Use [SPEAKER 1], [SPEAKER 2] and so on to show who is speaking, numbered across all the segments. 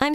[SPEAKER 1] I'm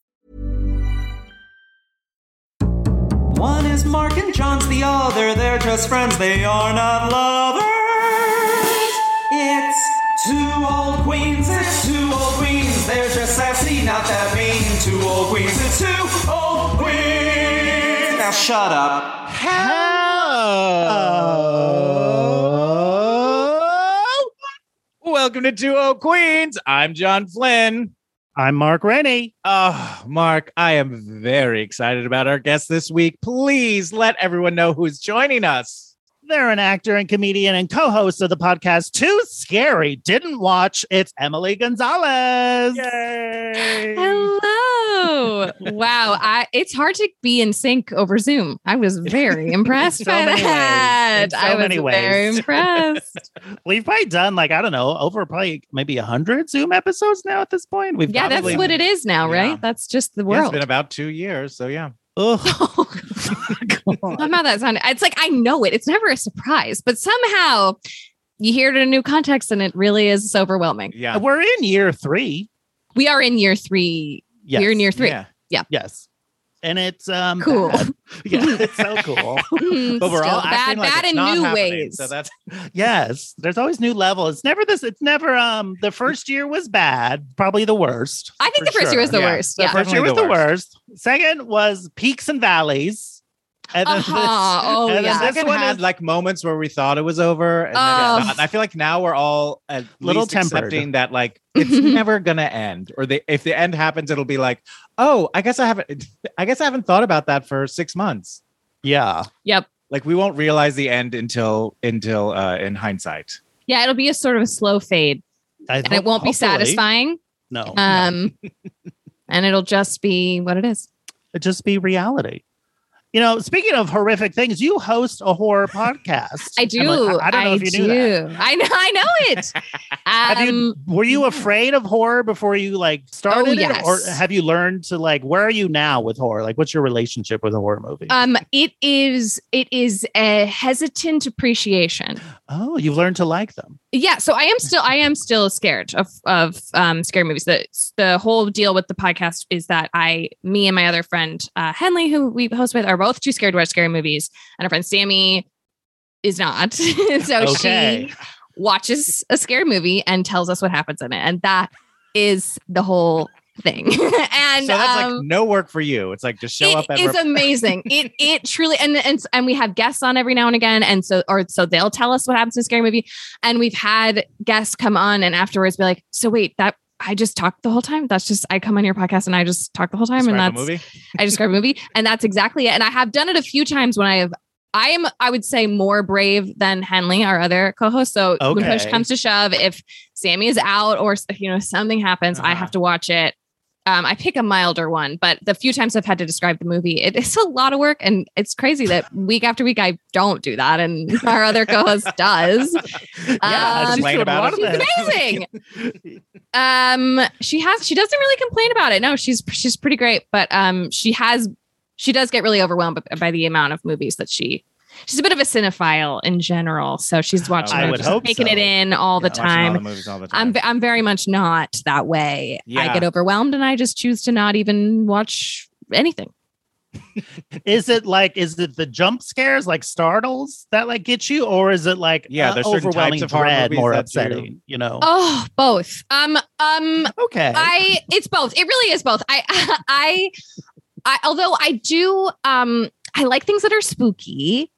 [SPEAKER 2] One is Mark and John's the other. They're just friends, they are not lovers. It's two old queens, it's two old queens. They're just sassy, not that mean. Two old queens, it's two old queens. Now shut up.
[SPEAKER 3] Hello. Welcome to Two O Queens. I'm John Flynn.
[SPEAKER 4] I'm Mark Rennie.
[SPEAKER 3] Oh, Mark, I am very excited about our guest this week. Please let everyone know who's joining us.
[SPEAKER 4] They're an actor and comedian and co host of the podcast Too Scary Didn't Watch. It's Emily Gonzalez.
[SPEAKER 5] Hello. wow. I it's hard to be in sync over Zoom. I was very impressed
[SPEAKER 4] so
[SPEAKER 5] by
[SPEAKER 4] many ways.
[SPEAKER 5] that.
[SPEAKER 4] In so
[SPEAKER 5] I was
[SPEAKER 4] many ways.
[SPEAKER 5] very impressed.
[SPEAKER 4] We've probably done, like, I don't know, over probably maybe 100 Zoom episodes now at this point. We've
[SPEAKER 5] yeah, that's
[SPEAKER 4] probably-
[SPEAKER 5] what it is now,
[SPEAKER 3] Yeah.
[SPEAKER 5] right? That's just the
[SPEAKER 3] Yeah, it's
[SPEAKER 5] world.
[SPEAKER 3] been about two years, so yeah.
[SPEAKER 4] Ugh.
[SPEAKER 5] somehow that sounded it's like I know it. It's never a surprise, but somehow you hear it in a new context and it really is overwhelming.
[SPEAKER 3] Yeah.
[SPEAKER 4] We're in year three.
[SPEAKER 5] We are in year three.
[SPEAKER 4] Yes.
[SPEAKER 5] You're in year three.
[SPEAKER 3] Yeah.
[SPEAKER 4] Yes. And it's um
[SPEAKER 5] Cool.
[SPEAKER 4] bad. yeah, it's so cool.
[SPEAKER 5] Mm,
[SPEAKER 3] But we're
[SPEAKER 5] still
[SPEAKER 3] all
[SPEAKER 5] bad,
[SPEAKER 3] acting like
[SPEAKER 5] bad
[SPEAKER 3] it's
[SPEAKER 5] in
[SPEAKER 3] not
[SPEAKER 5] new
[SPEAKER 3] happening,
[SPEAKER 5] ways.
[SPEAKER 3] So that's
[SPEAKER 4] yes. There's always new level. It's never this, it's never um the first year was bad, probably the worst.
[SPEAKER 5] I think
[SPEAKER 3] for
[SPEAKER 5] the first
[SPEAKER 3] sure.
[SPEAKER 5] year was the
[SPEAKER 3] Yeah.
[SPEAKER 5] worst.
[SPEAKER 4] The
[SPEAKER 5] Yeah.
[SPEAKER 4] first year was the
[SPEAKER 3] Definitely the
[SPEAKER 4] worst. Second was peaks and valleys. And then
[SPEAKER 5] Uh-huh.
[SPEAKER 4] this-
[SPEAKER 5] Oh,
[SPEAKER 4] and then
[SPEAKER 5] yeah.
[SPEAKER 4] this
[SPEAKER 3] second
[SPEAKER 4] one
[SPEAKER 3] had
[SPEAKER 4] is
[SPEAKER 3] like moments where we thought it was over, and
[SPEAKER 5] Oh.
[SPEAKER 4] Um.
[SPEAKER 3] then it's not. I feel like now we're all a
[SPEAKER 4] Little
[SPEAKER 3] little least
[SPEAKER 4] tempered.
[SPEAKER 3] accepting that like it's never gonna end, or the if the end happens, it'll be like, oh, I guess I haven't, I guess I haven't thought about that for six months.
[SPEAKER 4] yeah.
[SPEAKER 5] Yep.
[SPEAKER 3] Like we won't realize the end until until uh, in hindsight.
[SPEAKER 5] Yeah, it'll be a sort of a slow fade
[SPEAKER 4] I
[SPEAKER 5] and
[SPEAKER 4] hope-
[SPEAKER 5] it won't be
[SPEAKER 4] hopefully.
[SPEAKER 5] satisfying.
[SPEAKER 4] No,
[SPEAKER 5] Um and it'll just be what it is.
[SPEAKER 4] it just be reality. You know, speaking of horrific things, you host a horror podcast.
[SPEAKER 5] I do.
[SPEAKER 4] Emily, I, I don't know if you knew
[SPEAKER 5] do.
[SPEAKER 4] that.
[SPEAKER 5] I know I know it.
[SPEAKER 4] Have you,
[SPEAKER 5] Um
[SPEAKER 4] were you afraid of horror before you like started it?
[SPEAKER 5] yes.
[SPEAKER 4] or have you learned to like? Where are you now with horror? Like, what's your relationship with a horror movie?
[SPEAKER 5] um it is it is a hesitant appreciation.
[SPEAKER 4] oh, you've learned to like them.
[SPEAKER 5] Yeah, so I am still I am still scared of of um scary movies. The the whole deal with the podcast is that I me and my other friend uh Henley who we host with are both too scared to watch scary movies and our friend Sammy is not. so she
[SPEAKER 4] okay,
[SPEAKER 5] watches a scary movie and tells us what happens in it. And that is the whole thing. and
[SPEAKER 3] so that's
[SPEAKER 5] um,
[SPEAKER 3] like no work for you. It's like just show up
[SPEAKER 5] it
[SPEAKER 3] and
[SPEAKER 5] is
[SPEAKER 3] rep-
[SPEAKER 5] amazing. It it truly and and and we have guests on every now and again, and so or so they'll tell us what happens in a scary movie, and we've had guests come on and afterwards be like, so wait that. I just talked the whole time. That's just I come on your podcast and I just talk the whole time,
[SPEAKER 3] describe
[SPEAKER 5] and
[SPEAKER 3] a
[SPEAKER 5] that's
[SPEAKER 3] movie.
[SPEAKER 5] I describe a movie, and that's exactly it. And I have done it a few times when I have. I am, I would say, more brave than Henley, our other co-host. So when push
[SPEAKER 4] Okay.
[SPEAKER 5] comes to shove, if Sammy is out or you know something happens, I
[SPEAKER 3] Uh-huh.
[SPEAKER 5] have to watch it Um, I pick a milder one, but the few times I've had to describe the movie, it is a lot of work, and it's crazy that week after week I don't do that, and our other co-host does.
[SPEAKER 4] Yeah,
[SPEAKER 5] Um,
[SPEAKER 4] she's
[SPEAKER 3] Complain
[SPEAKER 4] doing
[SPEAKER 3] about
[SPEAKER 4] a lot
[SPEAKER 3] it.
[SPEAKER 4] of that.
[SPEAKER 5] She's amazing. um, she has she doesn't really complain about it. No, she's she's pretty great, but um, she has she does get really overwhelmed by, by the amount of movies that she she's a bit of a cinephile in general. So she's watching,
[SPEAKER 3] I
[SPEAKER 5] them,
[SPEAKER 3] would
[SPEAKER 5] just
[SPEAKER 4] hope
[SPEAKER 5] taking
[SPEAKER 4] so.
[SPEAKER 5] it in all the
[SPEAKER 3] Watching all
[SPEAKER 5] time.
[SPEAKER 3] the movies all the time.
[SPEAKER 5] I'm ve- I'm very much not that way.
[SPEAKER 3] Yeah.
[SPEAKER 5] I get overwhelmed and I just choose to not even watch anything.
[SPEAKER 4] Is it like is it the jump scares like startles that like get you, or is it like
[SPEAKER 3] Yeah,
[SPEAKER 4] uh,
[SPEAKER 3] there's certain
[SPEAKER 4] overwhelming
[SPEAKER 3] types of horror
[SPEAKER 4] dread
[SPEAKER 3] movies
[SPEAKER 4] more
[SPEAKER 3] that
[SPEAKER 4] upsetting?
[SPEAKER 3] do-
[SPEAKER 4] You know?
[SPEAKER 5] Oh, both. Um um
[SPEAKER 4] okay.
[SPEAKER 5] I it's both. It really is both. I I I although I do um I like things that are spooky.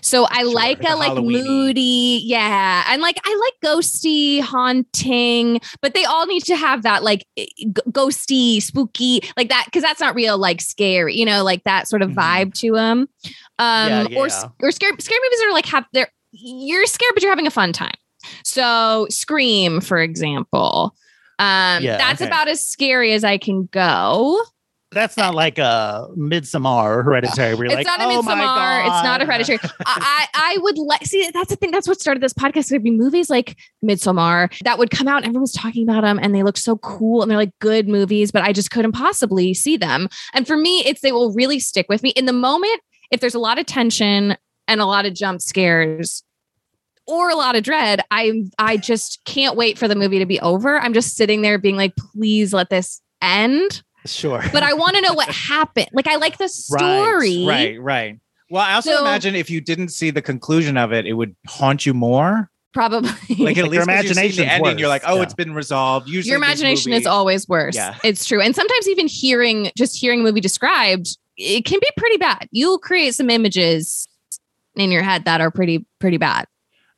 [SPEAKER 5] So I
[SPEAKER 3] Sure,
[SPEAKER 5] like
[SPEAKER 3] the
[SPEAKER 5] a like
[SPEAKER 3] Halloween-y.
[SPEAKER 5] moody, yeah, and like I like ghosty, haunting, but they all need to have that like g- ghosty, spooky, like that because that's not real, like scary, you know, like that sort of
[SPEAKER 4] Mhm.
[SPEAKER 5] vibe to them. Um,
[SPEAKER 4] Yeah,
[SPEAKER 5] or
[SPEAKER 4] yeah.
[SPEAKER 5] or scary scary movies are like have they're you're scared but you're having a fun time. So Scream, for example, um,
[SPEAKER 4] Yeah,
[SPEAKER 5] that's
[SPEAKER 3] okay.
[SPEAKER 5] about as scary as I can go.
[SPEAKER 4] That's not like a Midsommar or Hereditary. Where you're like,
[SPEAKER 5] it's not a
[SPEAKER 4] oh
[SPEAKER 5] Midsommar.
[SPEAKER 4] my God.
[SPEAKER 5] It's not a Hereditary. I, I, I would like see that's the thing. That's what started this podcast. There'd be movies like Midsommar that would come out. And everyone's talking about them, and they look so cool, and they're like good movies. But I just couldn't possibly see them. And for me, it's they will really stick with me in the moment. If there's a lot of tension and a lot of jump scares or a lot of dread, I I just can't wait for the movie to be over. I'm just sitting there being like, please let this end.
[SPEAKER 4] Sure.
[SPEAKER 5] But I want to know what happened. Like I like the story.
[SPEAKER 3] Right, right. Well, I also
[SPEAKER 5] So-
[SPEAKER 3] imagine if you didn't see the conclusion of it, it would haunt you more.
[SPEAKER 5] Probably.
[SPEAKER 3] Like at
[SPEAKER 4] Like, your
[SPEAKER 3] least 'cause you've seen the
[SPEAKER 4] imagination's
[SPEAKER 3] ending, you're like,
[SPEAKER 4] worse.
[SPEAKER 3] oh,
[SPEAKER 4] Yeah.
[SPEAKER 3] it's been resolved. Usually,
[SPEAKER 5] your
[SPEAKER 3] these
[SPEAKER 5] imagination is
[SPEAKER 3] movies-
[SPEAKER 5] always worse.
[SPEAKER 3] Yeah.
[SPEAKER 5] It's true. And sometimes even hearing just hearing a movie described, it can be pretty bad. You'll create some images in your head that are pretty pretty bad.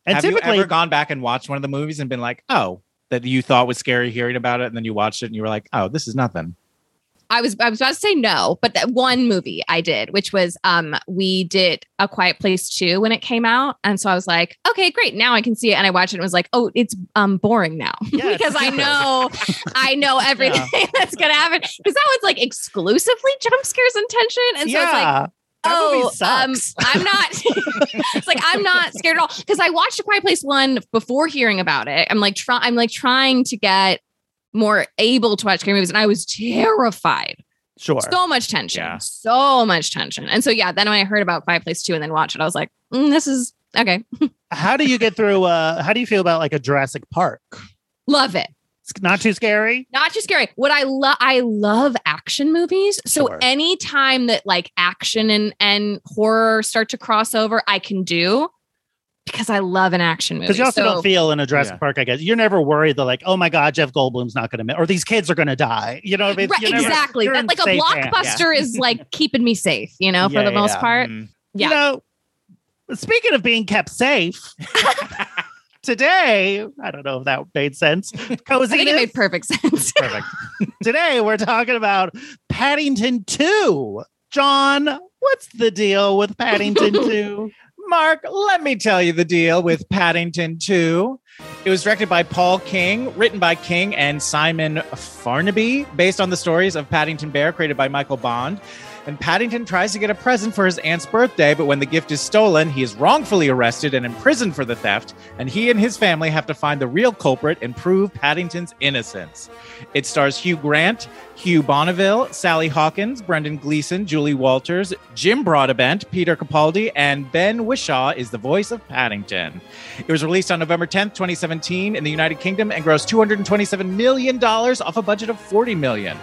[SPEAKER 4] and
[SPEAKER 3] Have
[SPEAKER 4] typically,
[SPEAKER 3] you ever gone back and watched one of the movies and been like, oh, that you thought was scary hearing about it, and then you watched it and you were like, oh, this is nothing.
[SPEAKER 5] I was I was about to say no, but that one movie I did, which was um we did A Quiet Place 2 when it came out. And so I was like, okay, great. Now I can see it. And I watched it and was like, oh, it's um boring now.
[SPEAKER 4] Yeah, it's
[SPEAKER 5] because I
[SPEAKER 4] stupid.
[SPEAKER 5] know I know everything that's gonna happen. Because that was like exclusively jump scares and tension. And so it's like
[SPEAKER 4] yeah, that movie sucks.
[SPEAKER 5] um, I'm not. it's like I'm not scared at all because I watched A Quiet Place one before hearing about it. I'm like try, I'm like trying to get more able to watch scary movies, and I was terrified.
[SPEAKER 4] sure.
[SPEAKER 5] So much tension,
[SPEAKER 3] Yeah.
[SPEAKER 5] so much tension, and so yeah. Then when I heard about Quiet Place two and then watched it, I was like, mm, this is okay.
[SPEAKER 4] how do you get through? Uh, how do you feel about like a Jurassic Park?
[SPEAKER 5] Love it.
[SPEAKER 4] It's not too scary.
[SPEAKER 5] Not too scary. What I love, I love action movies. So
[SPEAKER 4] Sure.
[SPEAKER 5] any time that like action and and horror start to cross over, I can do because I love an action movie.
[SPEAKER 4] Because you also
[SPEAKER 5] So-
[SPEAKER 4] don't feel in a Jurassic
[SPEAKER 3] Yeah.
[SPEAKER 4] Park, I guess. You're never worried that, like, oh my God, Jeff Goldblum's not going to, mi- or these kids are going to die. You know what I mean?
[SPEAKER 5] right,
[SPEAKER 4] You're never-
[SPEAKER 5] exactly.
[SPEAKER 4] you're
[SPEAKER 5] That-
[SPEAKER 4] in
[SPEAKER 5] like a
[SPEAKER 4] safe hands.
[SPEAKER 5] blockbuster is like keeping me safe, you know, for
[SPEAKER 4] Yeah,
[SPEAKER 5] the most
[SPEAKER 4] yeah.
[SPEAKER 5] part.
[SPEAKER 3] Mm.
[SPEAKER 5] Yeah.
[SPEAKER 4] You know, speaking of being kept safe, today, I don't know if that made sense.
[SPEAKER 5] I think it
[SPEAKER 4] Coziness.
[SPEAKER 5] made perfect sense.
[SPEAKER 4] Perfect. Today we're talking about Paddington 2. John, what's the deal with Paddington 2?
[SPEAKER 3] Mark, let me tell you the deal with Paddington 2. It was directed by Paul King, written by King and Simon Farnaby, based on the stories of Paddington Bear created by Michael Bond. And Paddington tries to get a present for his aunt's birthday, but when the gift is stolen, he is wrongfully arrested and imprisoned for the theft. And he and his family have to find the real culprit and prove Paddington's innocence. It stars Hugh Grant, Hugh Bonneville, Sally Hawkins, Brendan Gleeson, Julie Walters, Jim Broadbent, Peter Capaldi, and Ben Wishaw is the voice of Paddington. It was released on November 10th, 2017 in the United Kingdom and grossed $227 million off a budget of $40 million.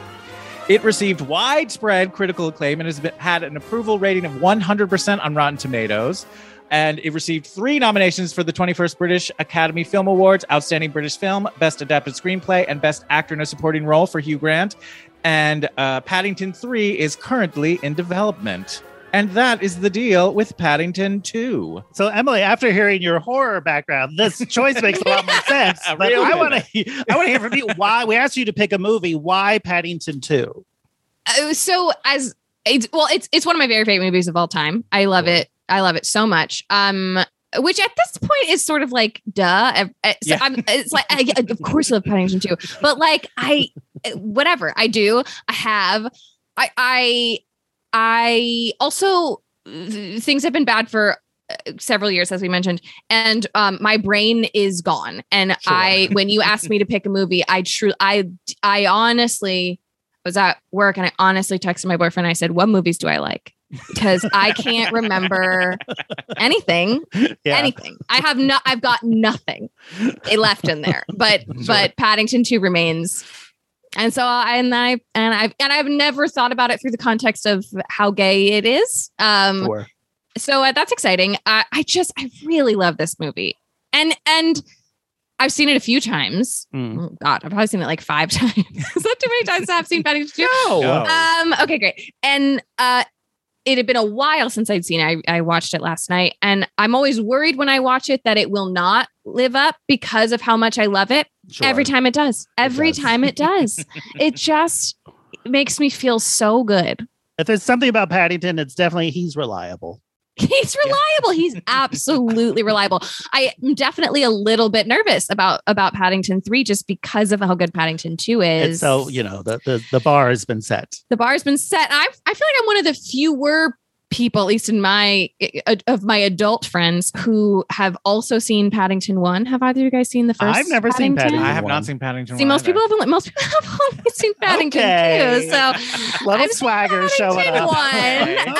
[SPEAKER 3] It received widespread critical acclaim and has been, had an approval rating of 100% on Rotten Tomatoes. And it received three nominations for the 21st British Academy Film Awards Outstanding British Film, Best Adapted Screenplay, and Best Actor in a Supporting Role for Hugh Grant. And uh, Paddington 3 is currently in development. And that is the deal with Paddington 2.
[SPEAKER 4] So Emily, after hearing your horror background, this choice makes a lot more sense.
[SPEAKER 3] A
[SPEAKER 4] But
[SPEAKER 3] real
[SPEAKER 4] I
[SPEAKER 3] good
[SPEAKER 4] want to I want to hear from you why we asked you to pick a movie, why Paddington 2?
[SPEAKER 5] Uh, so as it's well, it's it's one of my very favorite movies of all time. I love it. I love it so much. Um which at this point is sort of like duh. I- I- so
[SPEAKER 3] Yeah.
[SPEAKER 5] I'm, it's like I, I- of course I love Paddington too, but like I uh, whatever I do, I have I I I also th- things have been bad for uh, several years as we mentioned and um my brain is gone and
[SPEAKER 3] Sure.
[SPEAKER 5] i when you asked me to pick a movie i true i i honestly was at work and i honestly texted my boyfriend i said what movies do i like because i can't remember anything anything i have no i've got nothing left in there but but paddington 2 remains and so I and I and I've and I've never thought about it through the context of how gay it is. Um,
[SPEAKER 4] Sure.
[SPEAKER 5] so uh, that's exciting. I, I just I really love this movie, and and I've seen it a few times.
[SPEAKER 4] Mm.
[SPEAKER 5] Oh, God, I've probably seen it like five times. Is that too many times to have seen Paddington Two?
[SPEAKER 3] No.
[SPEAKER 4] Oh.
[SPEAKER 5] Um. Okay, great. And uh, it had been a while since I'd seen it. I, I watched it last night, and I'm always worried when I watch it that it will not live up because of how much I love it.
[SPEAKER 4] Sure.
[SPEAKER 5] Every time it does. Every
[SPEAKER 4] does.
[SPEAKER 5] time it does. it just makes me feel so good.
[SPEAKER 4] If there's something about Paddington, it's definitely he's reliable.
[SPEAKER 5] He's reliable. He's absolutely reliable. I am definitely a little bit nervous about about Paddington 3 just because of how good Paddington 2
[SPEAKER 4] And
[SPEAKER 5] is.
[SPEAKER 4] so, you know, the, the, the bar has been set.
[SPEAKER 5] the bar's been set. I I feel like I'm one of the fewer people, at least in my of my adult friends, who have also seen Paddington One. Have either of you guys seen the first?
[SPEAKER 4] I've never seen Paddington.
[SPEAKER 3] I have
[SPEAKER 4] One.
[SPEAKER 3] not seen Paddington.
[SPEAKER 5] Um, See,
[SPEAKER 3] One
[SPEAKER 5] most
[SPEAKER 3] either.
[SPEAKER 5] people have only, most people have only seen Paddington
[SPEAKER 4] Okay.
[SPEAKER 5] Two. So
[SPEAKER 4] Little
[SPEAKER 5] I've seen
[SPEAKER 4] swagger showing
[SPEAKER 5] Paddington
[SPEAKER 4] up.
[SPEAKER 5] One.
[SPEAKER 3] Okay.
[SPEAKER 5] Um,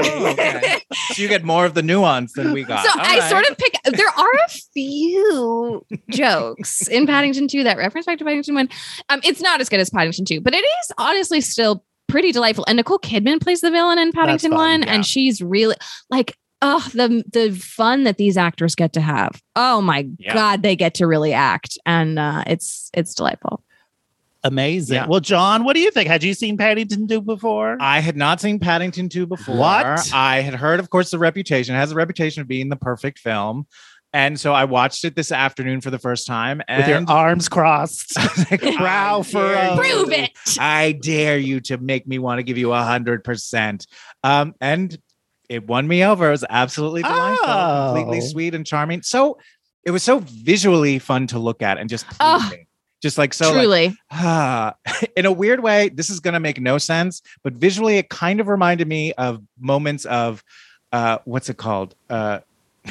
[SPEAKER 3] Oh, okay. so you get more of the nuance than we got.
[SPEAKER 5] So
[SPEAKER 3] All
[SPEAKER 5] I
[SPEAKER 3] right.
[SPEAKER 5] sort of pick. There are a few jokes in Paddington Two that reference back to Paddington One. Um, it's not as good as Paddington Two, but it is honestly still pretty delightful. And Nicole Kidman plays the villain in Paddington
[SPEAKER 4] fun,
[SPEAKER 5] One,
[SPEAKER 4] yeah.
[SPEAKER 5] and she's really like, oh, the the fun that these actors get to have. Oh my
[SPEAKER 3] Yeah.
[SPEAKER 5] god, they get to really act, and uh, it's it's delightful.
[SPEAKER 4] Amazing.
[SPEAKER 3] Yeah.
[SPEAKER 4] Well, John, what do you think? Had you seen Paddington do before?
[SPEAKER 3] I had not seen Paddington 2 before.
[SPEAKER 4] What?
[SPEAKER 3] I had heard, of course, the reputation. It has a reputation of being the perfect film. And so I watched it this afternoon for the first time. And
[SPEAKER 4] With your arms crossed.
[SPEAKER 3] like,
[SPEAKER 4] brow
[SPEAKER 3] I
[SPEAKER 4] furrowed.
[SPEAKER 3] dare you-
[SPEAKER 5] Prove it.
[SPEAKER 3] I dare you to make me want to give you a hundred percent. Um, and it won me over. It was absolutely delightful,
[SPEAKER 4] Oh.
[SPEAKER 3] completely sweet and charming. So it was so visually fun to look at and just
[SPEAKER 5] Oh.
[SPEAKER 3] pleasing. just like so like,
[SPEAKER 5] Truly,
[SPEAKER 3] Ah, in a weird way, this is going to make no sense, but visually, it kind of reminded me of moments of uh, what's it called? Uh,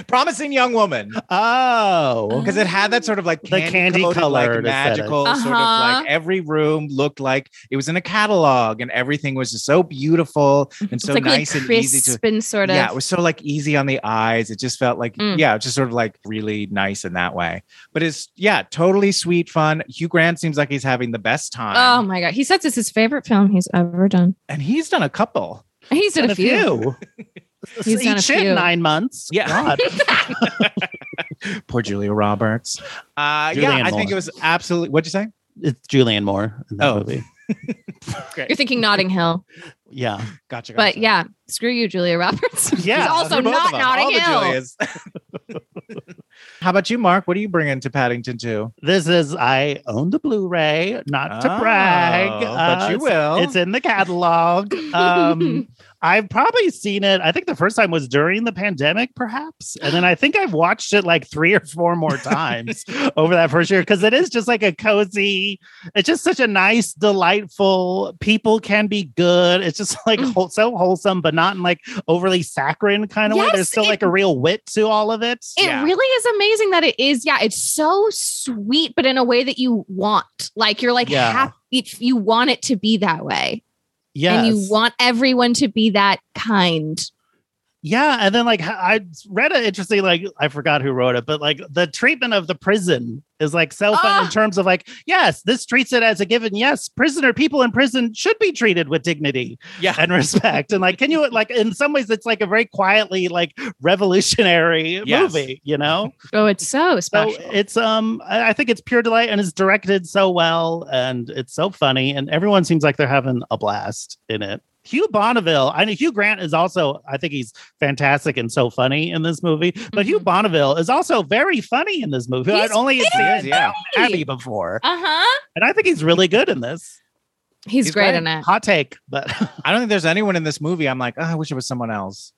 [SPEAKER 3] Promising Young Woman,
[SPEAKER 4] Oh.
[SPEAKER 3] because it had that sort of like
[SPEAKER 4] The
[SPEAKER 3] candy,
[SPEAKER 4] candy
[SPEAKER 3] coated, like
[SPEAKER 4] colored aesthetic.
[SPEAKER 3] magical sort of
[SPEAKER 5] Uh-huh.
[SPEAKER 3] like every room looked like it was in a catalog, and everything was just so beautiful and
[SPEAKER 5] Mm-hmm. it's
[SPEAKER 3] so
[SPEAKER 5] like really
[SPEAKER 3] nice and easy to.
[SPEAKER 5] crisp and sort of.
[SPEAKER 3] Yeah, it was so like easy on the eyes. It just felt like,
[SPEAKER 5] Mm.
[SPEAKER 3] yeah, just sort of like really nice in that way. But it's, yeah, totally sweet fun. Hugh Grant seems like he's having the best time.
[SPEAKER 5] Oh my god, he says it's his favorite film he's ever done.
[SPEAKER 3] and he's done a couple.
[SPEAKER 5] He's done
[SPEAKER 4] And
[SPEAKER 5] a few. He's done a
[SPEAKER 4] Eat shit
[SPEAKER 5] few.
[SPEAKER 4] in nine months.
[SPEAKER 3] Yeah.
[SPEAKER 4] God.
[SPEAKER 3] Poor Julia Roberts. Uh, yeah,
[SPEAKER 4] Julianne
[SPEAKER 3] I think
[SPEAKER 4] Moore.
[SPEAKER 3] it was absolutely. What'd you say?
[SPEAKER 4] it's Julianne Moore in that
[SPEAKER 3] Oh.
[SPEAKER 4] movie.
[SPEAKER 5] You're thinking Notting Hill,
[SPEAKER 4] Yeah.
[SPEAKER 3] Gotcha. gotcha.
[SPEAKER 5] but yeah, screw you, Julia Roberts.
[SPEAKER 4] Yeah,
[SPEAKER 5] He's also
[SPEAKER 3] Both of
[SPEAKER 5] not
[SPEAKER 3] them,
[SPEAKER 5] Notting
[SPEAKER 3] all the
[SPEAKER 5] Hill.
[SPEAKER 3] Julias. How about you, Mark? What do you bring into Paddington Two?
[SPEAKER 4] This is I own the Blu-ray, not to brag,
[SPEAKER 3] Oh,
[SPEAKER 4] uh,
[SPEAKER 3] but you
[SPEAKER 4] it's-
[SPEAKER 3] will.
[SPEAKER 4] It's in the catalog. Um, I've probably seen it. I think the first time was during the pandemic, perhaps, and then I think I've watched it like three or four more times over that first year because it is just like a cozy. It's just such a nice, delightful. People can be good. It's just like
[SPEAKER 5] Mm.
[SPEAKER 4] whole, so wholesome, but not in like overly saccharine kind of way.
[SPEAKER 5] Yes,
[SPEAKER 4] There's still
[SPEAKER 5] it-
[SPEAKER 4] like a real wit to all of it.
[SPEAKER 5] It
[SPEAKER 3] Yeah.
[SPEAKER 5] really is amazing that it is. Yeah, it's so sweet, but in a way that you want. Like you're like
[SPEAKER 4] Yeah.
[SPEAKER 5] happy. if You want it to be that way,
[SPEAKER 4] Yes.
[SPEAKER 5] and you want everyone to be that kind.
[SPEAKER 4] Yeah, and then like h- I read an interesting like I forgot who wrote it, but like the treatment of the prison is like so fun in
[SPEAKER 5] Ah!
[SPEAKER 4] terms of like yes, this treats it as a given. Yes, prisoner people in prison should be treated with dignity
[SPEAKER 3] Yeah.
[SPEAKER 4] and respect. and like, can you like in some ways it's like a very quietly like revolutionary
[SPEAKER 3] Yes.
[SPEAKER 4] movie, you know?
[SPEAKER 5] Oh, it's so
[SPEAKER 4] So
[SPEAKER 5] special.
[SPEAKER 4] it's um I I think it's pure delight and it's directed so well and it's so funny and everyone seems like they're having a blast in it. Hugh Bonneville, I know Hugh Grant is also I think he's fantastic and so funny in this movie, but Hugh
[SPEAKER 5] Mhm.
[SPEAKER 4] Bonneville is also very funny in this movie.
[SPEAKER 5] He's
[SPEAKER 4] I'd only seen
[SPEAKER 3] He is, yeah.
[SPEAKER 4] Abby before.
[SPEAKER 5] uh huh.
[SPEAKER 4] And I think he's really good in this.
[SPEAKER 5] He's,
[SPEAKER 3] He's
[SPEAKER 5] great,
[SPEAKER 3] great.
[SPEAKER 5] in it.
[SPEAKER 4] Hot take, but
[SPEAKER 3] I don't think there's anyone in this movie. I'm like, oh, I wish it was someone else.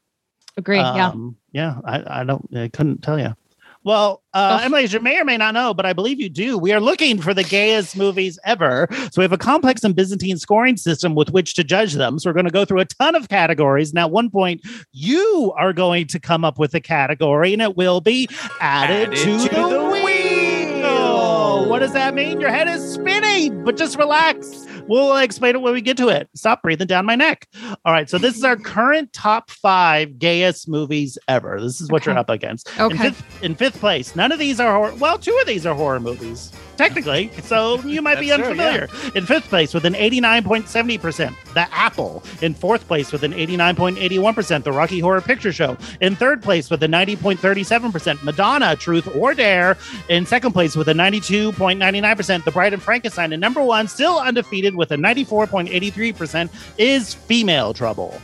[SPEAKER 5] Agree. yeah.
[SPEAKER 4] Um, yeah. I, I don't, I couldn't tell you. Well, uh,
[SPEAKER 5] Ugh.
[SPEAKER 4] Emily, as you may or may not know, but I believe you do, we are looking for the gayest movies ever. So we have a complex and Byzantine scoring system with which to judge them. So we're going to go through a ton of categories. Now, at one point, you are going to come up with a category and it will be added, to, the, wheel. What does that mean? Your head is spinning, but just relax. We'll explain it when we get to it. Stop breathing down my neck. All right. So this is our current top five gayest movies ever. This is what you're
[SPEAKER 5] Okay.
[SPEAKER 4] up against. In
[SPEAKER 5] Okay.
[SPEAKER 4] fifth, in fifth place, none of these are horror. Well, two of these are horror movies, technically. So you might be
[SPEAKER 3] That's true,
[SPEAKER 4] unfamiliar. In fifth place, with an 89.70%, The Apple. In fourth place, with an 89.81%, The Rocky Horror Picture Show. In third place, with a 90.37%, Madonna, Truth or Dare. In second place, with a 92.99%, The Bride and Frankenstein. And number one, still undefeated, with a 94.83%, is Female Trouble.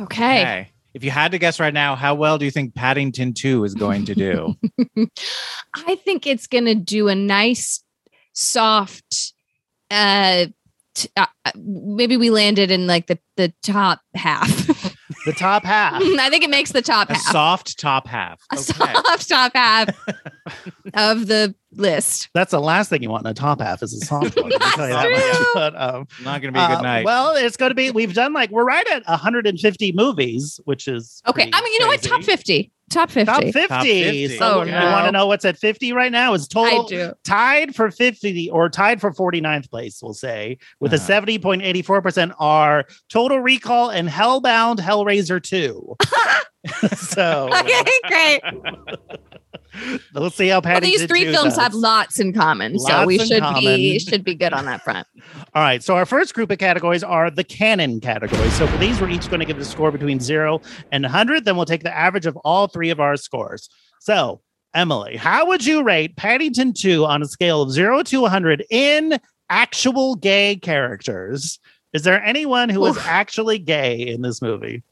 [SPEAKER 5] Okay.
[SPEAKER 3] Okay. If you had to guess right now, how well do you think Paddington 2 is going to do?
[SPEAKER 5] I think it's going to do a nice, soft. uh t- uh, uh, maybe we landed in like the the top half.
[SPEAKER 4] The top half.
[SPEAKER 5] I think it makes the top
[SPEAKER 3] a
[SPEAKER 5] half,
[SPEAKER 3] soft top half.
[SPEAKER 5] a soft top half of the list.
[SPEAKER 4] That's the last thing you want in a top half is a soft one. I can tell you that
[SPEAKER 3] That's
[SPEAKER 4] much.
[SPEAKER 5] true.
[SPEAKER 4] But, um,
[SPEAKER 3] Not going to be a
[SPEAKER 4] uh,
[SPEAKER 3] good night.
[SPEAKER 4] well, it's going to be. We've done like we're right at 150 movies, which is
[SPEAKER 5] Okay,
[SPEAKER 4] pretty
[SPEAKER 5] I mean, you know what?
[SPEAKER 4] crazy.
[SPEAKER 5] Top fifty. Top fifty.
[SPEAKER 4] Top 50.
[SPEAKER 3] Top 50.
[SPEAKER 4] So
[SPEAKER 5] Oh,
[SPEAKER 4] you
[SPEAKER 5] no.
[SPEAKER 4] want to know what's at 50 right now? It's
[SPEAKER 5] I
[SPEAKER 4] total
[SPEAKER 5] do.
[SPEAKER 4] tied for 50 or tied for 49th place, we'll say, with
[SPEAKER 3] Uh-huh.
[SPEAKER 4] a 70.84% are Total Recall and Hellbound Hellraiser 2. so uh,
[SPEAKER 5] Okay, great.
[SPEAKER 4] we'll see how
[SPEAKER 5] Well,
[SPEAKER 4] Patty
[SPEAKER 5] these three films have lots in common, so
[SPEAKER 4] Lots
[SPEAKER 5] we
[SPEAKER 4] in
[SPEAKER 5] should
[SPEAKER 4] common.
[SPEAKER 5] be should be good on that front.
[SPEAKER 4] All right. So our first group of categories are the canon categories. So for these, we're each going to give it a score between zero and 100. Then we'll take the average of all three of our scores. So, Emily, how would you rate Paddington 2 on a scale of zero to 100 in actual gay characters? Is there anyone who is actually gay in this movie?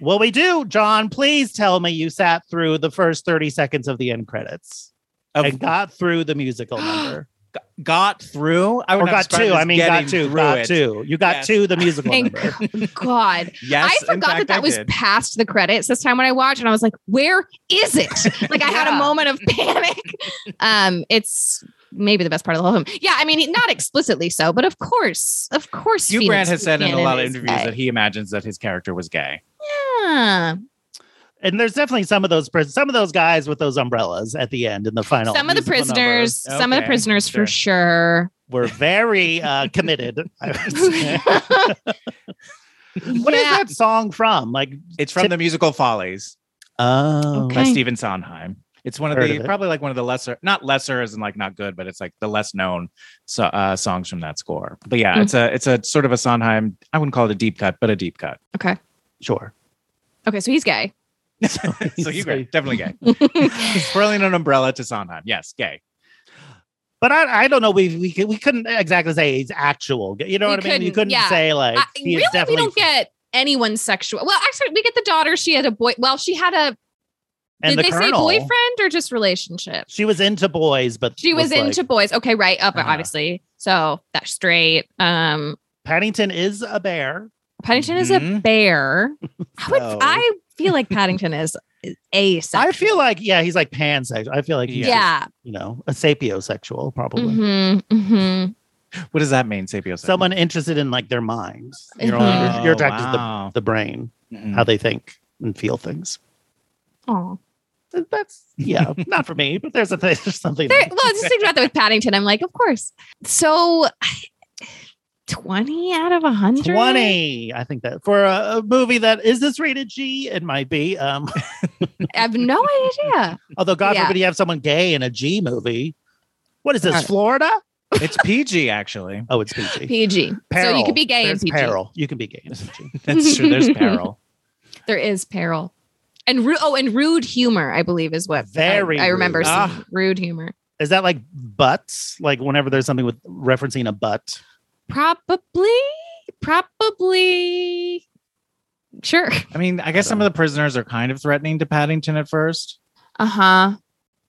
[SPEAKER 4] Well, we do, John. Please tell me you sat through the first 30 seconds of the end credits
[SPEAKER 3] Of-
[SPEAKER 4] and got through the musical number
[SPEAKER 3] got through. I would
[SPEAKER 4] or
[SPEAKER 3] not
[SPEAKER 4] got
[SPEAKER 3] describe
[SPEAKER 4] two.
[SPEAKER 3] it
[SPEAKER 4] I
[SPEAKER 3] as
[SPEAKER 4] mean, got
[SPEAKER 3] getting
[SPEAKER 4] two.
[SPEAKER 3] through
[SPEAKER 4] Got
[SPEAKER 3] it.
[SPEAKER 4] two. You got
[SPEAKER 3] Yes.
[SPEAKER 4] two. The musical
[SPEAKER 5] Thank
[SPEAKER 4] number.
[SPEAKER 5] God,
[SPEAKER 3] Yes,
[SPEAKER 5] I
[SPEAKER 3] in
[SPEAKER 5] forgot
[SPEAKER 3] fact,
[SPEAKER 5] that that
[SPEAKER 3] I
[SPEAKER 5] was
[SPEAKER 3] did.
[SPEAKER 5] past the credits this time when I watched, and I was like, "Where is it?" Like I had a moment of panic. Um, it's maybe the best part of the whole film. Yeah, I mean, not explicitly so, but of course, of course,
[SPEAKER 3] Hugh Grant has said in a lot of interviews
[SPEAKER 5] that
[SPEAKER 3] that he imagines that his character was gay.
[SPEAKER 5] yeah.
[SPEAKER 4] And there's definitely some of those pris- some of those guys with those umbrellas at the end in the final.
[SPEAKER 5] some of the
[SPEAKER 4] musical number
[SPEAKER 5] prisoners, some of the
[SPEAKER 3] Okay,
[SPEAKER 5] prisoners for sure.
[SPEAKER 4] were very uh, committed. I would say. What is
[SPEAKER 5] Yeah.
[SPEAKER 4] that song from? Like,
[SPEAKER 3] It's from
[SPEAKER 4] Tip-
[SPEAKER 3] the musical Follies
[SPEAKER 4] oh,
[SPEAKER 5] Okay.
[SPEAKER 3] by Stephen Sondheim. It's one of
[SPEAKER 4] Heard
[SPEAKER 3] the
[SPEAKER 4] of it.
[SPEAKER 3] probably like one of the lesser, not lesser as in like not good, but it's like the less known so, uh, songs from that score. But yeah,
[SPEAKER 5] Mm.
[SPEAKER 3] it's a it's a sort of a Sondheim. I wouldn't call it a deep cut, but a deep cut.
[SPEAKER 5] Okay,
[SPEAKER 4] sure.
[SPEAKER 5] okay, so he's gay.
[SPEAKER 3] so Hugh Grant definitely gay. Twirling an umbrella to Sondheim. Yes, gay.
[SPEAKER 4] But I, I don't know. We we, could, we couldn't exactly say he's actual. You know
[SPEAKER 5] We
[SPEAKER 4] what I mean? You
[SPEAKER 5] couldn't,
[SPEAKER 4] couldn't
[SPEAKER 5] yeah.
[SPEAKER 4] say like
[SPEAKER 5] I,
[SPEAKER 4] he
[SPEAKER 5] really,
[SPEAKER 4] is
[SPEAKER 5] we
[SPEAKER 4] definitely
[SPEAKER 5] don't get anyone sexual. Well, actually, we get the daughter. She had a boy. Well, she had a.
[SPEAKER 4] and
[SPEAKER 5] did
[SPEAKER 4] the
[SPEAKER 5] they say
[SPEAKER 4] colonel.
[SPEAKER 5] boyfriend or just relationship?
[SPEAKER 4] She was into boys, but
[SPEAKER 5] She was
[SPEAKER 4] like-
[SPEAKER 5] into boys. Okay, right up
[SPEAKER 3] Uh-huh.
[SPEAKER 5] obviously. So that's straight. Um,
[SPEAKER 4] Paddington is a bear.
[SPEAKER 5] Paddington is a
[SPEAKER 3] Mhm.
[SPEAKER 5] bear. I would.
[SPEAKER 4] Mm-hmm. So-
[SPEAKER 5] I feel like Paddington is a.
[SPEAKER 4] I feel like yeah, he's like pansexual. I feel like he's just,
[SPEAKER 5] Yeah.
[SPEAKER 4] you know, a sapiosexual probably.
[SPEAKER 5] Mm-hmm, mm-hmm.
[SPEAKER 3] What does that mean, Sapio?
[SPEAKER 4] Someone interested in like their minds. You're,
[SPEAKER 5] Mhm.
[SPEAKER 4] all, you're, you're attracted
[SPEAKER 3] Oh, wow.
[SPEAKER 4] to the, the brain,
[SPEAKER 3] Mhm.
[SPEAKER 4] how they think and feel things.
[SPEAKER 5] Oh.
[SPEAKER 4] Th- That's yeah, not for me, but there's a there's something.
[SPEAKER 5] There,
[SPEAKER 4] there.
[SPEAKER 5] well, I was just thinking about that with Paddington. I'm like, of course. So, twenty out of hundred.
[SPEAKER 4] 20 i think that for a, a movie that is this rated g it might be um
[SPEAKER 5] I have no idea.
[SPEAKER 4] although god
[SPEAKER 5] Yeah. Uh,
[SPEAKER 4] forbid you have someone gay in a g movie what is this
[SPEAKER 5] Alright.
[SPEAKER 4] florida
[SPEAKER 3] It's PG actually.
[SPEAKER 4] oh it's pg
[SPEAKER 5] PG. So you
[SPEAKER 4] Peril.
[SPEAKER 5] could be gay in
[SPEAKER 4] There's
[SPEAKER 5] PG.
[SPEAKER 4] peril you can be gay in PG.
[SPEAKER 3] That's true. There's peril.
[SPEAKER 5] There is peril. And ru- oh, and rude humor, I believe, is what I-
[SPEAKER 4] Very
[SPEAKER 5] I, remember.
[SPEAKER 4] rude.
[SPEAKER 5] Some
[SPEAKER 3] Ah.
[SPEAKER 5] rude humor.
[SPEAKER 4] is that like butts like whenever there's something with referencing a butt
[SPEAKER 5] Probably, probably. Sure.
[SPEAKER 3] I mean, I guess some of the prisoners are kind of threatening to Paddington at first.
[SPEAKER 5] Uh
[SPEAKER 4] Uh-huh.
[SPEAKER 5] huh.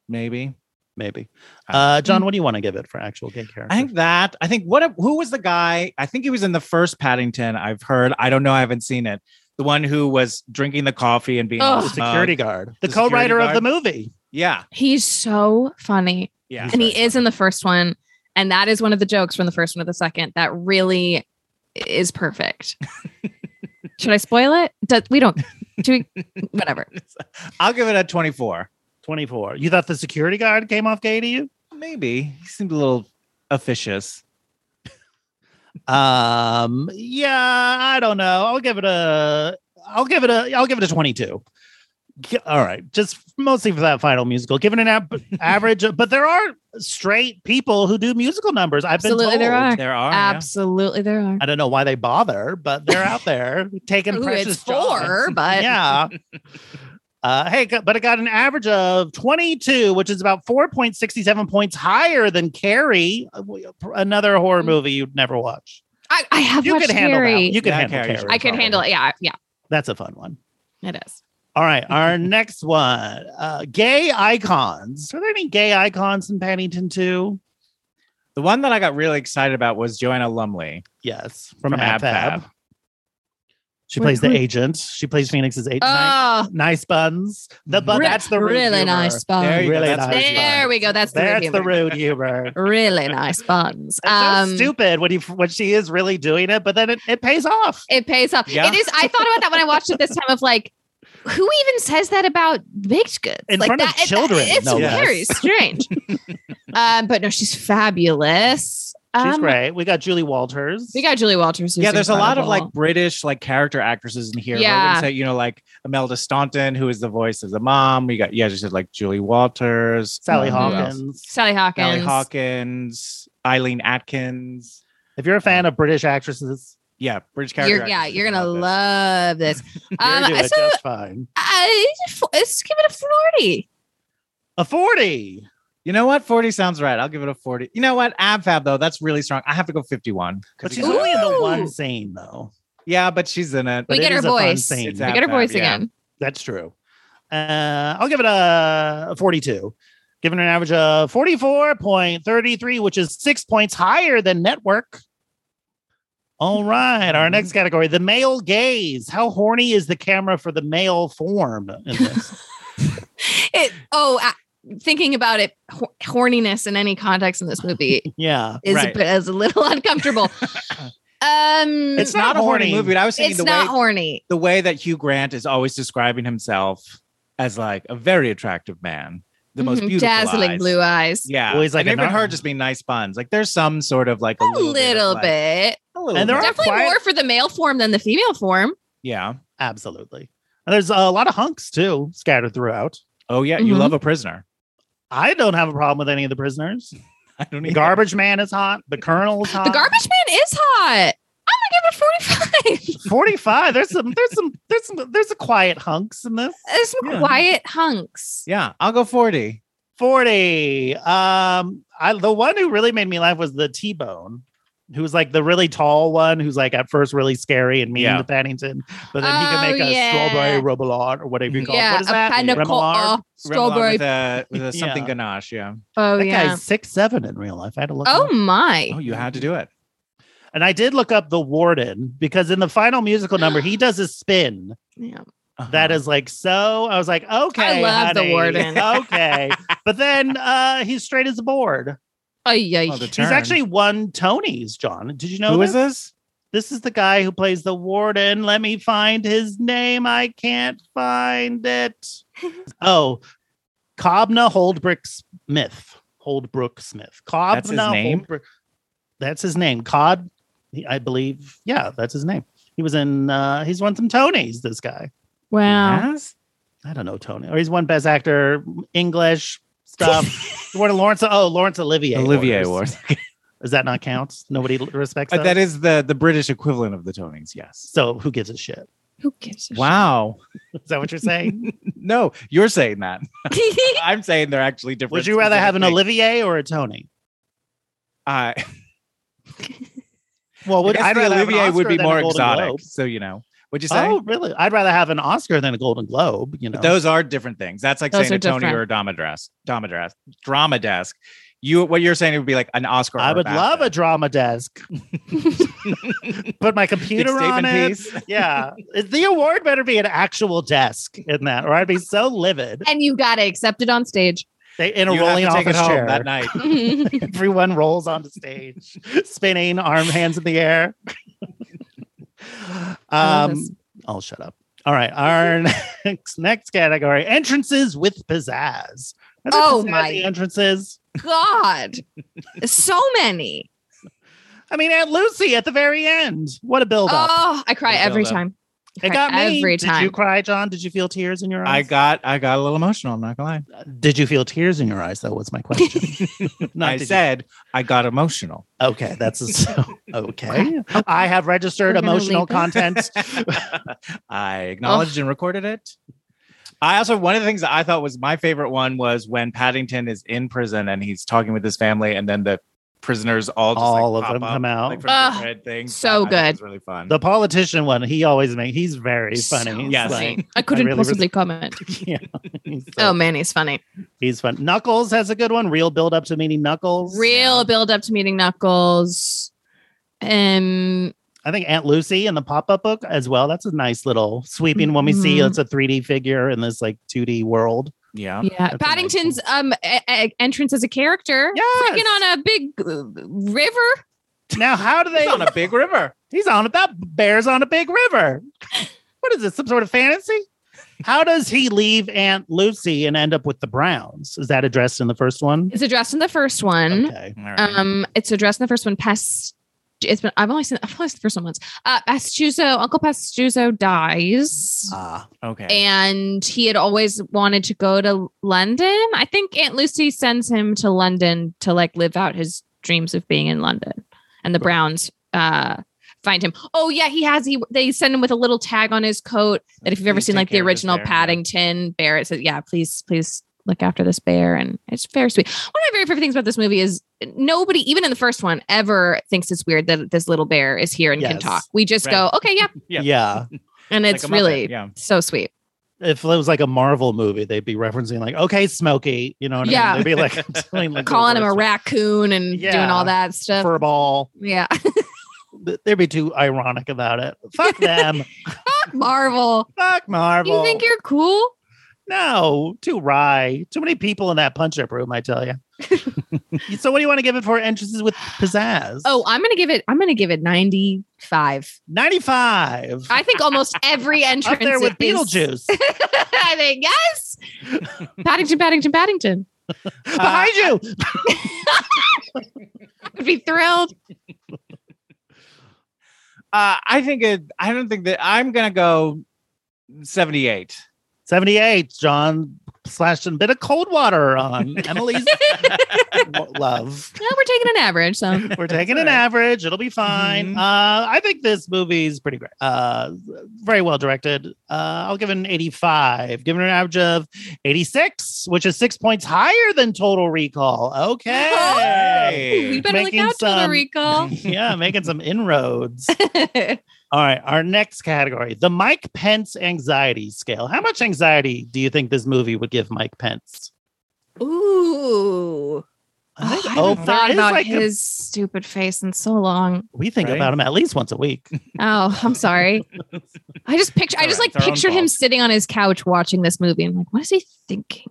[SPEAKER 3] Maybe.
[SPEAKER 4] maybe.
[SPEAKER 3] Uh,
[SPEAKER 4] Uh, John, what do you want to give it for actual gay character?
[SPEAKER 3] I think that. I think what? Who was the guy? I think he was in the first Paddington. I've heard. I don't know. I haven't seen it. the one who was drinking the coffee and being all
[SPEAKER 4] the
[SPEAKER 5] Ugh.
[SPEAKER 3] smug.
[SPEAKER 4] security guard, the,
[SPEAKER 3] The security
[SPEAKER 4] co-writer of the
[SPEAKER 3] guard.
[SPEAKER 4] movie.
[SPEAKER 3] Yeah,
[SPEAKER 5] He's so funny.
[SPEAKER 3] yeah.
[SPEAKER 4] He's
[SPEAKER 5] and
[SPEAKER 4] very
[SPEAKER 5] he is
[SPEAKER 4] funny.
[SPEAKER 5] in the first one. And that is one of the jokes from the first one to the second that really is perfect. Should I spoil it? Do, we don't do we, whatever.
[SPEAKER 3] I'll give it a twenty-four.
[SPEAKER 4] Twenty-four. You thought the security guard came off gay to you?
[SPEAKER 3] Maybe he seemed a little officious.
[SPEAKER 4] Um, yeah, I don't know. I'll give it a I'll give it a I'll give it a 22. G- All right, just mostly for that final musical. Given an ab- average, but there are straight people who do musical numbers. I've
[SPEAKER 5] Absolutely,
[SPEAKER 4] been told.
[SPEAKER 5] there are.
[SPEAKER 3] There
[SPEAKER 4] Oh,
[SPEAKER 3] are yeah.
[SPEAKER 5] Absolutely, there are.
[SPEAKER 4] I don't know why they bother, but they're out there taking
[SPEAKER 5] Ooh,
[SPEAKER 4] precious
[SPEAKER 5] it's four,
[SPEAKER 4] jobs.
[SPEAKER 5] but-
[SPEAKER 4] yeah. Uh, hey, go- but it got an average of 22, which is about 4.67 points higher than Carrie, uh, another
[SPEAKER 5] Mm.
[SPEAKER 4] horror movie you'd never watch.
[SPEAKER 5] I, I have
[SPEAKER 4] You
[SPEAKER 5] watched
[SPEAKER 4] could handle that.
[SPEAKER 5] Carrie.
[SPEAKER 4] one. You could
[SPEAKER 3] Yeah,
[SPEAKER 4] handle
[SPEAKER 3] Carrie's
[SPEAKER 4] Carrie.
[SPEAKER 5] I could
[SPEAKER 4] probably.
[SPEAKER 5] handle it. Yeah, yeah,
[SPEAKER 4] That's a fun one.
[SPEAKER 5] it is.
[SPEAKER 4] All right, our next one: uh, gay icons. Are there any gay icons in Paddington Two?
[SPEAKER 3] The one that I got really excited about was Joanna Lumley
[SPEAKER 4] Yes, from,
[SPEAKER 3] from
[SPEAKER 4] Ab
[SPEAKER 3] AbFab.
[SPEAKER 4] Fab. She
[SPEAKER 5] Wait,
[SPEAKER 4] plays the
[SPEAKER 5] who-
[SPEAKER 4] agent. She plays Phoenix's agent.
[SPEAKER 5] Oh,
[SPEAKER 4] nice buns. The but
[SPEAKER 5] re-
[SPEAKER 4] that's the rude
[SPEAKER 5] really
[SPEAKER 4] humor.
[SPEAKER 5] nice
[SPEAKER 3] There
[SPEAKER 5] buns.
[SPEAKER 3] you
[SPEAKER 4] Really
[SPEAKER 3] go. That's
[SPEAKER 4] nice
[SPEAKER 3] really
[SPEAKER 5] There
[SPEAKER 3] fun.
[SPEAKER 5] we go. That's the, Um,
[SPEAKER 4] That's the
[SPEAKER 5] root.
[SPEAKER 4] rude humor.
[SPEAKER 5] Really nice buns.
[SPEAKER 4] It's so stupid when you when she is really doing it, but then it, it pays off.
[SPEAKER 5] It pays off.
[SPEAKER 3] Yeah.
[SPEAKER 5] It is. I thought about that when I watched it this time. Of like, who even says that about baked goods
[SPEAKER 4] In
[SPEAKER 5] like
[SPEAKER 4] front of
[SPEAKER 5] that- it-
[SPEAKER 4] children,
[SPEAKER 5] It's
[SPEAKER 4] no less.
[SPEAKER 5] very strange. um, but no, she's fabulous.
[SPEAKER 4] She's
[SPEAKER 5] Um,
[SPEAKER 4] great. We got Julie Walters.
[SPEAKER 5] We got Julie Walters. who's
[SPEAKER 3] yeah, there's a lot of like
[SPEAKER 5] incredible.
[SPEAKER 3] British like character actresses in here.
[SPEAKER 5] Yeah.
[SPEAKER 3] Yeah. Say, you know, like Imelda Staunton, who is the voice of the mom. We got yeah, she said like Julie Walters,
[SPEAKER 4] Sally
[SPEAKER 3] um, who else?
[SPEAKER 4] Hawkins.
[SPEAKER 5] Sally Hawkins.
[SPEAKER 3] Sally Hawkins, Eileen Atkins.
[SPEAKER 4] If you're a fan of British actresses,
[SPEAKER 3] Yeah, British character.
[SPEAKER 5] You're, yeah,
[SPEAKER 3] actresses
[SPEAKER 5] you're gonna
[SPEAKER 3] love this.
[SPEAKER 5] love this.
[SPEAKER 4] you're
[SPEAKER 5] Um,
[SPEAKER 4] doing
[SPEAKER 5] so
[SPEAKER 4] just fine.
[SPEAKER 5] I, let's give it a forty.
[SPEAKER 4] A forty.
[SPEAKER 3] You know what? 40 sounds right. I'll give it a 40. You know what? Ab Fab though, that's really strong. I have to go 51. 'cause
[SPEAKER 4] But
[SPEAKER 3] it
[SPEAKER 4] she's
[SPEAKER 3] got-
[SPEAKER 5] Ooh.
[SPEAKER 4] only in the one scene, though.
[SPEAKER 3] yeah, but she's in it.
[SPEAKER 4] But
[SPEAKER 5] we
[SPEAKER 4] it
[SPEAKER 5] get her
[SPEAKER 4] is a fun
[SPEAKER 5] voice.
[SPEAKER 4] scene.
[SPEAKER 3] It's
[SPEAKER 5] We
[SPEAKER 3] Ab
[SPEAKER 5] get her
[SPEAKER 3] Fab,
[SPEAKER 5] voice
[SPEAKER 3] yeah.
[SPEAKER 5] again.
[SPEAKER 4] That's true. Uh, I'll give it a a 42, giving it an average of 44.33, which is six points higher than network.
[SPEAKER 5] Hmm.
[SPEAKER 4] All right, our next category the male gaze. How horny is the camera for the male form in this?
[SPEAKER 5] It. Oh, I, thinking about it, ho- horniness in any context in this movie
[SPEAKER 4] yeah.
[SPEAKER 5] is
[SPEAKER 3] Right.
[SPEAKER 5] a bit is a little uncomfortable. um,
[SPEAKER 3] It's not a horny
[SPEAKER 4] horny.
[SPEAKER 3] movie. but I was thinking
[SPEAKER 5] it's
[SPEAKER 3] the
[SPEAKER 5] not
[SPEAKER 3] way
[SPEAKER 5] horny.
[SPEAKER 3] the way that Hugh Grant is always describing himself as like a very attractive man, the most
[SPEAKER 5] Mhm.
[SPEAKER 3] beautiful,
[SPEAKER 5] dazzling
[SPEAKER 3] eyes.
[SPEAKER 5] blue eyes.
[SPEAKER 3] Yeah,
[SPEAKER 4] Well, he's like
[SPEAKER 3] and
[SPEAKER 4] a
[SPEAKER 3] even her
[SPEAKER 4] nar-
[SPEAKER 3] just being nice buns. Like there's some sort of like
[SPEAKER 5] A
[SPEAKER 3] a, little, bit, of,
[SPEAKER 5] little
[SPEAKER 3] like-
[SPEAKER 5] bit,
[SPEAKER 3] a little
[SPEAKER 4] And there
[SPEAKER 3] bit.
[SPEAKER 4] are-
[SPEAKER 5] definitely
[SPEAKER 4] quiet-
[SPEAKER 5] more for the male form than the female form.
[SPEAKER 3] yeah.
[SPEAKER 4] Absolutely. And there's a lot of hunks too scattered throughout.
[SPEAKER 3] Oh yeah, you
[SPEAKER 5] Mhm.
[SPEAKER 3] love a prisoner.
[SPEAKER 4] I don't have a problem with any of the prisoners.
[SPEAKER 3] I don't
[SPEAKER 4] The
[SPEAKER 3] need
[SPEAKER 4] garbage man is hot. The colonel is hot.
[SPEAKER 5] The garbage man is hot. I'm gonna give it 45.
[SPEAKER 4] 45 there's some there's some there's some there's a quiet hunks in this
[SPEAKER 5] There's some
[SPEAKER 3] Yeah.
[SPEAKER 5] quiet hunks.
[SPEAKER 3] Yeah, I'll go forty.
[SPEAKER 4] 40 um i the one who really made me laugh was the t-bone who's like the really tall one who's like at first really scary and mean
[SPEAKER 3] Yeah.
[SPEAKER 4] to paddington but then he
[SPEAKER 5] Oh,
[SPEAKER 4] can make a
[SPEAKER 5] yeah.
[SPEAKER 4] strawberry robelot or whatever you call it
[SPEAKER 5] Yeah,
[SPEAKER 4] what is that
[SPEAKER 5] a kind of
[SPEAKER 4] Remoulade?
[SPEAKER 5] strawberry.
[SPEAKER 3] with a, with a something
[SPEAKER 4] Yeah.
[SPEAKER 3] ganache. Yeah.
[SPEAKER 5] oh
[SPEAKER 4] that
[SPEAKER 5] yeah.
[SPEAKER 4] guy's six seven in real life i had to look him
[SPEAKER 5] Oh
[SPEAKER 4] up.
[SPEAKER 5] my.
[SPEAKER 3] Oh, you had to do it.
[SPEAKER 4] and i did look up the warden because in the final musical number he does a spin
[SPEAKER 5] Yeah.
[SPEAKER 3] Uh-huh.
[SPEAKER 4] That is like so. I was like, okay,
[SPEAKER 5] love the
[SPEAKER 4] honey,
[SPEAKER 5] warden.
[SPEAKER 4] okay, but then uh, he's straight as a board.
[SPEAKER 5] Oh yeah.
[SPEAKER 3] Oh, the
[SPEAKER 4] He's
[SPEAKER 3] turn.
[SPEAKER 4] actually won Tonys. John, did you know
[SPEAKER 3] Who
[SPEAKER 4] this?
[SPEAKER 3] is this?
[SPEAKER 4] This is the guy who plays the warden. Let me find his name. I can't find it. oh, Cobna Holdbrook Smith. Holdbrook Smith. Cobna
[SPEAKER 3] his name?
[SPEAKER 4] Holdbrook. That's his name. Cod, I believe. Yeah, that's his name. He was in. Uh, he's won some Tonys. This guy.
[SPEAKER 5] Wow.
[SPEAKER 3] Yes?
[SPEAKER 4] I don't know Tony, or he's won Best Actor English stuff. he won a Lawrence. Oh, Lawrence Olivier.
[SPEAKER 3] Olivier
[SPEAKER 4] Awards.
[SPEAKER 3] Awards.
[SPEAKER 4] Does that not count? Nobody l- respects
[SPEAKER 3] Uh,
[SPEAKER 4] that.
[SPEAKER 3] that is the the British equivalent of the Tonys. Yes.
[SPEAKER 4] so who gives a shit?
[SPEAKER 5] Who gives a
[SPEAKER 3] Wow.
[SPEAKER 4] Is that what you're saying?
[SPEAKER 3] No, you're saying that.
[SPEAKER 5] shit?
[SPEAKER 3] I'm saying they're actually different.
[SPEAKER 4] Would you rather have an
[SPEAKER 3] specific
[SPEAKER 4] Olivier or a Tony?
[SPEAKER 3] things. Uh,
[SPEAKER 4] Well,
[SPEAKER 3] I
[SPEAKER 4] would
[SPEAKER 3] guess
[SPEAKER 4] I'd
[SPEAKER 3] the
[SPEAKER 4] rather have an
[SPEAKER 3] Olivier would
[SPEAKER 4] Oscar
[SPEAKER 3] be
[SPEAKER 4] than a
[SPEAKER 3] more
[SPEAKER 4] Golden
[SPEAKER 3] exotic.
[SPEAKER 4] Globe.
[SPEAKER 3] So you know, would you say?
[SPEAKER 4] Oh, really? I'd rather have an Oscar than a Golden Globe. You know,
[SPEAKER 3] But those are different things. That's like
[SPEAKER 5] Those
[SPEAKER 3] saying
[SPEAKER 5] are
[SPEAKER 3] a Tony
[SPEAKER 5] different.
[SPEAKER 3] or a Drama Dress, Drama Dress, Drama Desk You what you're saying it would be like an Oscar. or
[SPEAKER 4] I
[SPEAKER 3] a
[SPEAKER 4] would
[SPEAKER 3] BAFTA.
[SPEAKER 4] love a drama desk. Put my
[SPEAKER 3] Big
[SPEAKER 4] computer on
[SPEAKER 3] statement
[SPEAKER 4] it.
[SPEAKER 3] piece.
[SPEAKER 4] Yeah, the award better be an actual desk in that, or I'd be so livid.
[SPEAKER 5] and you've got to accept it on stage.
[SPEAKER 4] They, in a
[SPEAKER 3] You have to
[SPEAKER 4] rolling
[SPEAKER 3] take it
[SPEAKER 4] office
[SPEAKER 3] home
[SPEAKER 4] chair.
[SPEAKER 3] that night.
[SPEAKER 4] Everyone rolls onto stage, spinning, arm, hands in the air.
[SPEAKER 5] love
[SPEAKER 4] um,
[SPEAKER 5] Oh, this.
[SPEAKER 4] I'll shut up. All right, our next, next category: entrances with pizzazz. Are there
[SPEAKER 5] Oh,
[SPEAKER 4] pizzazzy
[SPEAKER 5] my.
[SPEAKER 4] entrances!
[SPEAKER 5] God, so many.
[SPEAKER 4] I mean, Aunt Lucy at the very end. What a build up!
[SPEAKER 5] Oh, I cry
[SPEAKER 3] Build
[SPEAKER 5] every
[SPEAKER 3] up.
[SPEAKER 5] time. I
[SPEAKER 4] it
[SPEAKER 5] cry
[SPEAKER 4] got me.
[SPEAKER 5] every
[SPEAKER 4] Did
[SPEAKER 5] time.
[SPEAKER 4] you cry, John? Did you feel tears in your
[SPEAKER 3] I
[SPEAKER 4] eyes?
[SPEAKER 3] got I got a little emotional. I'm not gonna lie.
[SPEAKER 4] Did you feel tears in your eyes? Though was my question. Not
[SPEAKER 3] I
[SPEAKER 4] did you-
[SPEAKER 3] said I got emotional.
[SPEAKER 4] okay. That's a, so, okay. I have registered
[SPEAKER 5] We're gonna
[SPEAKER 4] emotional
[SPEAKER 5] leave this.
[SPEAKER 4] content.
[SPEAKER 3] I
[SPEAKER 5] Oh.
[SPEAKER 3] acknowledged and recorded it. I also one of the things that I thought was my favorite one was when Paddington is in prison and he's talking with his family, and then the prisoners all just
[SPEAKER 4] All
[SPEAKER 3] like,
[SPEAKER 4] of
[SPEAKER 3] pop
[SPEAKER 4] them
[SPEAKER 3] up,
[SPEAKER 4] come out.
[SPEAKER 3] like, from
[SPEAKER 5] Ugh,
[SPEAKER 3] different things.
[SPEAKER 5] so
[SPEAKER 3] I thought it
[SPEAKER 5] good.
[SPEAKER 3] was really fun.
[SPEAKER 4] the politician one. He always makes. He's very
[SPEAKER 5] So
[SPEAKER 4] funny. He's
[SPEAKER 3] Yes. Um,
[SPEAKER 4] like-
[SPEAKER 5] funny. I couldn't
[SPEAKER 4] really res-
[SPEAKER 5] possibly comment.
[SPEAKER 4] yeah, he's, so-
[SPEAKER 5] Oh man, he's funny.
[SPEAKER 4] he's fun. Knuckles has a good one. Real build up to meaning Knuckles.
[SPEAKER 5] Real build up to meeting Knuckles. Um,
[SPEAKER 4] I think Aunt Lucy in the pop up book as well. That's a nice little sweeping when we see
[SPEAKER 5] Mhm.
[SPEAKER 3] Mm-hmm.
[SPEAKER 4] it's a 3D figure in this like 2D world.
[SPEAKER 3] yeah.
[SPEAKER 5] yeah,
[SPEAKER 4] That's a nice
[SPEAKER 5] Paddington's um e- e- entrance as a character,
[SPEAKER 4] Yes.
[SPEAKER 5] freaking on a big uh, river.
[SPEAKER 4] Now, how do they?
[SPEAKER 3] He's on a big river.
[SPEAKER 4] He's on it. That bear's on a big river. What is this? Some sort of fantasy? How does he leave Aunt Lucy and end up with the Browns? Is that addressed in the first one?
[SPEAKER 5] It's addressed in the first
[SPEAKER 3] Mm-hmm.
[SPEAKER 5] one.
[SPEAKER 4] Okay.
[SPEAKER 3] All right.
[SPEAKER 5] Um, it's addressed in the first one. Past it's been. I've only seen. I've only seen the first one once. Uh, Pastuzo, Uncle Pastuzo dies.
[SPEAKER 4] Ah,
[SPEAKER 3] okay.
[SPEAKER 5] and he had always wanted to go to London. I think Aunt Lucy sends him to London to like live out his dreams of being in London. And the Browns uh find him. Oh yeah, he has he they send him with a little tag on his coat that if you've ever
[SPEAKER 3] Please
[SPEAKER 5] seen
[SPEAKER 3] take
[SPEAKER 5] like the
[SPEAKER 3] care of this
[SPEAKER 5] original
[SPEAKER 3] bear, yeah.
[SPEAKER 5] Paddington bear, it says, Yeah, please, please look after this bear. And it's very sweet. One of my very favorite things about this movie is nobody, even in the first one, ever thinks it's weird that this little bear is here and can
[SPEAKER 4] Yes.
[SPEAKER 5] talk. We just go, okay, yeah.
[SPEAKER 3] Yeah.
[SPEAKER 4] yeah.
[SPEAKER 5] And
[SPEAKER 3] Like
[SPEAKER 5] it's
[SPEAKER 3] a Muppet,
[SPEAKER 5] really
[SPEAKER 3] yeah.
[SPEAKER 5] so sweet.
[SPEAKER 4] If it was like a Marvel movie, they'd be referencing like, okay, Smokey, you know what
[SPEAKER 5] Yeah.
[SPEAKER 4] I mean? They'd be like, doing, like
[SPEAKER 5] calling him a raccoon and doing
[SPEAKER 4] Yeah.
[SPEAKER 5] all that stuff.
[SPEAKER 4] for ball.
[SPEAKER 5] yeah.
[SPEAKER 4] They'd be too ironic about it. Fuck them.
[SPEAKER 5] Marvel.
[SPEAKER 4] Fuck Marvel.
[SPEAKER 5] You think you're cool?
[SPEAKER 4] No, too wry. Too many people in that punch up room, I tell you. so, what do you want to give it for entrances with pizzazz?
[SPEAKER 5] Oh, I'm gonna give it I'm gonna give it 95.
[SPEAKER 4] 95.
[SPEAKER 5] I think almost every entrance
[SPEAKER 4] up there with
[SPEAKER 5] is-
[SPEAKER 4] Beetlejuice.
[SPEAKER 5] I think yes. Paddington, Paddington, Paddington.
[SPEAKER 4] Uh, Behind you.
[SPEAKER 5] I would be thrilled.
[SPEAKER 3] Uh, I think it. I don't think that I'm gonna go seventy-eight.
[SPEAKER 4] 78, John slashed a bit of cold water on Emily's w- love.
[SPEAKER 5] Well, we're taking an average, so
[SPEAKER 4] We're taking an
[SPEAKER 3] all right.
[SPEAKER 4] average. It'll be fine.
[SPEAKER 3] Mhm.
[SPEAKER 4] Uh, I think this movie's pretty great. Uh, very well directed. Uh, I'll give it an 85, giving it an average of 86, which is six points higher than Total Recall. Okay.
[SPEAKER 5] Oh, we better look
[SPEAKER 4] Making
[SPEAKER 5] out to the
[SPEAKER 4] some-
[SPEAKER 5] recall.
[SPEAKER 4] yeah, making some inroads. All right, our next category, the Mike Pence anxiety scale. How much anxiety do you think this movie would give Mike Pence?
[SPEAKER 5] Ooh.
[SPEAKER 4] I think-
[SPEAKER 5] I
[SPEAKER 4] oh,
[SPEAKER 5] haven't
[SPEAKER 4] there
[SPEAKER 5] thought
[SPEAKER 4] is
[SPEAKER 5] about
[SPEAKER 4] like a-
[SPEAKER 5] his stupid face in so long.
[SPEAKER 4] we think
[SPEAKER 3] Right?
[SPEAKER 4] about him at least once a week.
[SPEAKER 5] Oh, I'm sorry. I just picture I
[SPEAKER 3] all
[SPEAKER 5] just
[SPEAKER 3] right.
[SPEAKER 5] like
[SPEAKER 3] It's our own
[SPEAKER 5] pictured him
[SPEAKER 3] fault.
[SPEAKER 5] sitting on his couch watching this movie. I'm like, what is he thinking?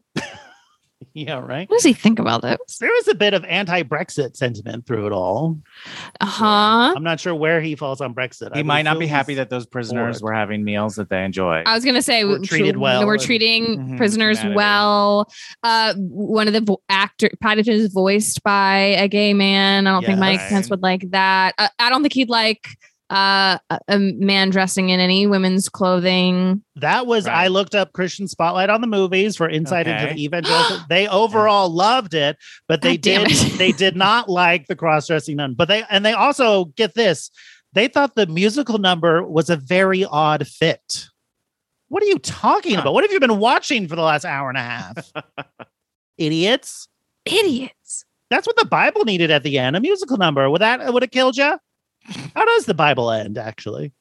[SPEAKER 4] yeah, right.
[SPEAKER 5] What does he think about this?
[SPEAKER 4] There is a bit of anti-Brexit sentiment through it all.
[SPEAKER 5] Uh huh.
[SPEAKER 4] I'm not sure where he falls on Brexit.
[SPEAKER 3] He
[SPEAKER 4] I
[SPEAKER 3] might not
[SPEAKER 4] would
[SPEAKER 3] be
[SPEAKER 4] assume
[SPEAKER 3] happy
[SPEAKER 4] he's-
[SPEAKER 3] that those prisoners
[SPEAKER 4] bored.
[SPEAKER 3] were having meals that they enjoy.
[SPEAKER 5] I was gonna say
[SPEAKER 4] We're
[SPEAKER 5] we-
[SPEAKER 4] treated well
[SPEAKER 5] We're
[SPEAKER 4] and-
[SPEAKER 5] treating
[SPEAKER 3] Mhm,
[SPEAKER 5] prisoners
[SPEAKER 3] humanity.
[SPEAKER 5] well. Uh, one of the vo- actor Paddington is voiced by a gay man. I don't think Mike
[SPEAKER 3] Yes.
[SPEAKER 5] Pence would like that. Uh, I don't think he'd like uh, a, a man dressing in any women's clothing.
[SPEAKER 4] that was I
[SPEAKER 3] Right.
[SPEAKER 4] looked up Christian Spotlight on the movies for insight into
[SPEAKER 3] Okay.
[SPEAKER 4] the evangelical. they overall loved it, but they
[SPEAKER 5] God damn
[SPEAKER 4] did
[SPEAKER 5] it.
[SPEAKER 4] they did not like the cross-dressing nun. But they and they also get this. They thought the musical number was a very odd fit. What are you talking
[SPEAKER 3] Huh.
[SPEAKER 4] about? What have you been watching for the last hour and a half? Idiots.
[SPEAKER 5] Idiots.
[SPEAKER 4] That's what the Bible needed at the end, a musical number. Would that would have killed you? How does the Bible end, actually?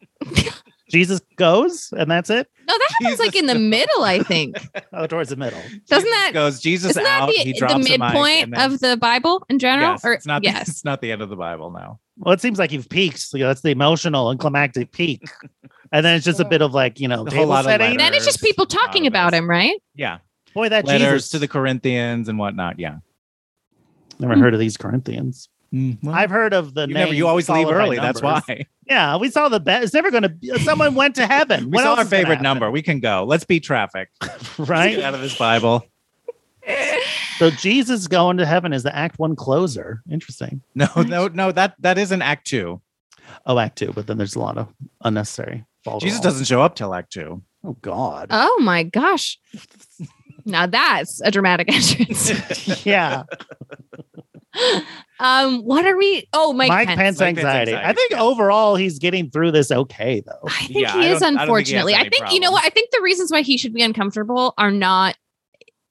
[SPEAKER 4] Jesus goes, and that's it.
[SPEAKER 5] No, that happens like in the middle, I think.
[SPEAKER 4] Oh, towards the middle.
[SPEAKER 5] Doesn't that
[SPEAKER 3] goes Jesus
[SPEAKER 5] Isn't that
[SPEAKER 3] out?
[SPEAKER 5] the,
[SPEAKER 3] he
[SPEAKER 5] the
[SPEAKER 3] drops a mic,
[SPEAKER 5] midpoint
[SPEAKER 3] and then-
[SPEAKER 5] of the Bible in general?
[SPEAKER 3] Yes,
[SPEAKER 5] or
[SPEAKER 3] it's not. The,
[SPEAKER 5] yes.
[SPEAKER 3] it's not the end of the Bible now.
[SPEAKER 4] Well, it seems like you've peaked. So that's the emotional and climactic peak, and then it's just a bit of like you know
[SPEAKER 3] A whole
[SPEAKER 4] table
[SPEAKER 3] lot of
[SPEAKER 4] setting.
[SPEAKER 5] then it's just people
[SPEAKER 3] Letters,
[SPEAKER 5] talking about
[SPEAKER 3] autographs.
[SPEAKER 5] him, right?
[SPEAKER 3] Yeah,
[SPEAKER 4] Boy, that
[SPEAKER 3] letters
[SPEAKER 4] Jesus.
[SPEAKER 3] to the Corinthians and whatnot. Yeah,
[SPEAKER 4] Never heard of these Corinthians. I've heard of the name.
[SPEAKER 3] you never. You always leave
[SPEAKER 4] followed by
[SPEAKER 3] early. That's
[SPEAKER 4] numbers.
[SPEAKER 3] why
[SPEAKER 4] Yeah, we saw the best. It's never going to. be Someone went to heaven.
[SPEAKER 3] we
[SPEAKER 4] What
[SPEAKER 3] saw
[SPEAKER 4] else
[SPEAKER 3] our
[SPEAKER 4] is gonna
[SPEAKER 3] favorite
[SPEAKER 4] happen?
[SPEAKER 3] number. We can go. Let's beat traffic. Let's get
[SPEAKER 4] right?
[SPEAKER 3] out of this Bible.
[SPEAKER 4] so Jesus going to heaven is the Act One closer. Interesting.
[SPEAKER 3] No, no, no. That that is an Act Two.
[SPEAKER 4] Oh, Act Two, but then there's a lot of unnecessary. follow-up.
[SPEAKER 3] Jesus doesn't show up till Act Two.
[SPEAKER 4] Oh God.
[SPEAKER 5] Oh my gosh. now that's a dramatic entrance.
[SPEAKER 4] yeah.
[SPEAKER 5] um, what are we? Oh, Mike,
[SPEAKER 4] Mike,
[SPEAKER 5] Pence.
[SPEAKER 4] Pence,
[SPEAKER 3] Mike Pence
[SPEAKER 4] anxiety.
[SPEAKER 3] anxiety,
[SPEAKER 4] I think
[SPEAKER 3] yeah.
[SPEAKER 4] overall he's getting through this okay though.
[SPEAKER 5] I think
[SPEAKER 3] Yeah, I
[SPEAKER 5] he is,
[SPEAKER 3] don't- I don't think he has
[SPEAKER 5] unfortunately. I
[SPEAKER 3] any
[SPEAKER 5] think, you know
[SPEAKER 3] problem.
[SPEAKER 5] what? I think the reasons why he should be uncomfortable are not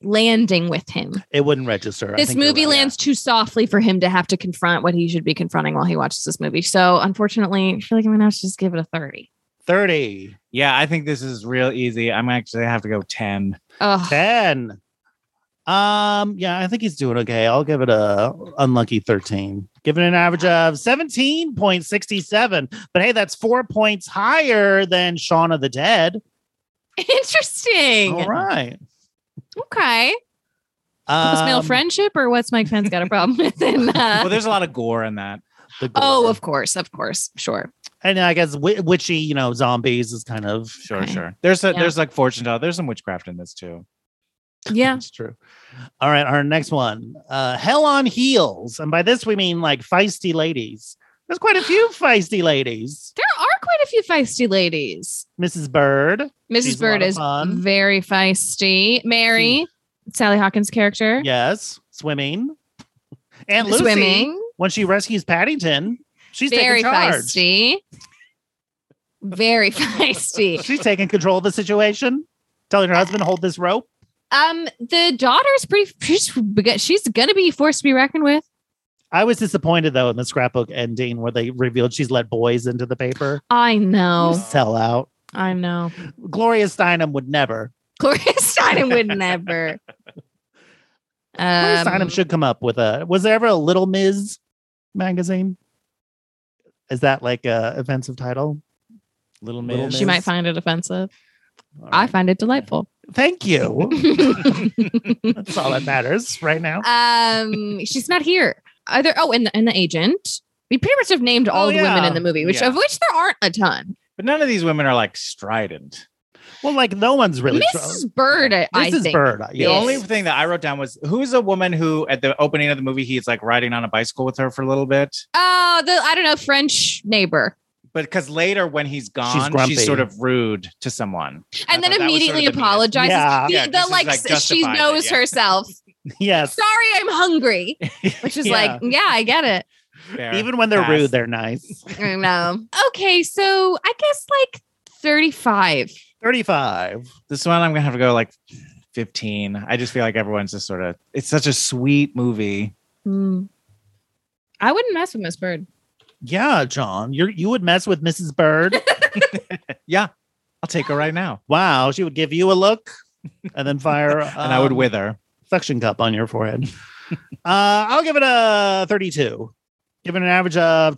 [SPEAKER 5] landing with him.
[SPEAKER 4] It wouldn't register. I
[SPEAKER 5] This
[SPEAKER 4] think you're
[SPEAKER 5] movie
[SPEAKER 4] right.
[SPEAKER 5] lands too softly for him to have to confront what he should be confronting while he watches this movie. So, unfortunately, I feel like I'm gonna have to just give it a 30.
[SPEAKER 4] thirty.
[SPEAKER 3] Yeah, I think this is real easy. I'm actually I have to go ten.
[SPEAKER 5] Oh,
[SPEAKER 4] 10 um yeah i think he's doing okay i'll give it a unlucky 13 giving an average of 17.67 but hey that's four points higher than shaun of the dead
[SPEAKER 5] interesting.
[SPEAKER 4] all right
[SPEAKER 5] Okay. This male
[SPEAKER 4] Oh. Um,
[SPEAKER 5] friendship, or what's Mike Pence got a problem with? In, uh,
[SPEAKER 3] Well, there's a lot of gore in that.
[SPEAKER 4] the
[SPEAKER 5] oh,
[SPEAKER 4] gore.
[SPEAKER 5] of course, of course, sure.
[SPEAKER 4] and i guess wi- witchy you know zombies is kind of
[SPEAKER 3] Sure,
[SPEAKER 5] Okay.
[SPEAKER 3] sure. There's a,
[SPEAKER 5] Yeah.
[SPEAKER 3] there's like fortune teller. There's some witchcraft in this too.
[SPEAKER 5] Yeah.
[SPEAKER 4] That's true. All right, our next one. Uh Hell on Heels. And by this we mean like feisty ladies. There's quite a few feisty ladies.
[SPEAKER 5] There are quite a few feisty ladies.
[SPEAKER 4] Mrs. Bird.
[SPEAKER 5] Mrs.
[SPEAKER 4] She's a lot
[SPEAKER 5] Bird
[SPEAKER 4] of
[SPEAKER 5] is
[SPEAKER 4] fun.
[SPEAKER 5] very feisty. Mary, Sally Hawkins' character,
[SPEAKER 4] Yes. Swimming. And Lucy
[SPEAKER 5] swimming,
[SPEAKER 4] when she rescues Paddington, she's
[SPEAKER 5] very
[SPEAKER 4] taking charge.
[SPEAKER 5] feisty. Very feisty.
[SPEAKER 4] She's taking control of the situation, telling her husband, hold this rope.
[SPEAKER 5] Um, the daughter's pretty. She's, she's gonna be forced to be reckoned with.
[SPEAKER 4] I was disappointed though in the scrapbook ending where they revealed she's let boys into the paper.
[SPEAKER 5] I know.
[SPEAKER 4] Sell out.
[SPEAKER 5] I know.
[SPEAKER 4] Gloria Steinem would never.
[SPEAKER 5] Gloria Steinem would never.
[SPEAKER 4] Gloria
[SPEAKER 5] Um,
[SPEAKER 4] Steinem should come up with a. Was there ever a Little Ms. magazine? Is that like a offensive title?
[SPEAKER 3] Little
[SPEAKER 4] Little
[SPEAKER 3] Miss.
[SPEAKER 5] she might
[SPEAKER 4] is.
[SPEAKER 5] find it offensive.
[SPEAKER 4] All
[SPEAKER 5] I
[SPEAKER 4] right.
[SPEAKER 5] find it delightful.
[SPEAKER 4] Thank you. That's all that matters right now.
[SPEAKER 5] um, she's not here either. Oh, and the, and the agent. We pretty much have named all
[SPEAKER 4] Oh,
[SPEAKER 5] the women
[SPEAKER 4] yeah.
[SPEAKER 5] in the movie, which
[SPEAKER 3] Yeah.
[SPEAKER 5] of which there aren't a ton.
[SPEAKER 3] But none of these women are like strident.
[SPEAKER 4] Well, like no one's really.
[SPEAKER 5] Mrs. Bird, I, I
[SPEAKER 4] Mrs.
[SPEAKER 5] think.
[SPEAKER 4] Bird.
[SPEAKER 3] The
[SPEAKER 5] Yes.
[SPEAKER 3] only thing that I wrote down was who is a woman who at the opening of the movie he's like riding on a bicycle with her for a little bit.
[SPEAKER 5] Oh, the I don't know French neighbor,
[SPEAKER 3] But because later when he's gone, she's,
[SPEAKER 4] grumpy.
[SPEAKER 3] sort of rude to someone.
[SPEAKER 5] and
[SPEAKER 3] I
[SPEAKER 5] then
[SPEAKER 3] thought that was
[SPEAKER 5] immediately
[SPEAKER 3] sort of the meanest.
[SPEAKER 5] apologizes.
[SPEAKER 4] Yeah.
[SPEAKER 5] The-
[SPEAKER 3] Yeah,
[SPEAKER 5] the,
[SPEAKER 3] this is,
[SPEAKER 5] like,
[SPEAKER 3] like,
[SPEAKER 5] s- she
[SPEAKER 3] justified it,
[SPEAKER 5] knows
[SPEAKER 3] yeah.
[SPEAKER 5] herself.
[SPEAKER 4] yes.
[SPEAKER 5] Sorry, I'm hungry, which is
[SPEAKER 4] Yeah.
[SPEAKER 5] like, yeah, I get it.
[SPEAKER 3] Fair.
[SPEAKER 4] Even when they're
[SPEAKER 3] Pass.
[SPEAKER 4] rude, they're nice.
[SPEAKER 5] I know. Okay, so I guess like 35.
[SPEAKER 4] 35.
[SPEAKER 3] this one, I'm gonna have to go like 15. I just feel like everyone's just sort of. It's such a sweet movie.
[SPEAKER 5] Hmm. I wouldn't mess with Miss Bird.
[SPEAKER 4] Yeah, John, you you would mess with Mrs. Bird.
[SPEAKER 3] Yeah, I'll take her right now,
[SPEAKER 4] wow, she would give you a look and then fire
[SPEAKER 3] and I would
[SPEAKER 4] um,
[SPEAKER 3] wither.
[SPEAKER 4] suction cup on your forehead. uh, I'll give it a 32. Give it an average of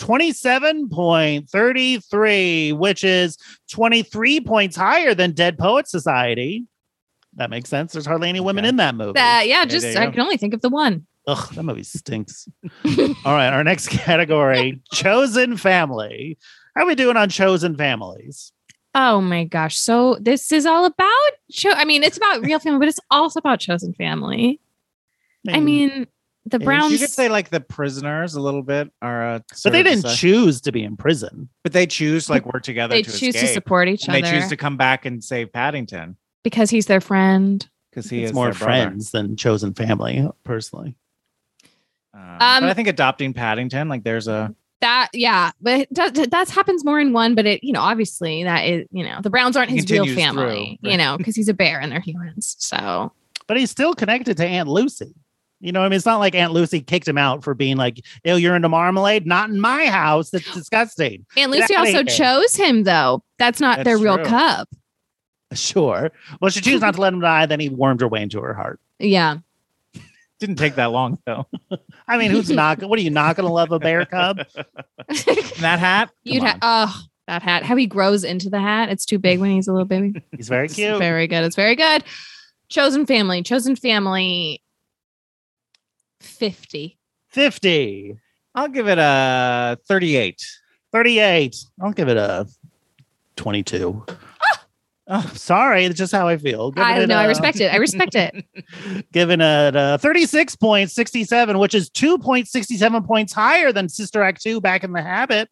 [SPEAKER 4] 27.33, which is 23 points higher than Dead Poet Society. That makes sense. There's hardly any women
[SPEAKER 3] Okay.
[SPEAKER 4] in that movie.
[SPEAKER 5] Uh, yeah, just
[SPEAKER 3] there you
[SPEAKER 5] I
[SPEAKER 3] go.
[SPEAKER 5] can only think of the one.
[SPEAKER 4] Ugh, that movie stinks. All right, our next category Chosen Family. How are we doing on Chosen Families?
[SPEAKER 5] Oh my gosh. So this is all about show. I mean, it's about real family, but it's also about chosen family. I mean, the
[SPEAKER 4] You
[SPEAKER 5] Browns.
[SPEAKER 3] You could say like the prisoners a little bit are. A
[SPEAKER 4] but
[SPEAKER 3] sort
[SPEAKER 4] they
[SPEAKER 3] of
[SPEAKER 4] didn't
[SPEAKER 3] the-
[SPEAKER 4] choose to be in prison.
[SPEAKER 3] but they choose to, like work together.
[SPEAKER 5] they
[SPEAKER 3] to
[SPEAKER 5] choose to
[SPEAKER 3] escape.
[SPEAKER 5] support each
[SPEAKER 3] and
[SPEAKER 5] other
[SPEAKER 3] they choose to come back and save Paddington
[SPEAKER 5] because he's their friend.
[SPEAKER 3] because he
[SPEAKER 4] it's
[SPEAKER 3] is
[SPEAKER 4] more
[SPEAKER 3] their brother.
[SPEAKER 4] friends than Chosen Family, personally.
[SPEAKER 3] Um,
[SPEAKER 5] Um, Mm-hmm.
[SPEAKER 3] but I think adopting Paddington, like there's a
[SPEAKER 5] That yeah, but it does, that happens more in one. But it you know obviously that is you know the Browns aren't
[SPEAKER 3] It
[SPEAKER 5] his real
[SPEAKER 3] continues through,
[SPEAKER 5] family,
[SPEAKER 3] right.
[SPEAKER 5] you know, because he's a bear and they're humans. So
[SPEAKER 4] But he's still connected to Aunt Lucy. You know, what I mean, it's not like Aunt Lucy kicked him out for being like, "Ew, you're into marmalade." Not in my house. That's disgusting.
[SPEAKER 5] And
[SPEAKER 4] Get
[SPEAKER 5] Lucy
[SPEAKER 4] outta
[SPEAKER 5] also
[SPEAKER 4] here.
[SPEAKER 5] chose him, though. That's not their
[SPEAKER 3] That's
[SPEAKER 5] real
[SPEAKER 3] true.
[SPEAKER 5] cup.
[SPEAKER 4] Sure. Well, she chose not to let him die. Then he warmed her way into her heart.
[SPEAKER 5] Yeah.
[SPEAKER 3] Didn't take that long though.
[SPEAKER 4] I mean, who's not? What are you not going to love a bear cub?
[SPEAKER 3] And that hat.
[SPEAKER 5] You'd
[SPEAKER 3] Come
[SPEAKER 5] have, oh, that hat. How he grows into the hat. It's too big when he's a little baby.
[SPEAKER 4] He's very
[SPEAKER 5] It's
[SPEAKER 4] cute.
[SPEAKER 5] Very good. It's very good. Chosen family. Chosen family. Fifty.
[SPEAKER 4] 50,
[SPEAKER 3] on. I'll give it a 38.
[SPEAKER 4] 38. I'll give it a 22. Oh, sorry. It's just how I feel. Giving
[SPEAKER 5] Ah! I don't know.
[SPEAKER 3] uh,
[SPEAKER 4] I
[SPEAKER 5] I respect it. I respect it.
[SPEAKER 4] Given uh, it a 36.67, which is 2.67 points higher than Sister Act 2 back in the habit.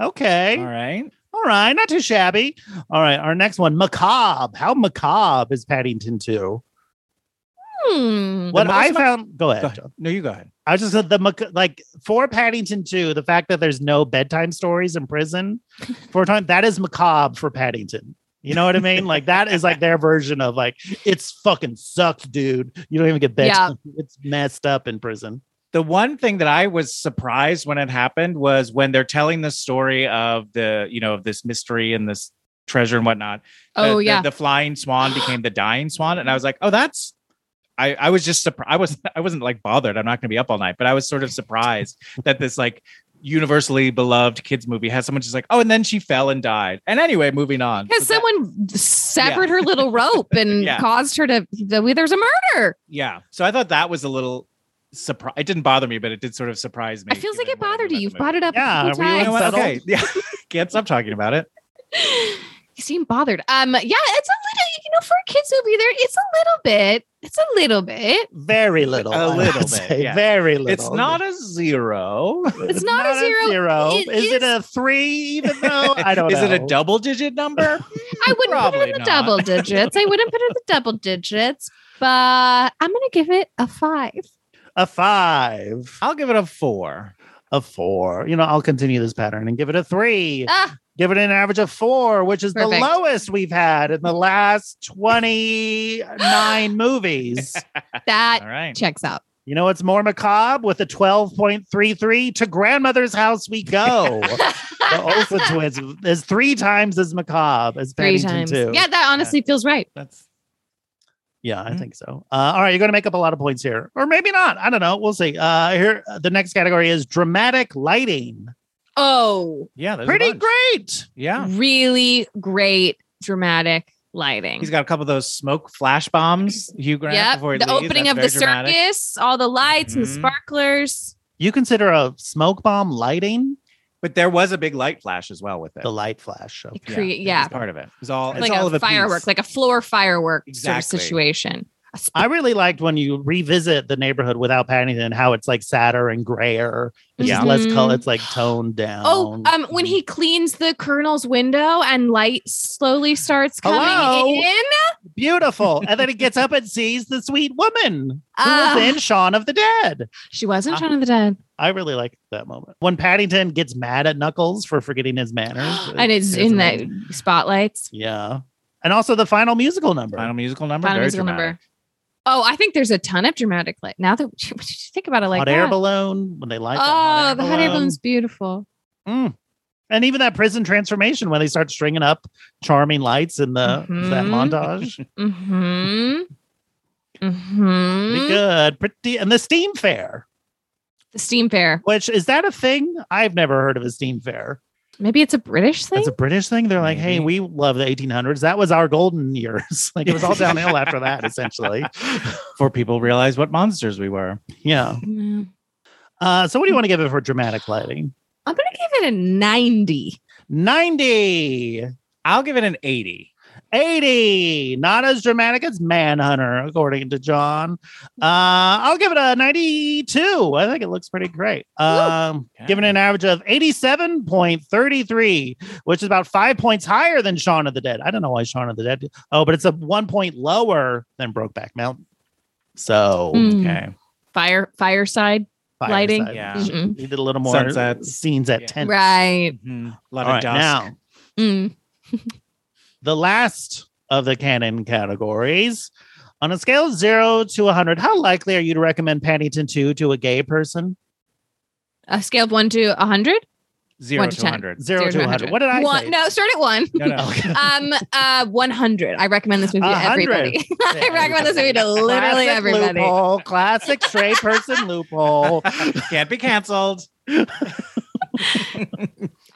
[SPEAKER 4] Okay.
[SPEAKER 3] All right.
[SPEAKER 4] All right, not too shabby. All right, our next one, macabre. How macabre is Paddington 2?
[SPEAKER 5] Hmm.
[SPEAKER 4] What
[SPEAKER 3] Mm-hmm. most
[SPEAKER 4] I
[SPEAKER 3] ma-
[SPEAKER 4] found, go
[SPEAKER 3] Go
[SPEAKER 4] ahead.
[SPEAKER 3] ahead.
[SPEAKER 4] John.
[SPEAKER 3] No, you go ahead.
[SPEAKER 4] I was just said the mac- like for Paddington 2, the fact that there's no bedtime stories in prison for a time, that is macabre for Paddington. You know what I mean? like that is like their version of like it's fucking sucks, dude. You don't even get bedtime. It's messed up in prison.
[SPEAKER 3] The one thing that I was surprised when it happened was when they're telling the story of the, you know, of this mystery and this treasure and whatnot. the-
[SPEAKER 5] Oh
[SPEAKER 3] Uh, the-
[SPEAKER 5] yeah.
[SPEAKER 3] the, flying swan became the dying swan, and I was like, oh, that's. I, I was just surprised. I was I wasn't like bothered. I'm not going to be up all night, but I was sort of surprised that this like universally beloved kids movie has someone just like, oh, and then she fell and died. And anyway, moving on.
[SPEAKER 5] Because
[SPEAKER 3] So that-
[SPEAKER 5] someone severed her little rope and
[SPEAKER 3] Yeah.
[SPEAKER 5] caused her to. The, there was a murder.
[SPEAKER 3] yeah, so I thought that was a little surprise. It didn't bother me, but it did sort of surprise me.
[SPEAKER 5] It feels like it
[SPEAKER 3] given what I knew
[SPEAKER 5] bothered you.
[SPEAKER 3] about
[SPEAKER 5] You've
[SPEAKER 3] the
[SPEAKER 5] brought it up. a
[SPEAKER 4] Yeah,
[SPEAKER 5] couple
[SPEAKER 4] were you
[SPEAKER 5] times.
[SPEAKER 3] movie. You know what?
[SPEAKER 4] Settled.
[SPEAKER 3] Okay, yeah, can't stop talking about it.
[SPEAKER 5] you seem bothered. Um, yeah, it's a little, you know, for a kids movie, there it's a little bit. It's a little bit.
[SPEAKER 4] Very little.
[SPEAKER 3] A
[SPEAKER 4] I would
[SPEAKER 3] little bit,
[SPEAKER 4] say.
[SPEAKER 3] yeah.
[SPEAKER 4] Very little.
[SPEAKER 3] It's not a zero.
[SPEAKER 5] It's not a zero. It
[SPEAKER 4] is, it
[SPEAKER 5] is-
[SPEAKER 4] a three? Even though I don't.
[SPEAKER 3] Is
[SPEAKER 4] know.
[SPEAKER 3] it a double digit number?
[SPEAKER 5] I wouldn't put
[SPEAKER 3] Probably
[SPEAKER 5] it in the
[SPEAKER 3] not.
[SPEAKER 5] double digits. I wouldn't put it in the double digits, but I'm gonna give it a five.
[SPEAKER 4] a five,
[SPEAKER 3] I'll give it a four.
[SPEAKER 4] a four? You know, I'll continue this pattern and give it a three.
[SPEAKER 5] Ah,
[SPEAKER 4] Give it an average of four, which is the
[SPEAKER 5] Perfect.
[SPEAKER 4] lowest we've had in the last twenty nine movies.
[SPEAKER 5] that
[SPEAKER 3] All right.
[SPEAKER 5] checks out.
[SPEAKER 4] You know what's more macabre? With a twelve point three three, to grandmother's house we go. the Olsen twins is three times as macabre as
[SPEAKER 5] Three
[SPEAKER 4] Paddington
[SPEAKER 5] times.
[SPEAKER 4] Two.
[SPEAKER 5] Yeah, that honestly feels right.
[SPEAKER 3] That's
[SPEAKER 4] Yeah, I
[SPEAKER 5] Mm-hmm.
[SPEAKER 3] Mhm.
[SPEAKER 4] think so. Uh, all right, you're going to make up a lot of points here, or maybe not. I don't know. We'll see. Uh, here, uh, the next category is dramatic lighting.
[SPEAKER 5] Oh,
[SPEAKER 3] yeah. there's a
[SPEAKER 4] Pretty
[SPEAKER 3] bunch.
[SPEAKER 4] great.
[SPEAKER 3] Yeah.
[SPEAKER 5] really great dramatic lighting.
[SPEAKER 3] He's got a couple of those smoke flash bombs, Hugh Grant.
[SPEAKER 5] Yep,
[SPEAKER 3] before he
[SPEAKER 5] the
[SPEAKER 3] leaves.
[SPEAKER 5] opening
[SPEAKER 3] That's
[SPEAKER 5] of the
[SPEAKER 3] very dramatic.
[SPEAKER 5] circus, all the lights and the
[SPEAKER 3] Mhm.
[SPEAKER 5] sparklers.
[SPEAKER 4] You consider a smoke bomb lighting
[SPEAKER 3] But there was a big light flash as well with it.
[SPEAKER 4] the light flash? Okay.
[SPEAKER 5] It create,
[SPEAKER 3] it
[SPEAKER 5] yeah,
[SPEAKER 3] was part of it. It was all it's
[SPEAKER 5] like
[SPEAKER 3] all of
[SPEAKER 5] a
[SPEAKER 3] a
[SPEAKER 5] firework,
[SPEAKER 3] piece.
[SPEAKER 5] like a floor firework sort
[SPEAKER 3] Exactly.
[SPEAKER 5] of situation. A sp-
[SPEAKER 4] I really liked when you revisit the neighborhood without Paddington, how it's like sadder and grayer. It's just
[SPEAKER 5] Yeah.
[SPEAKER 4] less
[SPEAKER 5] Mhm.
[SPEAKER 4] color. It's like toned down.
[SPEAKER 5] Oh, um, when
[SPEAKER 3] mm.
[SPEAKER 5] he cleans the colonel's window and light slowly starts coming
[SPEAKER 4] Hello?
[SPEAKER 5] in.
[SPEAKER 4] beautiful, and then he gets up and sees the sweet woman who
[SPEAKER 5] Ah.
[SPEAKER 4] was in Shaun of the Dead.
[SPEAKER 5] She
[SPEAKER 3] Ah.
[SPEAKER 5] wasn't Shaun of the Dead,
[SPEAKER 4] I really like that moment when Paddington gets mad at Knuckles for forgetting his manners,
[SPEAKER 5] and it's in that
[SPEAKER 4] amazing.
[SPEAKER 5] spotlights.
[SPEAKER 4] Yeah, and also the final musical number.
[SPEAKER 3] final musical number.
[SPEAKER 5] Final
[SPEAKER 3] very
[SPEAKER 5] musical
[SPEAKER 3] dramatic.
[SPEAKER 5] number. Oh, I think there's a ton of dramatic light. Now that you think about it, like
[SPEAKER 4] hot
[SPEAKER 5] that.
[SPEAKER 4] air balloon when they light. that
[SPEAKER 5] Oh, the hot air
[SPEAKER 4] balloon.
[SPEAKER 5] balloon's beautiful.
[SPEAKER 4] Mm. And even that prison transformation when they start stringing up charming lights in the that
[SPEAKER 5] Mhm.
[SPEAKER 4] montage.
[SPEAKER 5] Hmm. Hmm.
[SPEAKER 4] Pretty good, pretty. And the steam fair,
[SPEAKER 5] The steam fair.
[SPEAKER 4] which is that a thing? I've never heard of a steam fair.
[SPEAKER 5] Maybe it's a British thing.
[SPEAKER 4] That's a British thing. They're like, hey, we
[SPEAKER 3] Maybe.
[SPEAKER 4] love the 1800s. That was our golden years. like it was all downhill after that, essentially.
[SPEAKER 3] Before people realized what monsters we were.
[SPEAKER 4] Yeah.
[SPEAKER 5] Mm.
[SPEAKER 4] Uh, so what do you want to give it for dramatic lighting?
[SPEAKER 5] I'm gonna give it a 90.
[SPEAKER 4] 90,
[SPEAKER 3] I'll give it an 80.
[SPEAKER 4] 80. Not as dramatic as Manhunter, according to John. Uh, I'll give it a 92. I think it looks pretty great. Um,
[SPEAKER 3] Okay.
[SPEAKER 4] Given an average of 87.33, which is about five points higher than Shaun of the Dead. I don't know why Shaun of the Dead. Oh, but it's a one point lower than Brokeback Mountain. So,
[SPEAKER 5] Mm.
[SPEAKER 3] Okay.
[SPEAKER 5] Fire fireside. Lighting.
[SPEAKER 4] Fireside.
[SPEAKER 3] Yeah.
[SPEAKER 5] Mm-mm.
[SPEAKER 4] He did a little more
[SPEAKER 3] Sunsets.
[SPEAKER 4] scenes at
[SPEAKER 3] Yeah.
[SPEAKER 4] 10.
[SPEAKER 5] Right.
[SPEAKER 3] Mhm. A
[SPEAKER 4] All
[SPEAKER 3] lot
[SPEAKER 4] right,
[SPEAKER 3] of dust.
[SPEAKER 4] now.
[SPEAKER 5] Mm.
[SPEAKER 4] the last of the canon categories On a scale of zero to 100, how likely are you to recommend Paddington 2 to a gay person?
[SPEAKER 5] A scale of one to a hundred.
[SPEAKER 3] Zero
[SPEAKER 5] One
[SPEAKER 3] to
[SPEAKER 5] to ten.
[SPEAKER 3] 100.
[SPEAKER 4] Zero, to 100. What did I
[SPEAKER 5] One.
[SPEAKER 4] say?
[SPEAKER 5] No, start at one.
[SPEAKER 3] No, no.
[SPEAKER 4] Okay.
[SPEAKER 5] um, uh, one hundred. I recommend this movie
[SPEAKER 4] A
[SPEAKER 5] to
[SPEAKER 4] hundred.
[SPEAKER 5] everybody.
[SPEAKER 4] There
[SPEAKER 5] I
[SPEAKER 4] you
[SPEAKER 5] recommend this
[SPEAKER 4] go.
[SPEAKER 5] movie to literally
[SPEAKER 4] Classic
[SPEAKER 5] everybody.
[SPEAKER 4] Loophole, classic straight person loophole.
[SPEAKER 3] Can't be canceled.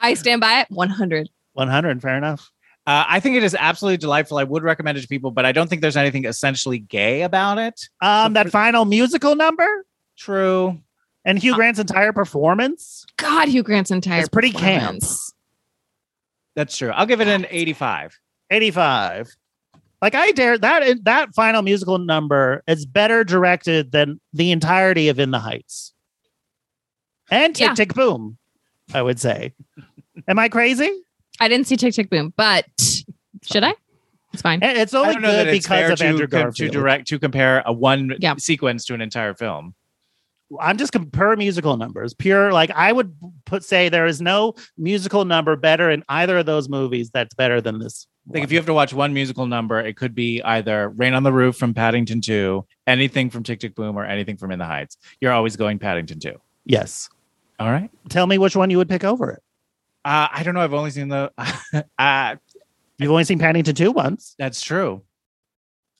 [SPEAKER 5] I stand by it. One hundred.
[SPEAKER 4] 100, fair enough.
[SPEAKER 3] Uh, I think it is absolutely delightful. I would recommend it to people, but I don't think there's anything essentially gay about it.
[SPEAKER 4] Um, that final musical number
[SPEAKER 3] True.
[SPEAKER 4] and
[SPEAKER 5] Uh,
[SPEAKER 4] Hugh Grant's entire performance.
[SPEAKER 5] God, Hugh Grant's entire
[SPEAKER 4] It's pretty camp.
[SPEAKER 5] performance.
[SPEAKER 3] That's true. I'll give it an 85.
[SPEAKER 4] 85. Like I dare that that final musical number is better directed than the entirety of In the Heights. And Tick
[SPEAKER 5] Yeah.
[SPEAKER 4] Tick Boom, I would say. Am I crazy?
[SPEAKER 5] I didn't see Tick Tick Boom, but should I? It's fine.
[SPEAKER 4] Eh, It's
[SPEAKER 3] I
[SPEAKER 4] only
[SPEAKER 3] don't know
[SPEAKER 4] good
[SPEAKER 3] that it's fair
[SPEAKER 4] because of Andrew
[SPEAKER 3] to, com- to
[SPEAKER 4] Garfield.
[SPEAKER 3] direct to compare a one
[SPEAKER 5] Yeah.
[SPEAKER 3] sequence to an entire film.
[SPEAKER 4] I'm just com- pure musical numbers. Pure like I would put say there is no musical number better in either of those movies that's better than this.
[SPEAKER 3] Like if
[SPEAKER 4] one.
[SPEAKER 3] you have to watch one musical number, it could be either Rain on the Roof from Paddington 2, anything from Tick Tick Boom, or anything from In the Heights. You're always going Paddington 2.
[SPEAKER 4] yes,
[SPEAKER 3] All right.
[SPEAKER 4] tell me which one you would pick over it.
[SPEAKER 3] Uh, I don't know. I've only seen the. uh,
[SPEAKER 4] You've only seen Paddington two once
[SPEAKER 3] that's true.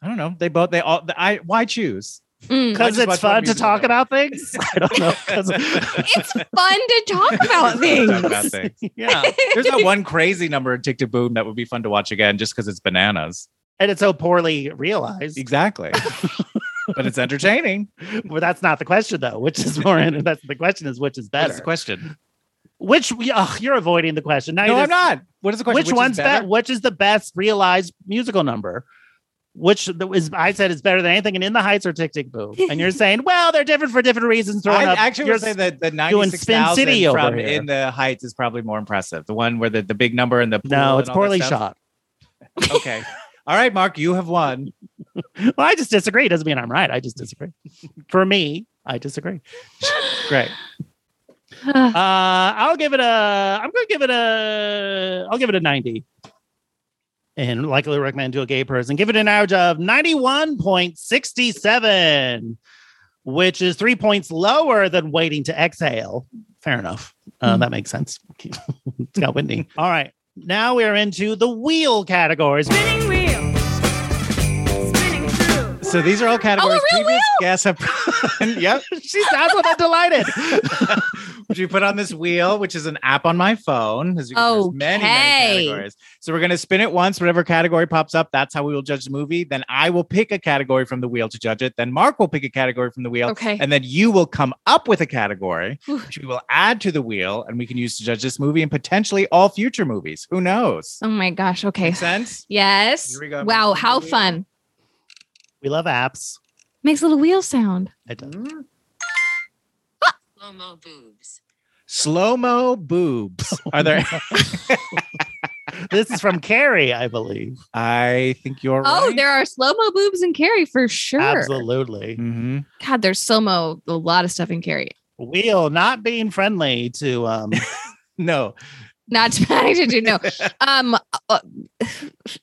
[SPEAKER 3] I don't know. They both. They all. I. Why choose?
[SPEAKER 5] Mm.
[SPEAKER 4] because
[SPEAKER 3] just
[SPEAKER 4] it's
[SPEAKER 3] watch one
[SPEAKER 4] fun to
[SPEAKER 3] musical
[SPEAKER 4] talk
[SPEAKER 3] number.
[SPEAKER 4] about things. I don't know. 'cause-
[SPEAKER 5] It's fun to talk about things.
[SPEAKER 3] Talk about things.
[SPEAKER 4] yeah,
[SPEAKER 3] There's that one crazy number in Tick Tick Boom that would be fun to watch again, just because it's bananas.
[SPEAKER 4] and it's so poorly realized.
[SPEAKER 3] Exactly. but it's entertaining.
[SPEAKER 4] Well, that's not the question though. Which is more? that's the question is which is better.
[SPEAKER 3] That's the question.
[SPEAKER 4] Which ugh, you're avoiding the question. Now
[SPEAKER 3] No,
[SPEAKER 4] you're
[SPEAKER 3] I'm
[SPEAKER 4] just-
[SPEAKER 3] not. What is the question?
[SPEAKER 4] Which, one's
[SPEAKER 3] is better?
[SPEAKER 4] that? Which is the best realized musical number? Which th- is I said is better than anything in In the Heights or Tick Tick Boom. And you're saying, well, they're different for different reasons. Thrown
[SPEAKER 3] I
[SPEAKER 4] up.
[SPEAKER 3] actually
[SPEAKER 4] You're
[SPEAKER 3] would say
[SPEAKER 4] s-
[SPEAKER 3] that the
[SPEAKER 4] doing Spin
[SPEAKER 3] 96,000
[SPEAKER 4] City over
[SPEAKER 3] from
[SPEAKER 4] here.
[SPEAKER 3] In the Heights is probably more impressive. The one where the, the big number and the pool
[SPEAKER 4] No,
[SPEAKER 3] and
[SPEAKER 4] it's
[SPEAKER 3] all that
[SPEAKER 4] poorly
[SPEAKER 3] stuff.
[SPEAKER 4] shot.
[SPEAKER 3] Okay. All right, Mark, you have won.
[SPEAKER 4] Well, I just disagree. It doesn't mean I'm right. I just disagree. for me, I disagree.
[SPEAKER 3] Great.
[SPEAKER 4] Uh, I'll give it a. I'm going to give it a. I'll give it a 90. And likely recommend to a gay person. Give it an average of 91.67, which is three points lower than waiting to exhale. Fair enough.
[SPEAKER 3] Mm-hmm.
[SPEAKER 4] Uh, That makes sense. it's got Whitney. All right. Now we are into the wheel categories.
[SPEAKER 6] Spinning wheel. Spinning through.
[SPEAKER 3] So these
[SPEAKER 5] Oh,
[SPEAKER 3] are all categories
[SPEAKER 5] real
[SPEAKER 3] previous guests have. yep.
[SPEAKER 4] She sounds a bit delighted.
[SPEAKER 3] Which we put on this wheel, which is an app on my phone. As you can- there's many, many
[SPEAKER 5] Okay.
[SPEAKER 3] categories. So we're gonna spin it once. Whatever category pops up, that's how we will judge the movie. Then I will pick a category from the wheel to judge it. Then Mark will pick a category from the wheel.
[SPEAKER 5] Okay.
[SPEAKER 3] And then you will come up with a category,
[SPEAKER 5] Whew.
[SPEAKER 3] which we will add to the wheel, and we can use to judge this movie and potentially all future movies. Who knows?
[SPEAKER 5] Oh my gosh. Okay.
[SPEAKER 3] Make sense?
[SPEAKER 5] Yes.
[SPEAKER 3] Here we go.
[SPEAKER 5] Wow.
[SPEAKER 3] Makes a
[SPEAKER 5] How
[SPEAKER 3] little wheel.
[SPEAKER 5] fun.
[SPEAKER 4] we love apps.
[SPEAKER 5] Makes a little wheel sound.
[SPEAKER 4] It does.
[SPEAKER 7] Lomo boobs.
[SPEAKER 3] Slow mo boobs. Are there?
[SPEAKER 4] This is from Carrie, I believe.
[SPEAKER 3] I think you're
[SPEAKER 5] Oh,
[SPEAKER 3] right.
[SPEAKER 5] there are slow mo boobs in Carrie for sure.
[SPEAKER 4] Absolutely.
[SPEAKER 3] Mhm.
[SPEAKER 5] God, there's slow mo, a lot of stuff in Carrie.
[SPEAKER 4] Wheel not being friendly to um
[SPEAKER 3] No,
[SPEAKER 5] Not to panic to do no. Um, uh,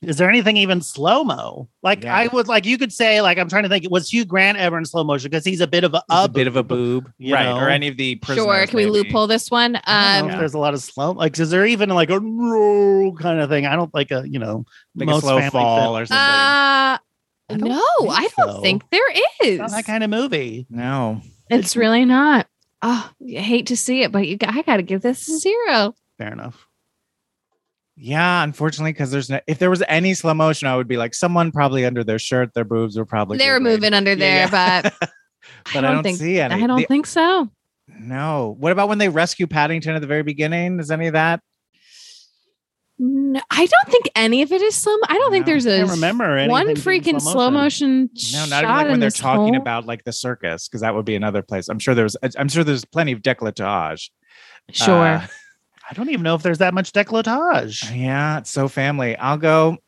[SPEAKER 4] is there anything even slow-mo? Like
[SPEAKER 3] Yeah.
[SPEAKER 4] I would like you could say, like I'm trying to think, was Hugh Grant ever in slow motion? Because he's a bit of a,
[SPEAKER 3] It's a
[SPEAKER 4] up-
[SPEAKER 3] bit of a boob,
[SPEAKER 4] you
[SPEAKER 3] right?
[SPEAKER 4] know?
[SPEAKER 3] Or any of the prisoners,
[SPEAKER 5] sure. Can we
[SPEAKER 3] maybe.
[SPEAKER 5] loophole this one?
[SPEAKER 4] I don't
[SPEAKER 5] Um,
[SPEAKER 4] know if there's a lot of slow like is there even like a roll kind of thing? I don't like a you know
[SPEAKER 3] like a slow
[SPEAKER 4] family
[SPEAKER 3] fall or something?
[SPEAKER 5] uh,
[SPEAKER 4] I don't
[SPEAKER 5] no,
[SPEAKER 4] think
[SPEAKER 5] I don't
[SPEAKER 4] so.
[SPEAKER 5] think there
[SPEAKER 4] film-
[SPEAKER 5] is.
[SPEAKER 4] not that kind of movie.
[SPEAKER 3] no,
[SPEAKER 5] it's really not. Oh, I hate to see it, but you, got, I got to give this a zero.
[SPEAKER 4] Fair enough.
[SPEAKER 3] yeah, unfortunately, because there's no. If there was any slow motion, I would be like, someone probably under their shirt, their boobs were probably
[SPEAKER 5] They're
[SPEAKER 3] moving.
[SPEAKER 5] moving under
[SPEAKER 3] Yeah,
[SPEAKER 5] there,
[SPEAKER 3] yeah.
[SPEAKER 5] but
[SPEAKER 3] but I don't,
[SPEAKER 5] think
[SPEAKER 3] see any.
[SPEAKER 5] I don't
[SPEAKER 3] The-
[SPEAKER 5] think so.
[SPEAKER 3] no. What about when they rescue Paddington at the very beginning? Is any of that?
[SPEAKER 5] No, I don't think any of it is slow. I don't think
[SPEAKER 3] No,
[SPEAKER 5] there's
[SPEAKER 4] I
[SPEAKER 5] a
[SPEAKER 4] can't remember
[SPEAKER 5] one
[SPEAKER 4] anything being
[SPEAKER 5] freaking slow motion.
[SPEAKER 3] No,
[SPEAKER 5] shot
[SPEAKER 3] not even like
[SPEAKER 5] in
[SPEAKER 3] when they're
[SPEAKER 5] this
[SPEAKER 3] talking
[SPEAKER 5] whole-
[SPEAKER 3] about like the circus, because that would be another place. I'm sure there's. I'm sure there's plenty of décolletage.
[SPEAKER 5] Sure,
[SPEAKER 3] Uh,
[SPEAKER 4] I don't even know if there's that much décolletage.
[SPEAKER 3] Oh, yeah, it's so family. I'll go.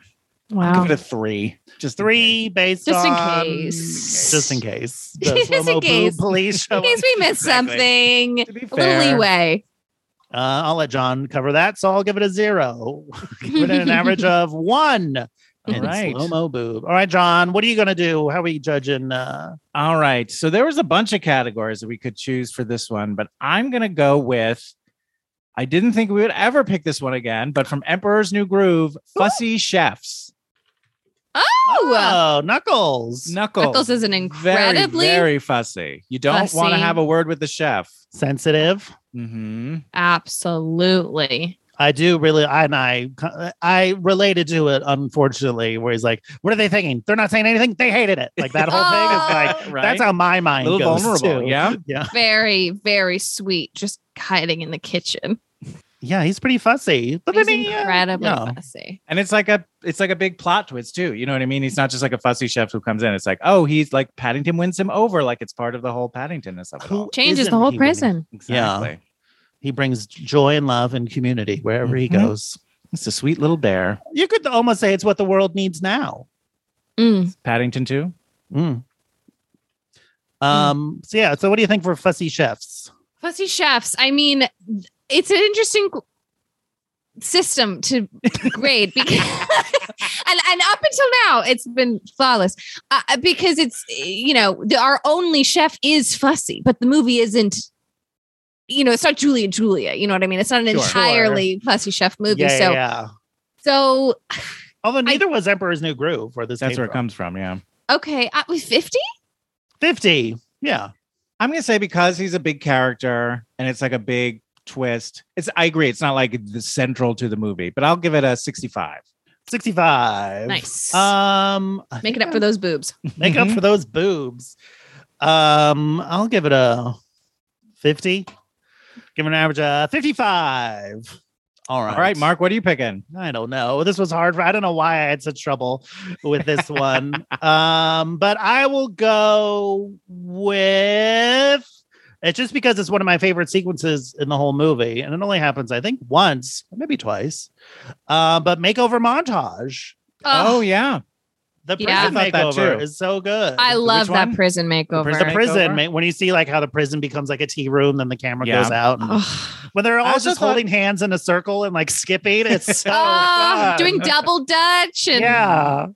[SPEAKER 3] I'll
[SPEAKER 5] wow.
[SPEAKER 3] give it a three. Just in case.
[SPEAKER 4] Three based
[SPEAKER 5] Just in
[SPEAKER 4] on-
[SPEAKER 5] case.
[SPEAKER 4] Just in case. The
[SPEAKER 5] Just in
[SPEAKER 4] slow-mo boob
[SPEAKER 5] case.
[SPEAKER 4] Police show
[SPEAKER 5] In
[SPEAKER 4] up.
[SPEAKER 5] case we missed
[SPEAKER 3] Exactly.
[SPEAKER 5] something,
[SPEAKER 3] To be
[SPEAKER 5] a little
[SPEAKER 3] fair.
[SPEAKER 5] leeway.
[SPEAKER 4] Uh, I'll let John cover that, so I'll give it a zero. give it an average of one All right.
[SPEAKER 3] right.
[SPEAKER 4] Slow mo boob. All right, John. What are you gonna do? How are we judging? Uh,
[SPEAKER 3] All right. So there was a bunch of categories that we could choose for this one, but I'm going to go with I didn't think we would ever pick this one again, but from Emperor's New Groove, Fussy Chefs.
[SPEAKER 5] Oh,
[SPEAKER 3] uh,
[SPEAKER 4] oh, Knuckles.
[SPEAKER 3] Knuckles.
[SPEAKER 5] Knuckles is an
[SPEAKER 3] very,
[SPEAKER 5] incredibly
[SPEAKER 3] very fussy. You don't want to
[SPEAKER 5] fussy.
[SPEAKER 3] have a word with the chef.
[SPEAKER 4] Sensitive.
[SPEAKER 3] Mm-hmm.
[SPEAKER 5] absolutely.
[SPEAKER 4] I do really, I and I, I related to it, unfortunately, where he's like, "What are they thinking? They're not saying anything. They hated it." Like that whole thing is like,
[SPEAKER 5] Uh,
[SPEAKER 3] Right.
[SPEAKER 4] that's how my
[SPEAKER 3] a
[SPEAKER 4] mind
[SPEAKER 3] little
[SPEAKER 4] goes.
[SPEAKER 3] vulnerable.
[SPEAKER 4] too.
[SPEAKER 3] Yeah.
[SPEAKER 4] yeah,
[SPEAKER 5] Very, very sweet. Just hiding in the kitchen.
[SPEAKER 4] yeah. He's pretty fussy, but
[SPEAKER 5] He's
[SPEAKER 4] then he, uh,
[SPEAKER 5] incredibly
[SPEAKER 4] yeah.
[SPEAKER 5] fussy.
[SPEAKER 3] And it's like a it's like a big plot twist too. You know what I mean? He's not just like a fussy chef who comes in. It's like, oh, he's like Paddington wins him over. Like it's part of the whole Paddingtonness of it all.
[SPEAKER 4] Who
[SPEAKER 5] Changes
[SPEAKER 4] isn't
[SPEAKER 5] the whole
[SPEAKER 4] he when he-
[SPEAKER 5] prison.
[SPEAKER 3] Exactly.
[SPEAKER 4] He brings joy and love and community wherever he
[SPEAKER 3] Mhm.
[SPEAKER 4] goes.
[SPEAKER 3] It's a sweet little bear.
[SPEAKER 4] You could almost say it's what the world needs now.
[SPEAKER 5] Mm.
[SPEAKER 3] Paddington too.
[SPEAKER 4] Mm. Um. So yeah. So what do you think for fussy chefs?
[SPEAKER 5] Fussy chefs. I mean, it's an interesting system to grade because and, and up until now it's been flawless uh, because it's you know the, our only chef is fussy but the movie isn't you know it's not julia julia you know what i mean it's not an
[SPEAKER 4] Sure.
[SPEAKER 5] entirely fussy chef movie
[SPEAKER 4] yeah,
[SPEAKER 5] so
[SPEAKER 4] yeah.
[SPEAKER 5] so
[SPEAKER 4] Although neither was Emperor's New Groove, where this
[SPEAKER 3] That's
[SPEAKER 4] came
[SPEAKER 3] where it
[SPEAKER 4] from.
[SPEAKER 3] comes from. Yeah.
[SPEAKER 5] okay uh, 50
[SPEAKER 4] Fifty. Yeah.
[SPEAKER 3] I'm gonna say because he's a big character and it's like a big twist. It's I agree. It's not like the central to the movie, but I'll give it a 65.
[SPEAKER 4] 65.
[SPEAKER 5] nice
[SPEAKER 4] Um,
[SPEAKER 5] make it up for those boobs
[SPEAKER 4] make up for those boobs. Um, I'll give it a 50. Give it an average of 55. All right.
[SPEAKER 3] All right, Mark, what are you picking?
[SPEAKER 4] I don't know. This was hard. For, I don't know why I had such trouble with this one. um, but I will go with it's just because it's one of my favorite sequences in the whole movie, and it only happens, I think, once, maybe twice. Uh, but makeover montage.
[SPEAKER 3] Oh,
[SPEAKER 5] oh,
[SPEAKER 3] yeah.
[SPEAKER 4] The prison
[SPEAKER 5] Yeah.
[SPEAKER 3] I thought that
[SPEAKER 4] makeover
[SPEAKER 3] too.
[SPEAKER 4] is so good.
[SPEAKER 5] i love that
[SPEAKER 3] one?
[SPEAKER 5] prison
[SPEAKER 4] the
[SPEAKER 5] makeover
[SPEAKER 3] prison
[SPEAKER 5] Ugh.
[SPEAKER 4] prison
[SPEAKER 3] makeover?
[SPEAKER 4] ma- when you see like how the prison becomes like a tea room, then the camera
[SPEAKER 3] Yeah.
[SPEAKER 4] goes out.
[SPEAKER 5] Oh.
[SPEAKER 4] And, when they're
[SPEAKER 3] I
[SPEAKER 4] all
[SPEAKER 3] also
[SPEAKER 4] just
[SPEAKER 3] thought-
[SPEAKER 4] holding hands in a circle and like skipping, it's so
[SPEAKER 5] Ah,
[SPEAKER 4] fun.
[SPEAKER 5] doing double dutch and
[SPEAKER 4] yeah.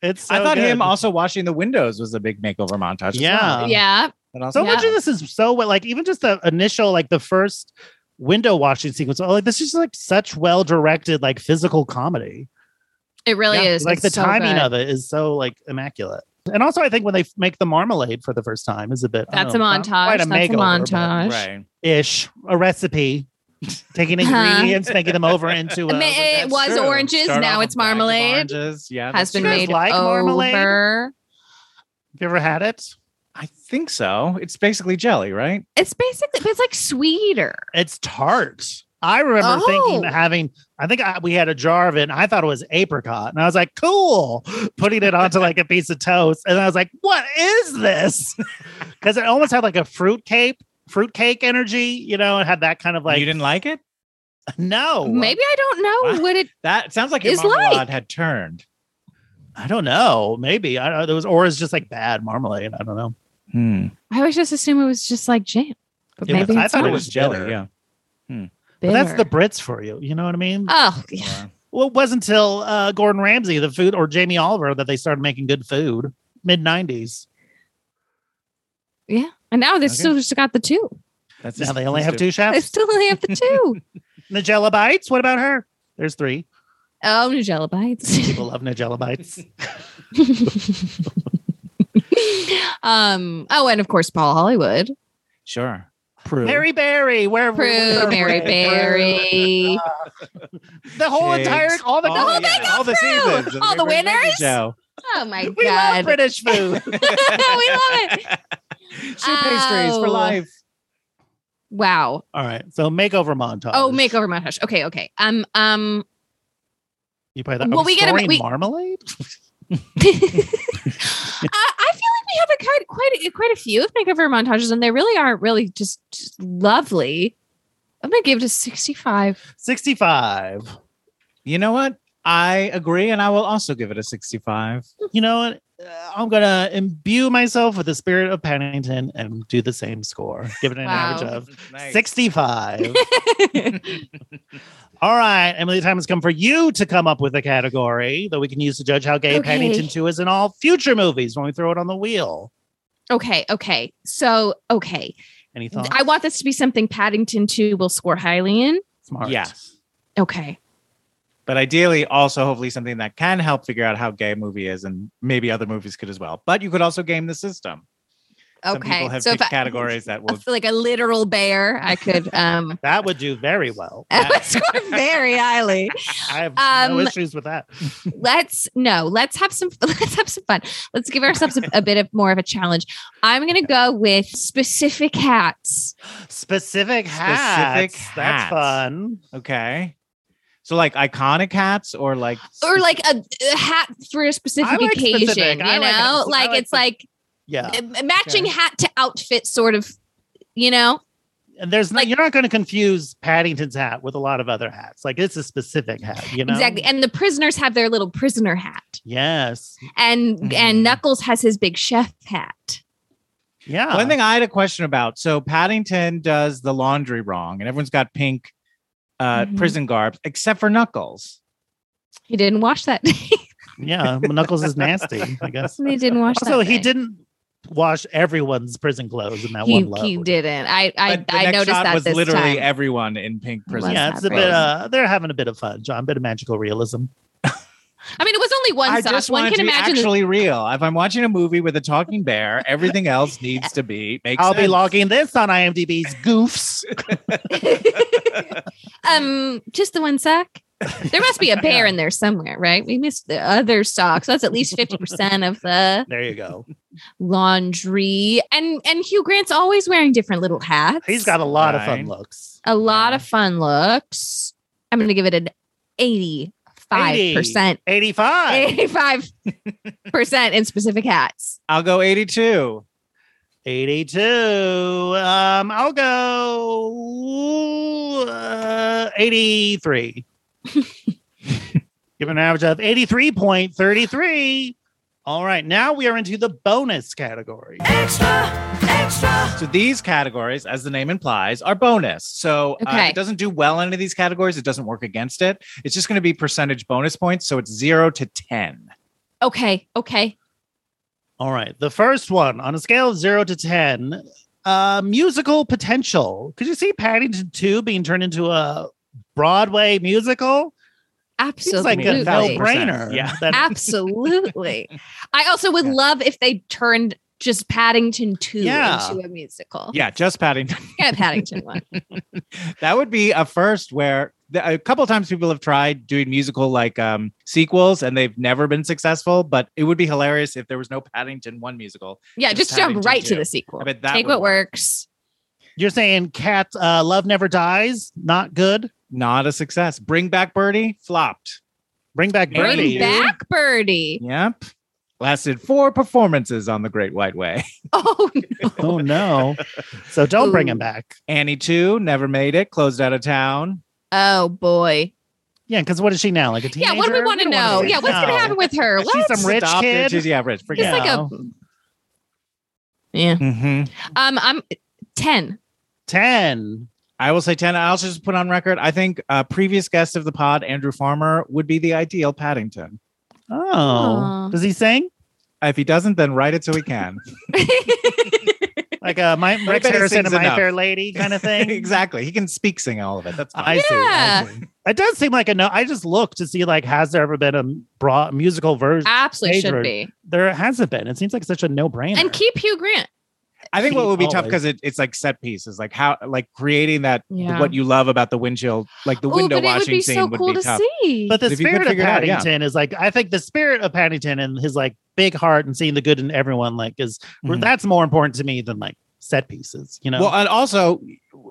[SPEAKER 4] It's so
[SPEAKER 3] I thought
[SPEAKER 4] good.
[SPEAKER 3] him also washing the windows was a big makeover montage. as
[SPEAKER 4] Yeah.
[SPEAKER 3] well.
[SPEAKER 5] yeah
[SPEAKER 3] But also-
[SPEAKER 4] So much
[SPEAKER 5] Yeah.
[SPEAKER 4] of this is so well, like even just the initial, like the first window washing sequence. Oh, like this is like such well directed, like physical comedy.
[SPEAKER 5] it really
[SPEAKER 4] Yeah,
[SPEAKER 5] is
[SPEAKER 4] Like
[SPEAKER 5] It's
[SPEAKER 4] the
[SPEAKER 5] so
[SPEAKER 4] timing
[SPEAKER 5] good.
[SPEAKER 4] of it is so like immaculate. And also, I think when they f- make the marmalade for the first time is a bit. I
[SPEAKER 5] That's
[SPEAKER 4] don't know,
[SPEAKER 5] a
[SPEAKER 4] not
[SPEAKER 5] montage.
[SPEAKER 4] quite
[SPEAKER 5] That's a
[SPEAKER 4] makeover, but
[SPEAKER 5] montage.
[SPEAKER 3] Right.
[SPEAKER 4] Ish, a recipe, taking
[SPEAKER 5] Huh.
[SPEAKER 4] ingredients, making them over into. A,
[SPEAKER 5] Ma- it was
[SPEAKER 3] True.
[SPEAKER 5] oranges
[SPEAKER 3] Start
[SPEAKER 5] now
[SPEAKER 3] off
[SPEAKER 5] it's
[SPEAKER 3] with bags of
[SPEAKER 5] marmalade
[SPEAKER 3] oranges. Yeah.
[SPEAKER 5] has
[SPEAKER 3] that's
[SPEAKER 5] been
[SPEAKER 4] You
[SPEAKER 3] true.
[SPEAKER 4] guys
[SPEAKER 5] made
[SPEAKER 4] like
[SPEAKER 5] over
[SPEAKER 4] marmalade? Have you ever had it?
[SPEAKER 3] I think so. It's basically jelly, right?
[SPEAKER 5] it's basically but it's like sweeter
[SPEAKER 4] It's tart. I remember thinking
[SPEAKER 5] Oh.
[SPEAKER 4] having. I think I, we had a jar of it, and I thought it was apricot, and I was like, "Cool!" Putting it onto like a piece of toast, and I was like, "What is this?" Because it almost had like a fruit cake, fruit cake energy. You know, it had that kind of like.
[SPEAKER 3] you didn't like it?
[SPEAKER 4] No,
[SPEAKER 5] maybe i don't know
[SPEAKER 3] What?
[SPEAKER 5] what it
[SPEAKER 3] That sounds like your
[SPEAKER 5] It's like-
[SPEAKER 3] marmalade had turned.
[SPEAKER 4] I don't know. Maybe I don't. There was, or it's just like bad marmalade. I don't know.
[SPEAKER 3] Hmm.
[SPEAKER 5] i always just assume it was just like jam but
[SPEAKER 4] It was-
[SPEAKER 5] maybe
[SPEAKER 4] I
[SPEAKER 5] it's
[SPEAKER 4] thought
[SPEAKER 5] not
[SPEAKER 4] it was
[SPEAKER 3] jelly.
[SPEAKER 4] bitter.
[SPEAKER 3] Yeah.
[SPEAKER 4] But that's the
[SPEAKER 5] bitter.
[SPEAKER 4] Brits for you. You know what I mean?
[SPEAKER 5] oh yeah.
[SPEAKER 4] Well, it wasn't until uh, Gordon Ramsay, the food, or Jamie Oliver that they started making good food. Mid '90s.
[SPEAKER 5] yeah and now they
[SPEAKER 3] Okay.
[SPEAKER 5] still just got the two
[SPEAKER 3] That's
[SPEAKER 4] Now they only have two
[SPEAKER 5] they
[SPEAKER 4] chefs.
[SPEAKER 5] still only have the two.
[SPEAKER 4] Nigella Bites. What about her? There's three.
[SPEAKER 5] oh nigella bites
[SPEAKER 4] People love Nigella Bites.
[SPEAKER 5] um oh and of course paul hollywood
[SPEAKER 3] Sure. Prue.
[SPEAKER 4] Mary Berry. Where
[SPEAKER 5] prue
[SPEAKER 4] where-
[SPEAKER 5] mary
[SPEAKER 4] where-
[SPEAKER 5] berry
[SPEAKER 4] The whole entire all the,
[SPEAKER 5] The whole thing is
[SPEAKER 3] Oh, all the
[SPEAKER 5] Prue.
[SPEAKER 3] seasons, of
[SPEAKER 5] All the
[SPEAKER 3] Great British Baking
[SPEAKER 5] winners.
[SPEAKER 3] Show.
[SPEAKER 5] oh my
[SPEAKER 4] we love
[SPEAKER 5] god
[SPEAKER 4] British food.
[SPEAKER 5] we love it
[SPEAKER 3] Shoe pastries for
[SPEAKER 5] Ow.
[SPEAKER 3] life.
[SPEAKER 5] wow
[SPEAKER 4] all right. So makeover montage.
[SPEAKER 5] oh makeover montage okay okay um um
[SPEAKER 4] You play that.
[SPEAKER 5] Well,
[SPEAKER 4] Well, we
[SPEAKER 5] we gotta-
[SPEAKER 4] get
[SPEAKER 5] we-
[SPEAKER 4] marmalade.
[SPEAKER 5] Uh, I, I feel like we have a quite quite a, quite a few of makeover montages, and they really are really just, just lovely. I'm gonna give it a 65.
[SPEAKER 4] 65.
[SPEAKER 3] You know what? I agree, and I will also give it a 65.
[SPEAKER 4] You know what? uh, I'm gonna imbue myself with the spirit of Paddington and do the same score. Give it an
[SPEAKER 5] Wow.
[SPEAKER 4] average of
[SPEAKER 3] Nice.
[SPEAKER 4] 65. All right, Emily, the time has come for you to come up with a category that we can use to judge how gay
[SPEAKER 5] Okay.
[SPEAKER 4] Paddington 2 is in all future movies when we throw it on the wheel.
[SPEAKER 5] Okay, okay. So, okay.
[SPEAKER 4] Any thoughts?
[SPEAKER 5] I want this to be something Paddington 2 will score highly in.
[SPEAKER 4] Smart.
[SPEAKER 3] Yes.
[SPEAKER 5] Okay.
[SPEAKER 3] But ideally, also hopefully something that can help figure out how gay a movie is, and maybe other movies could as well. But you could also game the system. Some
[SPEAKER 5] Okay.
[SPEAKER 3] people have
[SPEAKER 5] so if
[SPEAKER 3] picked
[SPEAKER 5] I-
[SPEAKER 3] categories that
[SPEAKER 5] I
[SPEAKER 3] will.
[SPEAKER 5] feel like a literal bear, I could um
[SPEAKER 4] That would do very well.
[SPEAKER 5] I would score very highly.
[SPEAKER 4] I have no
[SPEAKER 5] Uh, Um,
[SPEAKER 4] issues with that.
[SPEAKER 5] Let's no, let's have some let's have some fun. Let's give ourselves a, a bit of more of a challenge. I'm gonna go with specific hats.
[SPEAKER 4] Specific hats.
[SPEAKER 3] hats.
[SPEAKER 4] That's fun.
[SPEAKER 3] Okay. So like iconic hats or like
[SPEAKER 5] Or like a, a hat for a specific
[SPEAKER 4] like
[SPEAKER 5] occasion,
[SPEAKER 4] specific.
[SPEAKER 5] you
[SPEAKER 4] I like- I
[SPEAKER 5] know? like
[SPEAKER 4] like
[SPEAKER 5] it's like
[SPEAKER 4] Yeah.
[SPEAKER 5] a- a matching hat to outfit sort of, you know?
[SPEAKER 4] And there's not,
[SPEAKER 5] Like-
[SPEAKER 4] you're not going to confuse Paddington's hat with a lot of other hats. Like it's a specific hat, you know?
[SPEAKER 5] Exactly. And the prisoners have their little prisoner hat.
[SPEAKER 4] Yes.
[SPEAKER 5] And
[SPEAKER 3] Mhm.
[SPEAKER 4] Mm-hmm.
[SPEAKER 5] and Knuckles has his big chef hat.
[SPEAKER 4] Yeah.
[SPEAKER 5] uh.
[SPEAKER 3] One thing I had a question about. So Paddington does the laundry wrong, and everyone's got pink uh,
[SPEAKER 5] Mhm.
[SPEAKER 3] prison garbs except for Knuckles.
[SPEAKER 5] He didn't wash that. he
[SPEAKER 4] yeah. Knuckles is nasty, I guess.
[SPEAKER 5] didn't wash that.
[SPEAKER 4] Also, he
[SPEAKER 5] thing.
[SPEAKER 4] didn't wash everyone's prison clothes in that
[SPEAKER 5] He,
[SPEAKER 4] one load.
[SPEAKER 5] he didn't. I I,
[SPEAKER 3] But the
[SPEAKER 5] I
[SPEAKER 3] next
[SPEAKER 5] noticed
[SPEAKER 3] shot
[SPEAKER 5] that
[SPEAKER 3] was
[SPEAKER 5] this
[SPEAKER 3] literally
[SPEAKER 5] time.
[SPEAKER 3] everyone in pink prison.
[SPEAKER 5] Was
[SPEAKER 4] Yeah,
[SPEAKER 5] that
[SPEAKER 4] it's a bit.
[SPEAKER 5] crazy?
[SPEAKER 4] Uh, they're having a bit of fun, John. A bit of magical realism.
[SPEAKER 5] I mean, it was only one
[SPEAKER 3] I
[SPEAKER 5] sock.
[SPEAKER 3] just
[SPEAKER 5] One
[SPEAKER 3] want it
[SPEAKER 5] can
[SPEAKER 3] to be
[SPEAKER 5] imagine.
[SPEAKER 3] actually real. If I'm watching a movie with a talking bear, everything else needs to be. Makes
[SPEAKER 4] I'll be
[SPEAKER 3] sense.
[SPEAKER 4] logging this on IMDb's goofs.
[SPEAKER 5] um, just the one sock. There must be a bear in there somewhere, right? We missed the other socks. That's at least fifty percent of the
[SPEAKER 4] There you go.
[SPEAKER 5] laundry. And and Hugh Grant's always wearing different little hats.
[SPEAKER 4] He's got a lot of fun
[SPEAKER 3] Right.
[SPEAKER 4] looks.
[SPEAKER 5] a lot
[SPEAKER 3] Yeah.
[SPEAKER 5] of fun looks. I'm going to give it an 85%.
[SPEAKER 4] 85,
[SPEAKER 5] 85% in specific hats.
[SPEAKER 3] I'll go 82.
[SPEAKER 4] 82. Um, I'll go uh, 83. Give it an average of 83.33. All right, now we are into the bonus category.
[SPEAKER 3] So these categories, as the name implies, are bonus. So uh,
[SPEAKER 5] Okay.
[SPEAKER 3] if it doesn't do well in any of these categories, it doesn't work against it. It's just going to be percentage bonus points. So it's zero to 10.
[SPEAKER 5] Okay. Okay.
[SPEAKER 4] All right. The first one on a scale of zero to 10, uh, musical potential. Could you see Paddington 2 being turned into a Broadway musical? Seems like
[SPEAKER 5] Absolutely.
[SPEAKER 4] a no
[SPEAKER 3] thousand percent.
[SPEAKER 4] brainer.
[SPEAKER 3] Yeah.
[SPEAKER 5] Absolutely. I also would love if they turned just Paddington 2
[SPEAKER 4] Yeah.
[SPEAKER 5] into a musical.
[SPEAKER 3] Yeah, just Paddington.
[SPEAKER 5] Yeah, Paddington 1.
[SPEAKER 3] that would be a first where th- a couple times people have tried doing musical like um, sequels and they've never been successful. But it would be hilarious if there was no Paddington 1 musical.
[SPEAKER 5] Yeah,
[SPEAKER 3] Just
[SPEAKER 5] just jump
[SPEAKER 3] Paddington
[SPEAKER 5] right to
[SPEAKER 3] 2.
[SPEAKER 5] the sequel.
[SPEAKER 3] I bet that
[SPEAKER 5] Take
[SPEAKER 3] would
[SPEAKER 5] what works.
[SPEAKER 4] You're saying Cat uh, Love Never Dies, not good.
[SPEAKER 3] Not a success. Bring back Birdie, flopped.
[SPEAKER 4] Bring back
[SPEAKER 3] Bring
[SPEAKER 4] Birdie.
[SPEAKER 5] Bring back Birdie.
[SPEAKER 3] Yep. Lasted four performances on The Great White Way.
[SPEAKER 5] Oh, no.
[SPEAKER 4] Oh no. So don't bring
[SPEAKER 5] Ooh.
[SPEAKER 4] him back.
[SPEAKER 3] Annie 2 never made it, closed out of town.
[SPEAKER 5] oh boy.
[SPEAKER 4] Yeah, because what is she now? Like a teenager?
[SPEAKER 5] Yeah, what do we want to
[SPEAKER 4] don't wanna
[SPEAKER 5] know?
[SPEAKER 4] be-
[SPEAKER 5] Oh, Yeah, what's
[SPEAKER 4] no.
[SPEAKER 5] gonna happen with her?
[SPEAKER 4] She's
[SPEAKER 5] What?
[SPEAKER 4] some rich
[SPEAKER 3] Adopted.
[SPEAKER 4] kid.
[SPEAKER 3] She's, yeah, rich.
[SPEAKER 5] She's
[SPEAKER 3] Forget
[SPEAKER 5] like a
[SPEAKER 3] Oh.
[SPEAKER 5] yeah.
[SPEAKER 3] hmm
[SPEAKER 4] Mm-hmm.
[SPEAKER 5] Um, I'm ten.
[SPEAKER 4] 10.
[SPEAKER 3] I will say 10. I'll just put on record. I think uh, previous guest of the pod, Andrew Farmer, would be the ideal Paddington.
[SPEAKER 4] Oh.
[SPEAKER 5] Aw.
[SPEAKER 4] Does he sing?
[SPEAKER 3] If he doesn't, then write it so he can.
[SPEAKER 4] Like uh, my Rex
[SPEAKER 3] bet he
[SPEAKER 4] Harrison and
[SPEAKER 3] sings
[SPEAKER 4] My
[SPEAKER 3] enough.
[SPEAKER 4] Fair Lady kind of thing?
[SPEAKER 3] exactly. He can speak sing all of it. That's
[SPEAKER 4] I
[SPEAKER 3] fine.
[SPEAKER 4] see.
[SPEAKER 5] Yeah.
[SPEAKER 4] I see. It does seem like a no. I just looked to see like has there ever been a broad musical version?
[SPEAKER 5] Absolutely
[SPEAKER 4] Major.
[SPEAKER 5] should be.
[SPEAKER 4] There hasn't been. It seems like such a no brainer.
[SPEAKER 5] And keep Hugh Grant.
[SPEAKER 3] I think what would be tough
[SPEAKER 4] Always.
[SPEAKER 3] because it, it's like set pieces, like how, like creating that
[SPEAKER 5] Yeah.
[SPEAKER 3] what you love about the windshield, like the
[SPEAKER 5] Ooh,
[SPEAKER 3] window
[SPEAKER 5] but it would
[SPEAKER 3] washing
[SPEAKER 5] be
[SPEAKER 3] scene
[SPEAKER 5] so
[SPEAKER 3] would
[SPEAKER 5] cool
[SPEAKER 3] be
[SPEAKER 5] to
[SPEAKER 3] tough.
[SPEAKER 5] see.
[SPEAKER 4] but the
[SPEAKER 3] if you could
[SPEAKER 4] spirit of
[SPEAKER 3] figure it out, yeah.
[SPEAKER 4] Paddington is like I think the spirit of Paddington and his like big heart and seeing the good in everyone like is
[SPEAKER 3] Mhm.
[SPEAKER 4] that's more important to me than like set pieces. You know,
[SPEAKER 3] Well, and also,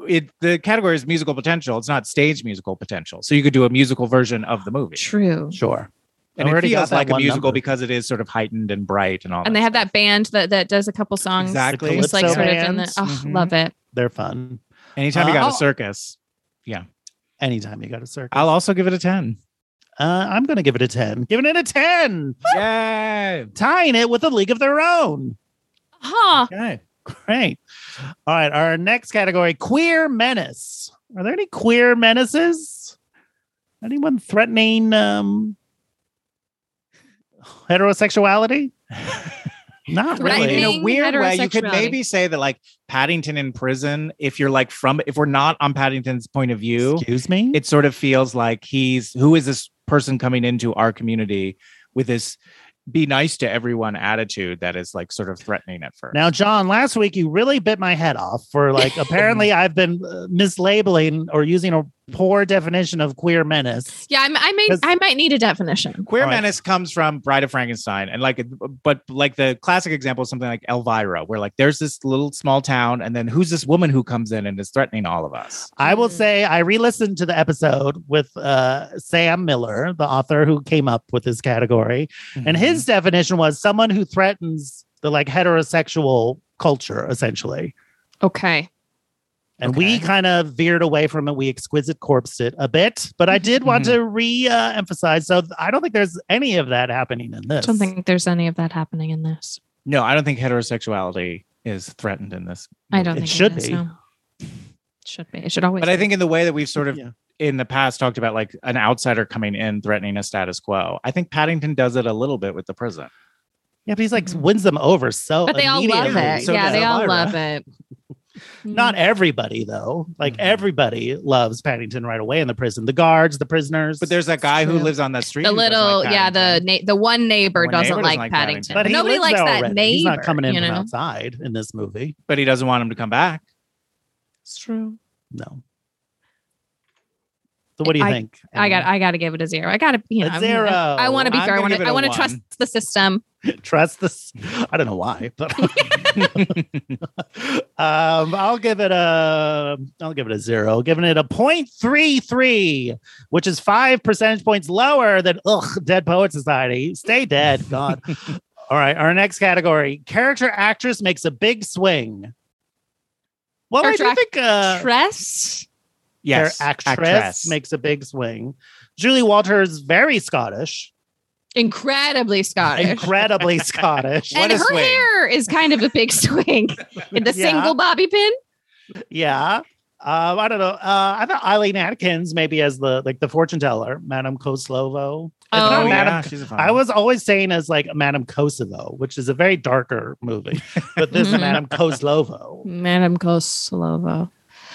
[SPEAKER 3] it the category is musical potential. It's not stage musical potential. So you could do a musical version of the movie,
[SPEAKER 5] True.
[SPEAKER 4] sure.
[SPEAKER 3] and
[SPEAKER 4] I
[SPEAKER 3] it
[SPEAKER 4] already got
[SPEAKER 3] feels
[SPEAKER 4] that
[SPEAKER 3] like a
[SPEAKER 4] one
[SPEAKER 3] musical
[SPEAKER 4] number.
[SPEAKER 3] because it is sort of heightened and bright and all.
[SPEAKER 5] And they have that band that that does a couple songs.
[SPEAKER 3] Exactly.
[SPEAKER 5] Just like
[SPEAKER 4] Calypso
[SPEAKER 5] sort of in the
[SPEAKER 4] bands.
[SPEAKER 5] oh,
[SPEAKER 3] Mhm.
[SPEAKER 5] love it.
[SPEAKER 4] They're fun
[SPEAKER 3] Anytime you got
[SPEAKER 4] Oh.
[SPEAKER 3] a circus,
[SPEAKER 4] anytime you go to circus.
[SPEAKER 3] I'll also give it a ten.
[SPEAKER 4] Uh, I'm going to give it a 10. Giving it a 10,
[SPEAKER 3] Yay.
[SPEAKER 4] tying it with a league of their own.
[SPEAKER 5] Huh.
[SPEAKER 4] Okay, great. All right, our next category: queer menace. Are there any queer menaces? Anyone threatening um, heterosexuality? Not
[SPEAKER 3] In
[SPEAKER 4] really.
[SPEAKER 5] Threatening.
[SPEAKER 3] a weird way, you could
[SPEAKER 5] heterosexuality.
[SPEAKER 3] maybe say that like Paddington in prison, if you're like from, if we're not on Paddington's point of view,
[SPEAKER 4] Excuse me.
[SPEAKER 3] it sort of feels like he's who is this person coming into our community with this be nice to everyone attitude that is like sort of threatening at first.
[SPEAKER 4] now, John, last week you really bit my head off for like apparently I've been uh, mislabeling or using a poor definition of queer menace.
[SPEAKER 5] Yeah, I'm, I may
[SPEAKER 4] 'Cause-
[SPEAKER 5] I might need a definition.
[SPEAKER 3] Queer
[SPEAKER 4] All right.
[SPEAKER 3] menace comes from Bride of Frankenstein, and like, but like the classic example is something like Elvira, where like there's this little small town, and then who's this woman who comes in and is threatening all of us?
[SPEAKER 4] I will
[SPEAKER 5] Mm.
[SPEAKER 4] say I re-listened to the episode with uh, Sam Miller, the author who came up with this category,
[SPEAKER 3] Mm-hmm.
[SPEAKER 4] and his definition was someone who threatens the like heterosexual culture, essentially.
[SPEAKER 5] Okay.
[SPEAKER 4] And we
[SPEAKER 3] Okay.
[SPEAKER 4] kind of veered away from it. We exquisite corpsed it a bit, but I did want
[SPEAKER 3] Mhm.
[SPEAKER 4] to re-emphasize. So th- I don't think there's any of that happening in
[SPEAKER 5] I
[SPEAKER 4] this.
[SPEAKER 5] don't think there's any of that happening in this.
[SPEAKER 3] no, I don't think heterosexuality is threatened in this.
[SPEAKER 5] I don't
[SPEAKER 4] It
[SPEAKER 5] think
[SPEAKER 4] should
[SPEAKER 5] it is,
[SPEAKER 4] be.
[SPEAKER 5] no. It should be. It should always
[SPEAKER 3] But I
[SPEAKER 5] be.
[SPEAKER 3] think in the way that we've sort of
[SPEAKER 4] Yeah.
[SPEAKER 3] in the past talked about like an outsider coming in threatening a status quo, I think Paddington does it a little bit with the prison.
[SPEAKER 4] Yeah, but he's like wins them over. So,
[SPEAKER 5] Mm-hmm. But they all love
[SPEAKER 4] immediately.
[SPEAKER 5] it.
[SPEAKER 3] So
[SPEAKER 5] yeah,
[SPEAKER 3] does
[SPEAKER 5] they all
[SPEAKER 3] Elvira.
[SPEAKER 5] love it. Mm.
[SPEAKER 4] Not everybody though. Like
[SPEAKER 5] Mm-hmm.
[SPEAKER 3] Mhm.
[SPEAKER 4] everybody loves Paddington right away in the prison. The guards, the prisoners.
[SPEAKER 3] But there's that guy who
[SPEAKER 5] True.
[SPEAKER 3] lives on that street.
[SPEAKER 5] the
[SPEAKER 3] who doesn't
[SPEAKER 5] little
[SPEAKER 3] like
[SPEAKER 5] yeah the
[SPEAKER 3] Paddington.
[SPEAKER 5] na- the one neighbor
[SPEAKER 3] One
[SPEAKER 5] doesn't
[SPEAKER 3] neighbor
[SPEAKER 5] like, Paddington.
[SPEAKER 4] But he
[SPEAKER 5] Nobody
[SPEAKER 4] lives
[SPEAKER 5] likes
[SPEAKER 4] there
[SPEAKER 5] that
[SPEAKER 4] already.
[SPEAKER 5] neighbor.
[SPEAKER 4] He's not coming in
[SPEAKER 5] you
[SPEAKER 4] from
[SPEAKER 5] know?
[SPEAKER 4] outside in this movie.
[SPEAKER 3] but he doesn't want him to come back.
[SPEAKER 4] It's true. No. So what do you
[SPEAKER 5] I-
[SPEAKER 4] think?
[SPEAKER 5] I got I got to give it a zero. I got to you
[SPEAKER 4] A
[SPEAKER 5] know I'm gonna-
[SPEAKER 4] zero.
[SPEAKER 5] I want to be
[SPEAKER 3] I'm
[SPEAKER 5] fair. I
[SPEAKER 3] gonna
[SPEAKER 5] want
[SPEAKER 3] give
[SPEAKER 5] to
[SPEAKER 3] it a
[SPEAKER 5] I want to
[SPEAKER 3] one.
[SPEAKER 5] trust the system.
[SPEAKER 4] trust this. I don't know why, but um, I'll give it a I'll give it a zero, giving it a 0.33, which is five percentage points lower than ugh, Dead Poet Society. Stay dead, God. All right, our next category: character actress makes a big swing. Well,
[SPEAKER 5] Character
[SPEAKER 4] I do think uh,
[SPEAKER 5] Tress.
[SPEAKER 3] Yes,
[SPEAKER 4] their actress, makes a big swing. Julie Walters, very Scottish,
[SPEAKER 5] incredibly Scottish.
[SPEAKER 4] incredibly Scottish.
[SPEAKER 5] and
[SPEAKER 3] What a
[SPEAKER 5] her
[SPEAKER 3] swing.
[SPEAKER 5] hair is kind of a big swing. In the
[SPEAKER 4] Yeah.
[SPEAKER 5] single bobby pin.
[SPEAKER 4] Yeah. Um, I don't know. Uh, I thought Eileen Atkins maybe as the like the fortune teller, Madame Koslovo. It's
[SPEAKER 5] Oh.
[SPEAKER 4] not
[SPEAKER 5] Oh,
[SPEAKER 4] Madame-
[SPEAKER 3] yeah, she's a fun
[SPEAKER 4] I
[SPEAKER 3] one.
[SPEAKER 4] was always saying as like Madame Kosovo, which is a very darker movie, but this
[SPEAKER 5] Mhm.
[SPEAKER 4] Madame Koslovo
[SPEAKER 5] Madame Koslovo.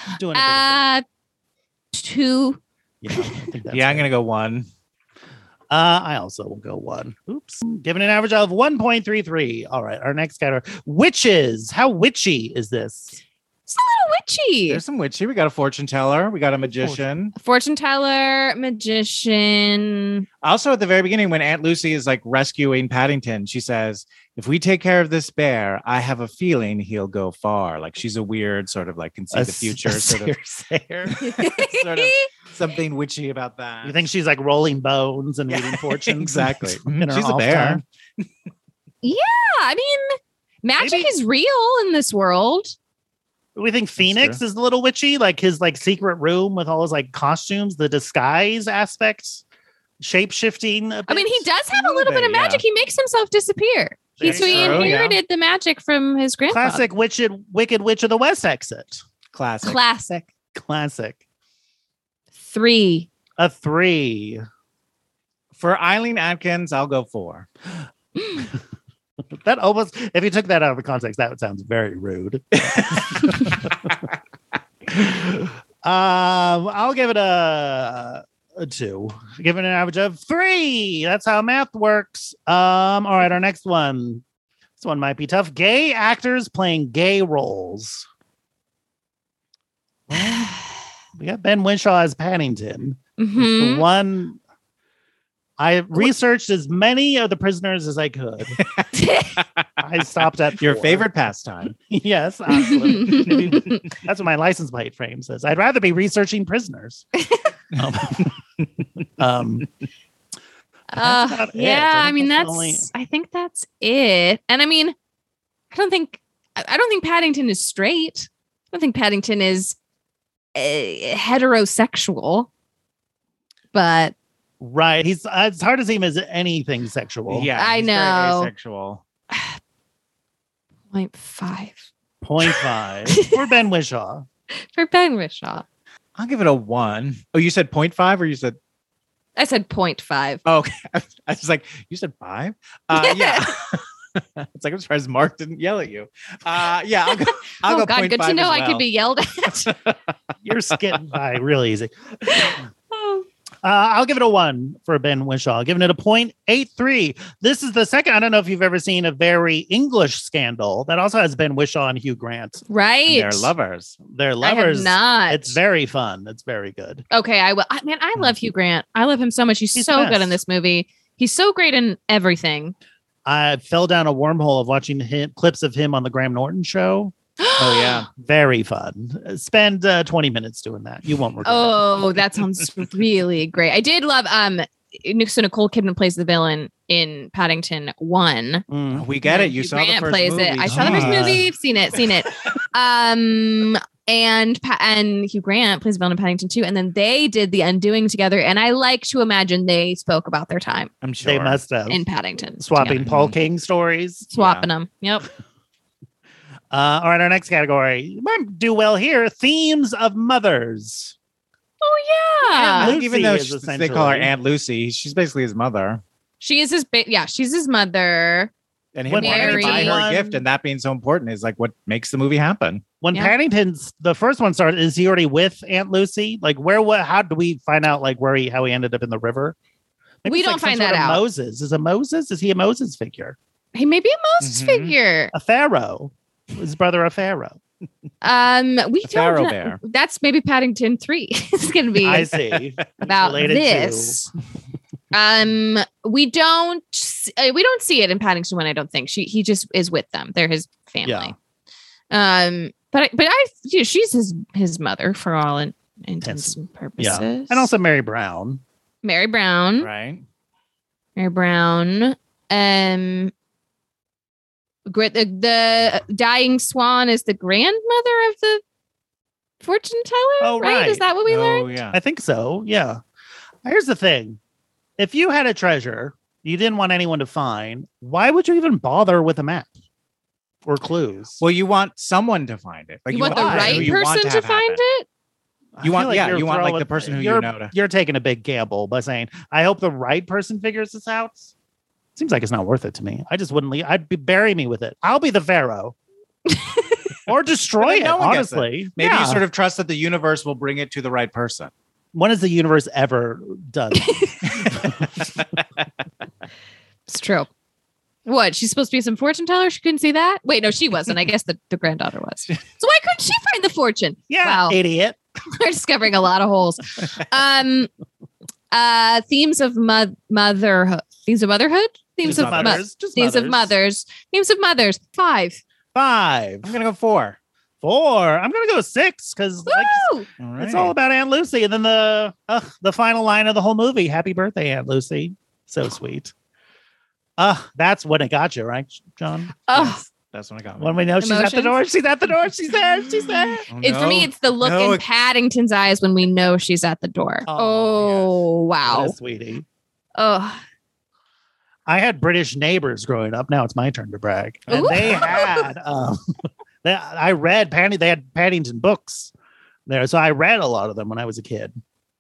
[SPEAKER 4] she's doing a bit of
[SPEAKER 5] Uh two.
[SPEAKER 4] it. yeah, I think that's
[SPEAKER 3] yeah, I'm
[SPEAKER 4] right.
[SPEAKER 3] gonna go one.
[SPEAKER 4] Uh, I also will go one. Oops. Given an average of 1.33. All right. Our next category witches. How witchy is this?
[SPEAKER 5] It's a little witchy.
[SPEAKER 3] There's some witchy. We got a fortune teller. We got a magician.
[SPEAKER 5] Fortune teller, magician.
[SPEAKER 3] Also, at the very beginning, when Aunt Lucy is like rescuing Paddington, she says, "If we take care of this bear, I have a feeling he'll go far." Like she's a weird sort of like can see
[SPEAKER 4] A
[SPEAKER 3] the
[SPEAKER 4] s-
[SPEAKER 3] future,
[SPEAKER 4] a
[SPEAKER 3] sort of
[SPEAKER 4] Soothsayer.
[SPEAKER 3] Sort of. something witchy about that.
[SPEAKER 4] You think she's like rolling bones and
[SPEAKER 3] Yeah,
[SPEAKER 4] reading fortunes?
[SPEAKER 3] exactly. Mm-hmm.
[SPEAKER 4] in her
[SPEAKER 3] She's a
[SPEAKER 4] off
[SPEAKER 3] bear.
[SPEAKER 4] time?
[SPEAKER 5] Yeah, I mean, magic
[SPEAKER 4] Maybe-
[SPEAKER 5] is real in this world.
[SPEAKER 4] We think Phoenix
[SPEAKER 3] true.
[SPEAKER 4] is a little witchy, like his like secret room with all his like costumes, the disguise aspects, shape shifting.
[SPEAKER 5] I mean, he does have a
[SPEAKER 3] little
[SPEAKER 5] little bit
[SPEAKER 3] bit,
[SPEAKER 5] of magic. He makes himself disappear. He,
[SPEAKER 4] Very
[SPEAKER 5] so he
[SPEAKER 3] true, yeah.
[SPEAKER 5] inherited the magic from his grandfather.
[SPEAKER 4] classic witched, wicked witch of the West exit.
[SPEAKER 3] classic?
[SPEAKER 5] Classic.
[SPEAKER 4] Classic.
[SPEAKER 5] Three.
[SPEAKER 4] A three.
[SPEAKER 3] For Eileen Atkins, I'll go four.
[SPEAKER 4] That almost, if you took that out of context, that would sound very rude. um, I'll give it a, a two, give it an average of three. That's how math works. Um, all right, our next one. This one might be tough. Gay actors playing gay roles. We got Ben Winshaw as Paddington. The
[SPEAKER 5] Mhm.
[SPEAKER 4] one I researched as many of the prisoners as I could. I stopped at
[SPEAKER 3] Your
[SPEAKER 4] four.
[SPEAKER 3] favorite pastime.
[SPEAKER 4] Yes, absolutely. That's what my license plate frame says. I'd rather be researching prisoners. um, um,
[SPEAKER 5] Uh,
[SPEAKER 4] That's about it.
[SPEAKER 5] yeah,
[SPEAKER 4] I
[SPEAKER 5] I,
[SPEAKER 4] think
[SPEAKER 5] mean
[SPEAKER 4] that's
[SPEAKER 5] that's.
[SPEAKER 4] the only-
[SPEAKER 5] I think that's it. And I mean, I don't think I I don't think Paddington is straight. I don't think Paddington is uh, heterosexual. But
[SPEAKER 4] Right. He's uh, it's hard to see him as anything sexual.
[SPEAKER 3] Yeah,
[SPEAKER 5] I
[SPEAKER 3] he's very
[SPEAKER 5] know.
[SPEAKER 3] Asexual.
[SPEAKER 5] Point five
[SPEAKER 4] Point five for Ben Wishaw.
[SPEAKER 5] for Ben Wishaw.
[SPEAKER 3] I'll give it a one. Oh, you said point five, or you said
[SPEAKER 5] I said point five.
[SPEAKER 3] oh, okay. I was like, you said five. Uh, yeah. it's like I'm surprised Mark didn't yell at you. Uh, yeah, I'll go, I'll
[SPEAKER 5] oh
[SPEAKER 3] go
[SPEAKER 5] God,
[SPEAKER 3] point
[SPEAKER 5] good to
[SPEAKER 3] five
[SPEAKER 5] know I
[SPEAKER 3] as
[SPEAKER 5] could
[SPEAKER 3] well.
[SPEAKER 5] be yelled at.
[SPEAKER 4] You're skidding by real easy.
[SPEAKER 5] oh,
[SPEAKER 4] Uh, I'll give it a one for Ben Wishaw, giving it a point eight three. This is the second. I don't know if you've ever seen a very English scandal that also has Ben Wishaw and Hugh Grant.
[SPEAKER 5] right.
[SPEAKER 3] They're lovers.
[SPEAKER 4] They're lovers.
[SPEAKER 5] I have not.
[SPEAKER 4] It's very fun. It's very good.
[SPEAKER 5] okay. I will. I, man, I love Hugh Grant. I love him so much. He's,
[SPEAKER 4] He's
[SPEAKER 5] so
[SPEAKER 4] the
[SPEAKER 5] good in
[SPEAKER 4] best.
[SPEAKER 5] this movie. He's so great in everything.
[SPEAKER 4] I fell down a wormhole of watching him, clips of him on the Graham Norton show.
[SPEAKER 3] Oh yeah.
[SPEAKER 4] Very fun. Spend uh, twenty minutes doing that. You won't regret. it.
[SPEAKER 5] Oh, that sounds really great. I did love um Nic- so Nicole Kidman plays the villain in Paddington One.
[SPEAKER 4] Mm.
[SPEAKER 3] We get it. You
[SPEAKER 5] Hugh
[SPEAKER 3] saw the
[SPEAKER 5] Grant
[SPEAKER 3] first
[SPEAKER 5] plays
[SPEAKER 3] movie.
[SPEAKER 5] it. I saw the first
[SPEAKER 4] Ah.
[SPEAKER 5] movie. Seen it. Seen it. um, and pa- and Hugh Grant plays the villain in Paddington Two, and then they did the Undoing together. And I like to imagine they spoke about their time
[SPEAKER 3] I'm sure.
[SPEAKER 4] They must have
[SPEAKER 5] in Paddington,
[SPEAKER 4] swapping
[SPEAKER 5] together.
[SPEAKER 4] Paul King stories.
[SPEAKER 5] swapping them. Yep.
[SPEAKER 4] Uh, all right, our next category You might do well here. Themes of mothers.
[SPEAKER 5] Oh yeah.
[SPEAKER 4] Aunt Lucy
[SPEAKER 3] Even though
[SPEAKER 4] is
[SPEAKER 3] she- they call her
[SPEAKER 4] essentially-
[SPEAKER 3] Aunt Lucy, she's basically his mother.
[SPEAKER 5] She is his. Ba- yeah, she's his mother.
[SPEAKER 3] And
[SPEAKER 4] When
[SPEAKER 3] him wanting to buy
[SPEAKER 5] Mary-
[SPEAKER 3] her a gift, and that being so important is like what makes the movie happen.
[SPEAKER 4] When
[SPEAKER 5] Yeah.
[SPEAKER 4] Paddington's the first one started, is he already with Aunt Lucy? Like where? What? How do we find out? Like where he? How he ended up in the river?
[SPEAKER 5] We
[SPEAKER 4] it's
[SPEAKER 5] don't
[SPEAKER 4] some
[SPEAKER 5] find
[SPEAKER 4] sort
[SPEAKER 5] that
[SPEAKER 4] of
[SPEAKER 5] out.
[SPEAKER 4] Moses is a Moses. Is he a Moses figure?
[SPEAKER 5] He may be a Moses
[SPEAKER 3] Mhm.
[SPEAKER 5] figure.
[SPEAKER 4] A pharaoh. His brother a pharaoh.
[SPEAKER 5] Um, we
[SPEAKER 3] The
[SPEAKER 5] don't.
[SPEAKER 3] Pharaoh
[SPEAKER 5] know-
[SPEAKER 3] Bear.
[SPEAKER 5] That's maybe Paddington Three. it's gonna be
[SPEAKER 4] I see.
[SPEAKER 5] about
[SPEAKER 4] related to-
[SPEAKER 5] this. um, we don't. s- uh, We don't see it in Paddington One. I don't think she. He just is with them. They're his family. Um, but I, but I. You know, she's his his mother for all in, intents
[SPEAKER 4] That's-
[SPEAKER 5] and purposes.
[SPEAKER 4] yeah. And also Mary Brown.
[SPEAKER 5] Mary Brown.
[SPEAKER 3] Right.
[SPEAKER 5] Mary Brown. Um. Grit, the, the dying swan is the grandmother of the fortune teller.
[SPEAKER 4] Oh,
[SPEAKER 5] Is
[SPEAKER 4] right.
[SPEAKER 5] that what we learned?
[SPEAKER 3] oh yeah.
[SPEAKER 4] I think so. Yeah. Here's the thing. If you had a treasure you didn't want anyone to find, why would you even bother with a map or clues?
[SPEAKER 3] Well, you want someone to find it. Like
[SPEAKER 5] you want the
[SPEAKER 4] want to know
[SPEAKER 5] right
[SPEAKER 4] who you
[SPEAKER 5] person to, find it?
[SPEAKER 4] I
[SPEAKER 3] you
[SPEAKER 4] feel
[SPEAKER 3] want- yeah,
[SPEAKER 4] you're
[SPEAKER 3] you want, like,
[SPEAKER 4] throwing-
[SPEAKER 3] the person who you
[SPEAKER 4] you're,
[SPEAKER 3] know to-
[SPEAKER 4] You're taking a big gamble by saying, I hope the right person figures this out. Seems like it's not worth it to me. I just wouldn't leave. I'd be, bury me with it. I'll be the pharaoh. or destroy
[SPEAKER 3] But
[SPEAKER 4] it,
[SPEAKER 3] then no one gets it.
[SPEAKER 4] honestly.
[SPEAKER 3] Maybe you sort of trust that the universe will bring it to the right person.
[SPEAKER 4] When has the universe ever done that?
[SPEAKER 5] It's true. What? She's supposed to be some fortune teller? She couldn't see that? Wait, no, she wasn't. I guess the, the granddaughter was. So why couldn't she find the fortune?
[SPEAKER 4] Yeah,
[SPEAKER 5] Wow.
[SPEAKER 4] idiot.
[SPEAKER 5] We're discovering a lot of holes. Um uh themes of mo- motherhood. Themes of motherhood? Themes
[SPEAKER 3] Just
[SPEAKER 5] of
[SPEAKER 3] mothers.
[SPEAKER 5] mothers.
[SPEAKER 4] just
[SPEAKER 5] Themes of mothers. Themes of mothers. Five.
[SPEAKER 4] Five.
[SPEAKER 3] I'm gonna go four.
[SPEAKER 4] four. I'm gonna go six because like,
[SPEAKER 5] Woo!
[SPEAKER 3] All
[SPEAKER 4] it's all about Aunt Lucy. And then the uh, the final line of the whole movie: "Happy birthday, Aunt Lucy." So sweet. Uh, that's when it got you, right, John?
[SPEAKER 5] Oh,
[SPEAKER 3] That's when I got.
[SPEAKER 4] When we know she's at the
[SPEAKER 5] Emotions?
[SPEAKER 4] door, she's at the door, she's there, she's there.
[SPEAKER 5] it, for me, it's the look
[SPEAKER 3] Oh, No,
[SPEAKER 5] in
[SPEAKER 3] it-
[SPEAKER 5] Paddington's eyes when we know she's at the door.
[SPEAKER 4] Oh,
[SPEAKER 5] Oh,
[SPEAKER 4] What
[SPEAKER 5] wow.
[SPEAKER 4] a sweetie.
[SPEAKER 5] Oh,
[SPEAKER 4] I had British neighbors growing up. Now it's my turn to brag. And
[SPEAKER 5] Ooh.
[SPEAKER 4] they had, um, they, I read Patty. They had Paddington books there, so I read a lot of them when I was a kid.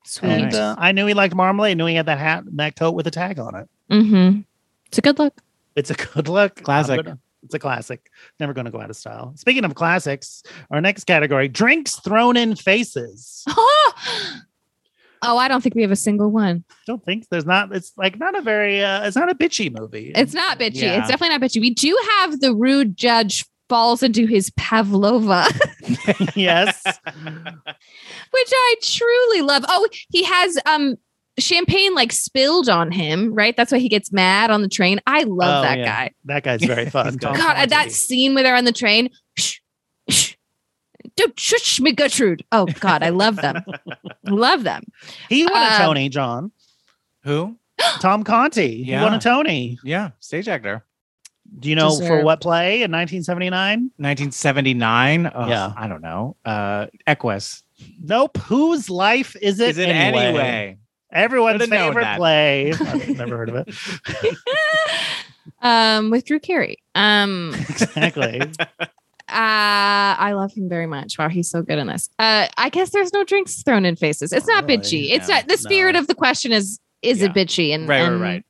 [SPEAKER 5] sweet.
[SPEAKER 4] And uh, I knew he liked marmalade. I knew he had that hat, and that coat with a tag on it.
[SPEAKER 5] Mm-hmm. It's a good look.
[SPEAKER 4] It's a good look. I'm
[SPEAKER 3] Classic.
[SPEAKER 4] gonna- it's a classic. Never going to go out of style. Speaking of classics, our next category drinks thrown in faces.
[SPEAKER 5] oh, I don't think we have a single one.
[SPEAKER 4] Don't think there's not, it's like not a very, uh, it's not a bitchy movie.
[SPEAKER 5] It's not bitchy.
[SPEAKER 3] Yeah.
[SPEAKER 5] It's definitely not bitchy. We do have the rude judge falls into his pavlova,
[SPEAKER 4] yes.
[SPEAKER 5] which I truly love. Oh, he has um champagne like spilled on him, right? That's why he gets mad on the train. I love
[SPEAKER 4] Oh,
[SPEAKER 5] that
[SPEAKER 4] yeah.
[SPEAKER 5] guy.
[SPEAKER 4] That guy's very fun. Tom
[SPEAKER 5] God, uh, that
[SPEAKER 4] Conti.
[SPEAKER 5] scene where they're on the train. Shh, shh. Don't shush me, Gertrude. Oh God, I love them. love them.
[SPEAKER 4] he won a
[SPEAKER 5] um,
[SPEAKER 4] Tony, John.
[SPEAKER 3] Who?
[SPEAKER 4] Tom Conti. He won
[SPEAKER 3] Yeah.
[SPEAKER 4] a Tony.
[SPEAKER 3] Yeah, stage actor.
[SPEAKER 4] Do you know for
[SPEAKER 5] Deserved.
[SPEAKER 4] what play in 1979?
[SPEAKER 3] 1979. Ugh,
[SPEAKER 4] Yeah.
[SPEAKER 3] I don't know. Uh, Equus.
[SPEAKER 4] Nope. Whose life is it,
[SPEAKER 3] Is it anyway?
[SPEAKER 4] Everyone's
[SPEAKER 3] Would've known
[SPEAKER 4] favorite
[SPEAKER 3] that.
[SPEAKER 4] play. I've never heard of it.
[SPEAKER 5] um, with Drew Carey. Um,
[SPEAKER 4] Exactly.
[SPEAKER 5] Uh, I love him very much. Wow, he's so good in this. Uh, I guess there's no drinks thrown in faces. It's not
[SPEAKER 4] Really?
[SPEAKER 5] bitchy. It's
[SPEAKER 4] No,
[SPEAKER 5] not the spirit
[SPEAKER 4] no.
[SPEAKER 5] of the question is is it bitchy and
[SPEAKER 3] Right, right,
[SPEAKER 5] and
[SPEAKER 3] right.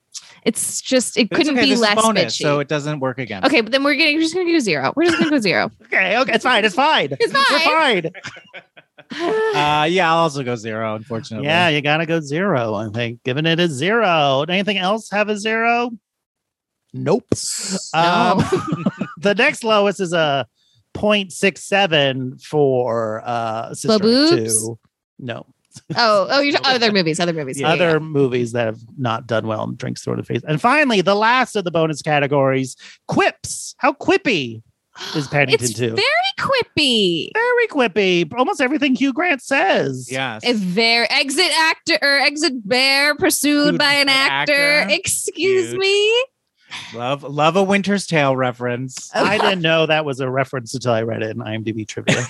[SPEAKER 5] It's just it
[SPEAKER 3] But it's
[SPEAKER 5] Mm, um, couldn't
[SPEAKER 3] okay,
[SPEAKER 5] be
[SPEAKER 3] this is
[SPEAKER 5] less
[SPEAKER 3] bonus,
[SPEAKER 5] bitchy.
[SPEAKER 3] So it doesn't work again.
[SPEAKER 5] okay, but then we're getting we're just gonna go zero. We're just gonna go zero.
[SPEAKER 4] okay. Okay. It's fine. It's fine.
[SPEAKER 5] It's
[SPEAKER 4] We're fine.
[SPEAKER 5] Oh,
[SPEAKER 3] Uh, yeah, I'll also go zero, unfortunately.
[SPEAKER 4] Yeah, you gotta go zero. I think giving it a zero. Anything else have a zero? Nope. Um, the next lowest is a 0.67 for uh Sister Act
[SPEAKER 5] Baboobs?
[SPEAKER 4] Two. No.
[SPEAKER 5] oh, oh, you're other movies, other movies. Yeah,
[SPEAKER 4] Other
[SPEAKER 5] yeah,
[SPEAKER 4] movies that have not done well and drinks thrown in the face. And finally, the last of the bonus categories, quips. How quippy
[SPEAKER 5] yeah.
[SPEAKER 4] is Paddington
[SPEAKER 5] It's
[SPEAKER 4] 2?
[SPEAKER 5] very quippy.
[SPEAKER 4] Very quippy. Almost everything Hugh Grant says.
[SPEAKER 3] Yes.
[SPEAKER 5] A very exit actor or exit bear pursued
[SPEAKER 3] Pursued
[SPEAKER 5] by an
[SPEAKER 3] by an
[SPEAKER 5] actor.
[SPEAKER 3] actor.
[SPEAKER 5] Excuse
[SPEAKER 3] Cute.
[SPEAKER 5] me.
[SPEAKER 3] love love a Winter's Tale reference.
[SPEAKER 5] Oh,
[SPEAKER 4] I didn't know that was a reference until I read it in IMDb trivia.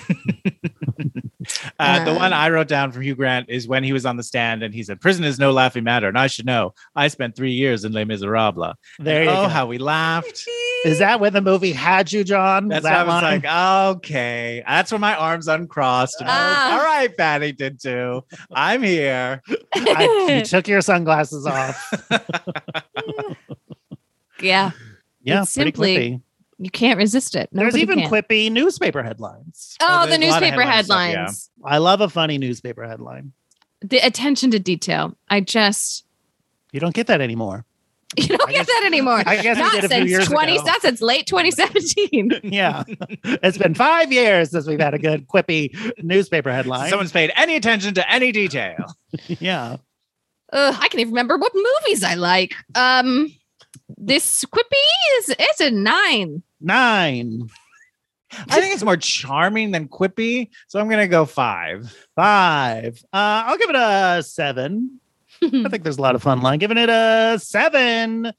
[SPEAKER 3] Uh, the
[SPEAKER 5] Um,
[SPEAKER 3] one I wrote down from Hugh Grant is when he was on the stand and he said, "Prison is no laughing matter," and I should know. I spent three years in Les Miserables.
[SPEAKER 4] There you
[SPEAKER 3] oh,
[SPEAKER 4] go.
[SPEAKER 3] how we laughed.
[SPEAKER 4] Is that when the movie had you, John?
[SPEAKER 3] That's
[SPEAKER 4] that
[SPEAKER 3] why I was
[SPEAKER 4] line?
[SPEAKER 3] like, okay. That's where my arms uncrossed. And I was,
[SPEAKER 5] Ah. Oh,
[SPEAKER 3] All right, Paddington too. I'm here.
[SPEAKER 4] I- you took your sunglasses off.
[SPEAKER 5] yeah,
[SPEAKER 4] Yeah,
[SPEAKER 5] It's
[SPEAKER 4] pretty
[SPEAKER 5] simply-
[SPEAKER 4] quippy.
[SPEAKER 5] you can't resist it.
[SPEAKER 4] There's
[SPEAKER 5] Nobody
[SPEAKER 4] even
[SPEAKER 5] can.
[SPEAKER 4] quippy newspaper headlines.
[SPEAKER 5] Oh,
[SPEAKER 3] Oh,
[SPEAKER 5] the
[SPEAKER 3] there's a lot of
[SPEAKER 5] newspaper
[SPEAKER 3] headline stuff, yeah.
[SPEAKER 5] headlines.
[SPEAKER 4] I love a funny newspaper headline.
[SPEAKER 5] The attention to detail. I just
[SPEAKER 4] You don't get that anymore.
[SPEAKER 5] you don't
[SPEAKER 4] I
[SPEAKER 5] get
[SPEAKER 4] guess-
[SPEAKER 5] that anymore.
[SPEAKER 4] I guess we
[SPEAKER 5] not
[SPEAKER 4] did a few
[SPEAKER 5] since
[SPEAKER 4] years
[SPEAKER 5] twenty.
[SPEAKER 4] ago.
[SPEAKER 5] Not since late 2017.
[SPEAKER 4] Yeah. it's been five years since we've had a good quippy newspaper headline.
[SPEAKER 3] Someone's paid any attention to any detail.
[SPEAKER 4] yeah.
[SPEAKER 5] Ugh, I can even remember what movies I like. Um, this quippy is it's a nine.
[SPEAKER 4] Nine,
[SPEAKER 3] I think it's more charming than quippy, so I'm gonna go five.
[SPEAKER 4] five. Uh, I'll give it a seven. I think there's a lot of fun line. Giving it a seven.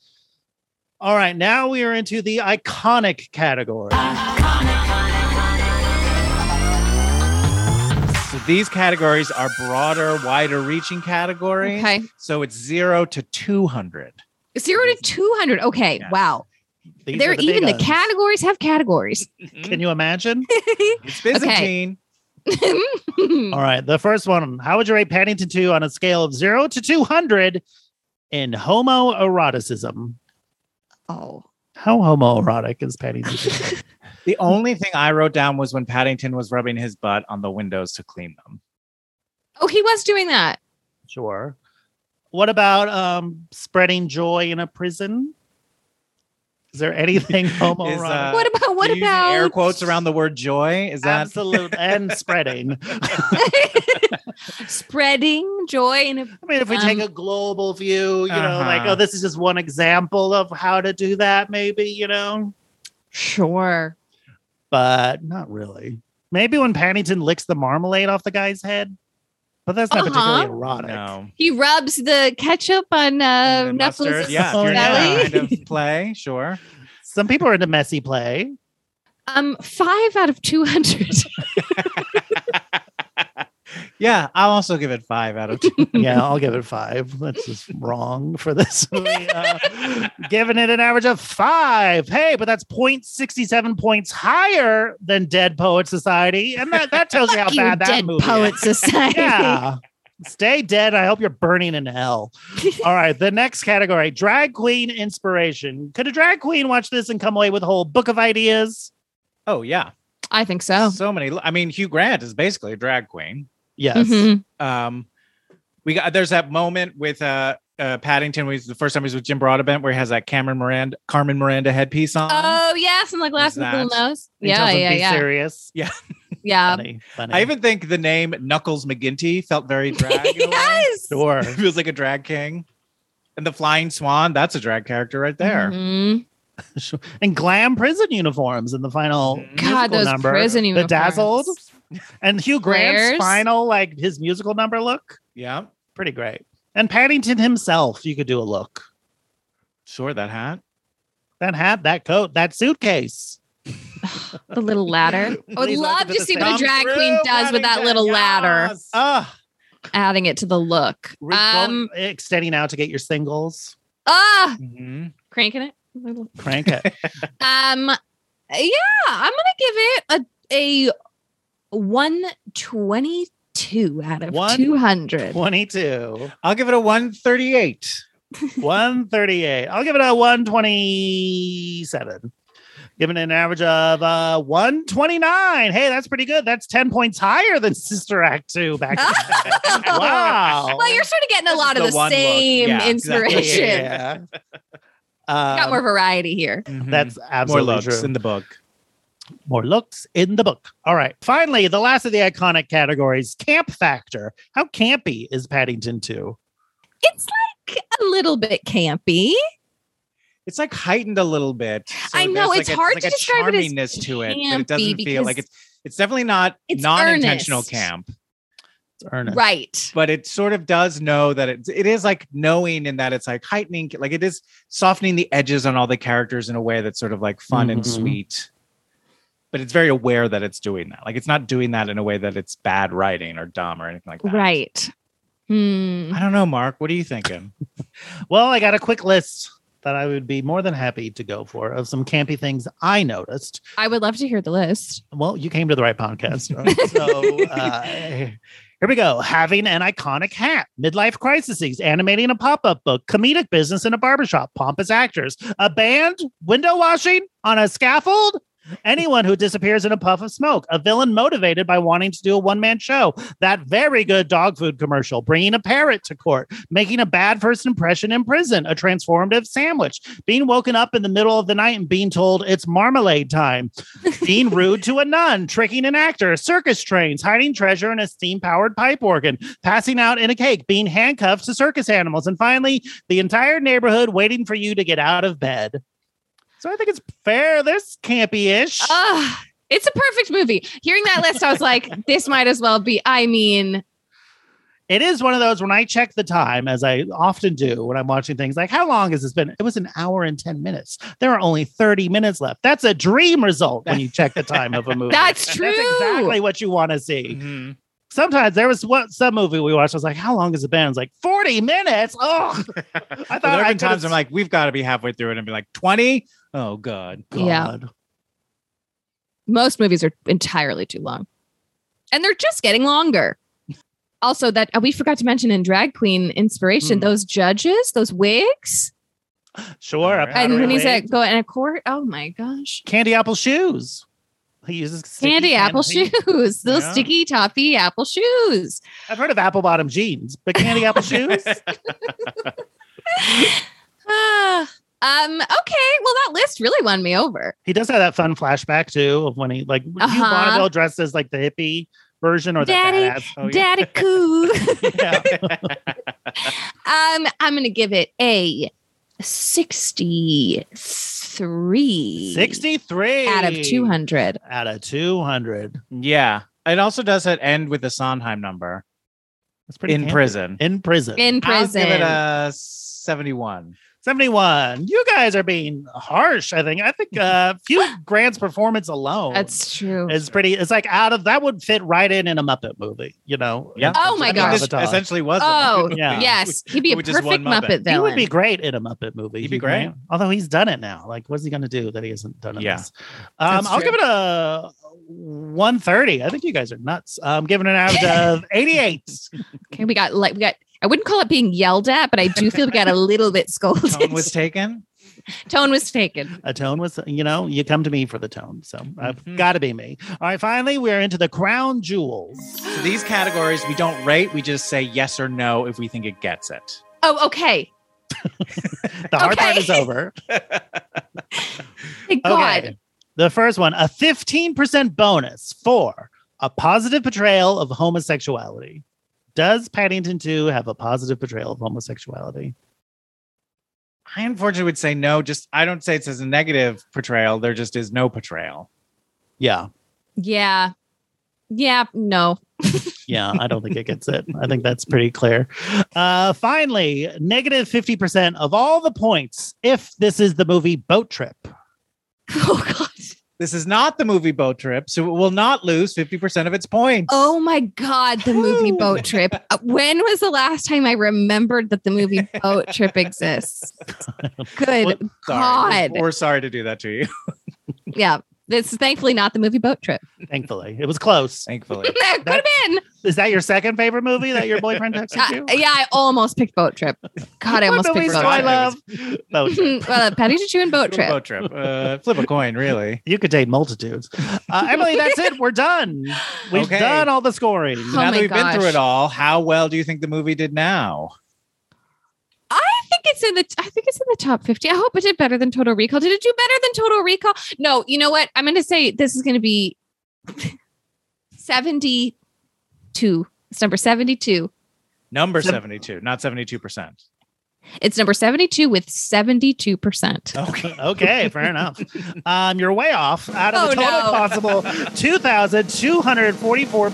[SPEAKER 4] All right, now we are into the iconic category.
[SPEAKER 3] So these categories are broader, wider-reaching categories.
[SPEAKER 5] Okay,
[SPEAKER 3] So it's zero to two hundred.
[SPEAKER 5] zero to two hundred. Okay,
[SPEAKER 3] Yes.
[SPEAKER 5] wow.
[SPEAKER 4] These
[SPEAKER 5] They're
[SPEAKER 4] are big
[SPEAKER 5] even the
[SPEAKER 4] uns.
[SPEAKER 5] categories have categories.
[SPEAKER 4] Can you imagine?
[SPEAKER 3] It's Byzantine.
[SPEAKER 4] All right, the first one. How would you rate Paddington 2 on a scale of 0 to 200 in homoeroticism?
[SPEAKER 5] oh,
[SPEAKER 4] How homoerotic is Paddington 2?
[SPEAKER 3] The only thing I wrote down was when Paddington was rubbing his butt on the windows to clean them.
[SPEAKER 5] oh, he was doing that.
[SPEAKER 4] sure. What about um, spreading joy in a prison? Is there anything homoerotic?
[SPEAKER 3] uh,
[SPEAKER 5] what about what
[SPEAKER 3] You using air
[SPEAKER 5] about
[SPEAKER 3] quotes around the word joy? Is that
[SPEAKER 4] Absolute and spreading.
[SPEAKER 5] spreading joy in a
[SPEAKER 4] I mean, if we take a
[SPEAKER 5] Um,
[SPEAKER 4] global view, you know, like,
[SPEAKER 3] Uh-huh.
[SPEAKER 4] oh, this is just one example of how to do that, maybe, you know?
[SPEAKER 5] sure.
[SPEAKER 4] but not really. Maybe when Paddington licks the marmalade off the guy's head, but that's not
[SPEAKER 5] Uh-huh.
[SPEAKER 4] particularly erotic.
[SPEAKER 3] no?
[SPEAKER 5] He rubs the ketchup on uh,
[SPEAKER 3] And
[SPEAKER 5] Knuckles'
[SPEAKER 3] mustard? Yeah, if you're in
[SPEAKER 5] belly.
[SPEAKER 3] that kind of play, sure.
[SPEAKER 4] Some people are into messy play.
[SPEAKER 5] Um, five out of two hundred.
[SPEAKER 3] Yeah, I'll also give it five out of two.
[SPEAKER 4] yeah, I'll give it five. That's just wrong for this movie. Uh, giving it an average of five. Hey, but that's 0.67 points higher than Dead Poet Society. And that, that tells you how
[SPEAKER 5] you
[SPEAKER 4] bad that
[SPEAKER 5] dead
[SPEAKER 4] movie is.
[SPEAKER 5] poet society.
[SPEAKER 4] yeah. Stay dead. I hope you're burning in hell. All right. The next category drag queen inspiration. Could a drag queen watch this and come away with a whole book of ideas?
[SPEAKER 3] oh yeah,
[SPEAKER 5] I think so.
[SPEAKER 3] so many. I mean, Hugh Grant is basically a drag queen.
[SPEAKER 4] Yes.
[SPEAKER 5] Mhm.
[SPEAKER 3] Um, we got there's that moment with uh, uh Paddington. Was the first time he was with Jim Broadbent, where he has that Cameron Miranda, Carmen Miranda headpiece on.
[SPEAKER 5] Oh yes, and like last
[SPEAKER 3] Who's
[SPEAKER 5] little
[SPEAKER 3] that?
[SPEAKER 5] nose.
[SPEAKER 4] He
[SPEAKER 5] Yeah,
[SPEAKER 4] tells them,
[SPEAKER 5] yeah, Uh,
[SPEAKER 4] Be
[SPEAKER 5] yeah,
[SPEAKER 4] serious.
[SPEAKER 5] yeah.
[SPEAKER 4] Funny. Funny.
[SPEAKER 3] I even think the name Knuckles McGinty felt very drag. in a way.
[SPEAKER 5] Yes.
[SPEAKER 4] sure.
[SPEAKER 3] He feels like a drag king. And the flying swan, that's a drag character right there.
[SPEAKER 5] Mhm.
[SPEAKER 4] Sure. and glam prison uniforms in the final
[SPEAKER 3] God,
[SPEAKER 4] musical
[SPEAKER 5] God, those
[SPEAKER 4] number.
[SPEAKER 5] prison uniforms.
[SPEAKER 4] Bedazzled and Hugh Grant's
[SPEAKER 5] Flares.
[SPEAKER 4] final like his musical number look
[SPEAKER 3] Yeah,
[SPEAKER 4] pretty great. And Paddington himself, you could do a look.
[SPEAKER 3] sure, that hat.
[SPEAKER 4] That hat, that coat, that suitcase.
[SPEAKER 5] The little ladder. I would
[SPEAKER 4] Please, I
[SPEAKER 5] love
[SPEAKER 4] could
[SPEAKER 5] to
[SPEAKER 4] just
[SPEAKER 5] see
[SPEAKER 4] say,
[SPEAKER 5] what a
[SPEAKER 4] "Come
[SPEAKER 5] drag queen
[SPEAKER 3] through,
[SPEAKER 5] does with that
[SPEAKER 3] Paddington,
[SPEAKER 5] little ladder.
[SPEAKER 3] yes.
[SPEAKER 4] Ah,
[SPEAKER 5] adding it to the look.
[SPEAKER 4] Re- go-
[SPEAKER 5] Um,
[SPEAKER 4] extending out to get your singles.
[SPEAKER 5] ah,
[SPEAKER 3] Mhm.
[SPEAKER 5] cranking it.
[SPEAKER 4] Crank it.
[SPEAKER 5] Um, yeah, I'm gonna give it a a one twenty two out of
[SPEAKER 4] One- E
[SPEAKER 5] two hundred.
[SPEAKER 4] 22.
[SPEAKER 3] I'll give it a 138.
[SPEAKER 4] 138. I'll give it a 127. Giving it an average of uh 129. Hey, that's pretty good. That's 10 points higher than Sister Act 2 back. then. wow.
[SPEAKER 5] Well, you're sort of getting a
[SPEAKER 3] This
[SPEAKER 5] lot
[SPEAKER 3] is
[SPEAKER 5] of
[SPEAKER 3] the
[SPEAKER 5] the,
[SPEAKER 3] one look.
[SPEAKER 5] same
[SPEAKER 3] Yeah, exactly.
[SPEAKER 5] inspiration.
[SPEAKER 4] Yeah. Um,
[SPEAKER 5] Got more variety here.
[SPEAKER 3] mm-hmm.
[SPEAKER 4] that's
[SPEAKER 3] Hmm. more
[SPEAKER 4] absolutely
[SPEAKER 3] looks
[SPEAKER 4] true.
[SPEAKER 3] in the book.
[SPEAKER 4] more looks in the book. All right. Finally, the last of the iconic categories, camp factor. How campy is Paddington 2?
[SPEAKER 5] It's like a little bit campy.
[SPEAKER 3] It's like heightened a little bit. So
[SPEAKER 5] I know,
[SPEAKER 3] there's like
[SPEAKER 5] it's
[SPEAKER 3] a- there's
[SPEAKER 5] hard
[SPEAKER 3] like
[SPEAKER 5] to
[SPEAKER 3] a
[SPEAKER 5] describe it as
[SPEAKER 3] charminess to it, but
[SPEAKER 5] campy
[SPEAKER 3] it doesn't feel
[SPEAKER 5] because
[SPEAKER 3] like it's. It's definitely not
[SPEAKER 5] it's
[SPEAKER 3] non-intentional
[SPEAKER 5] earnest.
[SPEAKER 3] camp,
[SPEAKER 4] It's earnest.
[SPEAKER 5] Right.
[SPEAKER 3] but it sort of does know that it, it is like knowing in that it's like heightening, like it is softening the edges on all the characters in a way that's sort of like fun and
[SPEAKER 4] Mhm.
[SPEAKER 3] sweet. But it's very aware that it's doing that. Like it's not doing that in a way that it's bad writing or dumb or anything like that.
[SPEAKER 5] Right. Hmm.
[SPEAKER 3] I don't know, Mark. What are you thinking?
[SPEAKER 4] Well, I got a quick list that I would be more than happy to go for of some campy things I noticed.
[SPEAKER 5] I would love to hear the list.
[SPEAKER 4] Well, you came to the right podcast. All right, so uh, here we go. Having an iconic hat, midlife crises, animating a pop up book, comedic business in a barbershop, pompous actors, a band, window washing on a scaffold. Anyone who disappears in a puff of smoke, a villain motivated by wanting to do a one man show, that very good dog food commercial, bringing a parrot to court, making a bad first impression in prison, a transformative sandwich, being woken up in the middle of the night and being told it's marmalade time, being rude to a nun, tricking an actor, circus trains, hiding treasure in a steam powered pipe organ, passing out in a cake, being handcuffed to circus animals, and finally, the entire neighborhood waiting for you to get out of bed. So I think it's fair. This campy ish.
[SPEAKER 5] Ah, it's a perfect movie. Hearing that list, I was like, this might as well be. I mean,
[SPEAKER 4] it is one of those when I check the time, as I often do when I'm watching things like, how long has this been? It was an hour and 10 minutes. There are only 30 minutes left. That's a dream result when you check the time of a movie.
[SPEAKER 5] that's true.
[SPEAKER 4] That's exactly what you want to see.
[SPEAKER 3] Mm-hmm.
[SPEAKER 4] Sometimes there was what some movie we watched. I was like, "How long has it been?" It's like forty minutes. Oh,
[SPEAKER 3] I
[SPEAKER 4] I
[SPEAKER 3] thought
[SPEAKER 4] thought
[SPEAKER 3] there
[SPEAKER 4] I
[SPEAKER 3] have been
[SPEAKER 4] could've-
[SPEAKER 3] times I'm like, we've got to be halfway through it and be like, 20? Oh, God.
[SPEAKER 5] Yeah.
[SPEAKER 4] God.
[SPEAKER 5] Most movies are entirely too long, and they're just getting longer. Also, that uh, we forgot to mention in drag queen inspiration,
[SPEAKER 4] Hmm.
[SPEAKER 5] those judges, those wigs,
[SPEAKER 4] Sure.
[SPEAKER 3] All
[SPEAKER 4] a
[SPEAKER 3] right.
[SPEAKER 5] and when
[SPEAKER 4] powdery
[SPEAKER 5] he's
[SPEAKER 4] wig.
[SPEAKER 5] at go in a court. Oh my gosh,
[SPEAKER 4] candy apple shoes. He uses sticky
[SPEAKER 5] candy apple shoes, those
[SPEAKER 3] Yeah.
[SPEAKER 5] sticky toppy apple shoes.
[SPEAKER 4] I've heard of apple bottom jeans, but candy apple shoes.
[SPEAKER 5] Ah, um. Okay. Well, that list really won me over.
[SPEAKER 4] He does have that fun flashback too of when he like Hugh
[SPEAKER 5] Uh-huh.
[SPEAKER 4] Bonneville dressed as like the hippie version or the
[SPEAKER 5] Daddy.
[SPEAKER 4] badass.
[SPEAKER 3] Oh, yeah.
[SPEAKER 5] Daddy
[SPEAKER 4] Yeah.
[SPEAKER 5] Coo. Um, I'm gonna give it a 63
[SPEAKER 4] Sixty-three
[SPEAKER 5] out of 200.
[SPEAKER 4] Out of two hundred.
[SPEAKER 3] Yeah. It also does that end with the Sondheim number
[SPEAKER 4] That's pretty
[SPEAKER 3] in
[SPEAKER 4] campy.
[SPEAKER 3] prison.
[SPEAKER 4] In prison.
[SPEAKER 5] In prison,
[SPEAKER 3] I'll give it a 71.
[SPEAKER 4] 71. You guys are being harsh, I think. I think uh few Grant's performance
[SPEAKER 3] Oh.
[SPEAKER 4] alone
[SPEAKER 5] that's true.
[SPEAKER 4] is pretty it's like out of that would fit right in in a Muppet movie, you know.
[SPEAKER 3] Yeah.
[SPEAKER 4] in
[SPEAKER 5] Oh
[SPEAKER 4] terms
[SPEAKER 5] my
[SPEAKER 4] of
[SPEAKER 5] gosh.
[SPEAKER 3] This
[SPEAKER 4] avatar.
[SPEAKER 3] essentially was. the
[SPEAKER 5] Oh,
[SPEAKER 3] Muppet
[SPEAKER 4] yeah.
[SPEAKER 3] movie.
[SPEAKER 5] yes, he'd be a
[SPEAKER 3] With just
[SPEAKER 5] perfect
[SPEAKER 3] one Muppet.
[SPEAKER 5] Muppet
[SPEAKER 4] he
[SPEAKER 5] villain.
[SPEAKER 4] would be great in a Muppet movie.
[SPEAKER 3] He'd be
[SPEAKER 4] Hugh
[SPEAKER 3] great.
[SPEAKER 4] Grant. Although he's done it now. Like, what's he gonna do that he hasn't done in
[SPEAKER 3] Yeah.
[SPEAKER 4] this? Um,
[SPEAKER 5] That's
[SPEAKER 4] I'll
[SPEAKER 5] true.
[SPEAKER 4] give it a 130. I think you guys are nuts. I'm giving an average of 88.
[SPEAKER 5] okay, we got like we got. I wouldn't call it being yelled at, but I do feel we got a little bit scolded.
[SPEAKER 3] Tone was taken.
[SPEAKER 5] taken.
[SPEAKER 4] a tone was you know you come to me for the tone so i've
[SPEAKER 3] Mhm.
[SPEAKER 4] got to be me all right finally we're into the crown jewels
[SPEAKER 3] So these categories we don't rate, we just say yes or no if we think it gets it.
[SPEAKER 5] Oh, okay.
[SPEAKER 4] the hard part
[SPEAKER 5] Okay.
[SPEAKER 4] is over
[SPEAKER 5] Thank God.
[SPEAKER 4] the first one a 15% bonus for a positive portrayal of homosexuality does paddington 2 have a positive portrayal of homosexuality
[SPEAKER 3] I unfortunately would say no. Just I don't say it says a negative portrayal. There just is no portrayal.
[SPEAKER 4] yeah
[SPEAKER 5] Yeah. Yeah. No.
[SPEAKER 4] yeah i don't think it gets it i think that's pretty clear uh finally negative 50% of all the points if this is the movie boat trip
[SPEAKER 5] Oh God.
[SPEAKER 3] This is not the movie Boat Trip, so it will not lose 50% of its points.
[SPEAKER 5] Oh my God, the movie Boat Trip. Uh, When was the last time I remembered that the movie Boat Trip exists? Good
[SPEAKER 3] sorry.
[SPEAKER 5] God.
[SPEAKER 3] We're, we're sorry to do that to you,
[SPEAKER 5] Yeah. This is thankfully not the movie Boat Trip.
[SPEAKER 4] Thankfully, it was close.
[SPEAKER 3] thankfully.
[SPEAKER 5] That could have been.
[SPEAKER 4] Is that your second favorite movie that your boyfriend texted
[SPEAKER 5] I-
[SPEAKER 4] you?
[SPEAKER 5] yeah, I almost picked Boat Trip. God, I almost
[SPEAKER 4] What movies
[SPEAKER 5] picked Boat
[SPEAKER 4] do I
[SPEAKER 5] Trip.
[SPEAKER 4] love? Boat Trip.
[SPEAKER 5] well, uh, Patty Choo and Boat Trip.
[SPEAKER 3] Boat Trip. Uh, flip a coin, really.
[SPEAKER 4] You could date multitudes. Uh, Emily, that's it. We're done. We've
[SPEAKER 3] Okay.
[SPEAKER 4] done all the scoring.
[SPEAKER 5] Oh my
[SPEAKER 3] now that we've been through
[SPEAKER 5] gosh.
[SPEAKER 3] it all, how well do you think the movie did now?
[SPEAKER 5] I think it's in the I think it's in the top 50. I hope it did better than Total Recall. Did it do better than Total Recall? No, you know what? I'm going to say this is going to be 72. It's number 72.
[SPEAKER 3] Number
[SPEAKER 4] Sev-
[SPEAKER 3] 72, not 72%.
[SPEAKER 5] It's number 72 with 72%.
[SPEAKER 3] Okay.
[SPEAKER 4] Okay, fair enough. Um, you're way off out of the
[SPEAKER 5] Oh,
[SPEAKER 4] total
[SPEAKER 5] no.
[SPEAKER 4] possible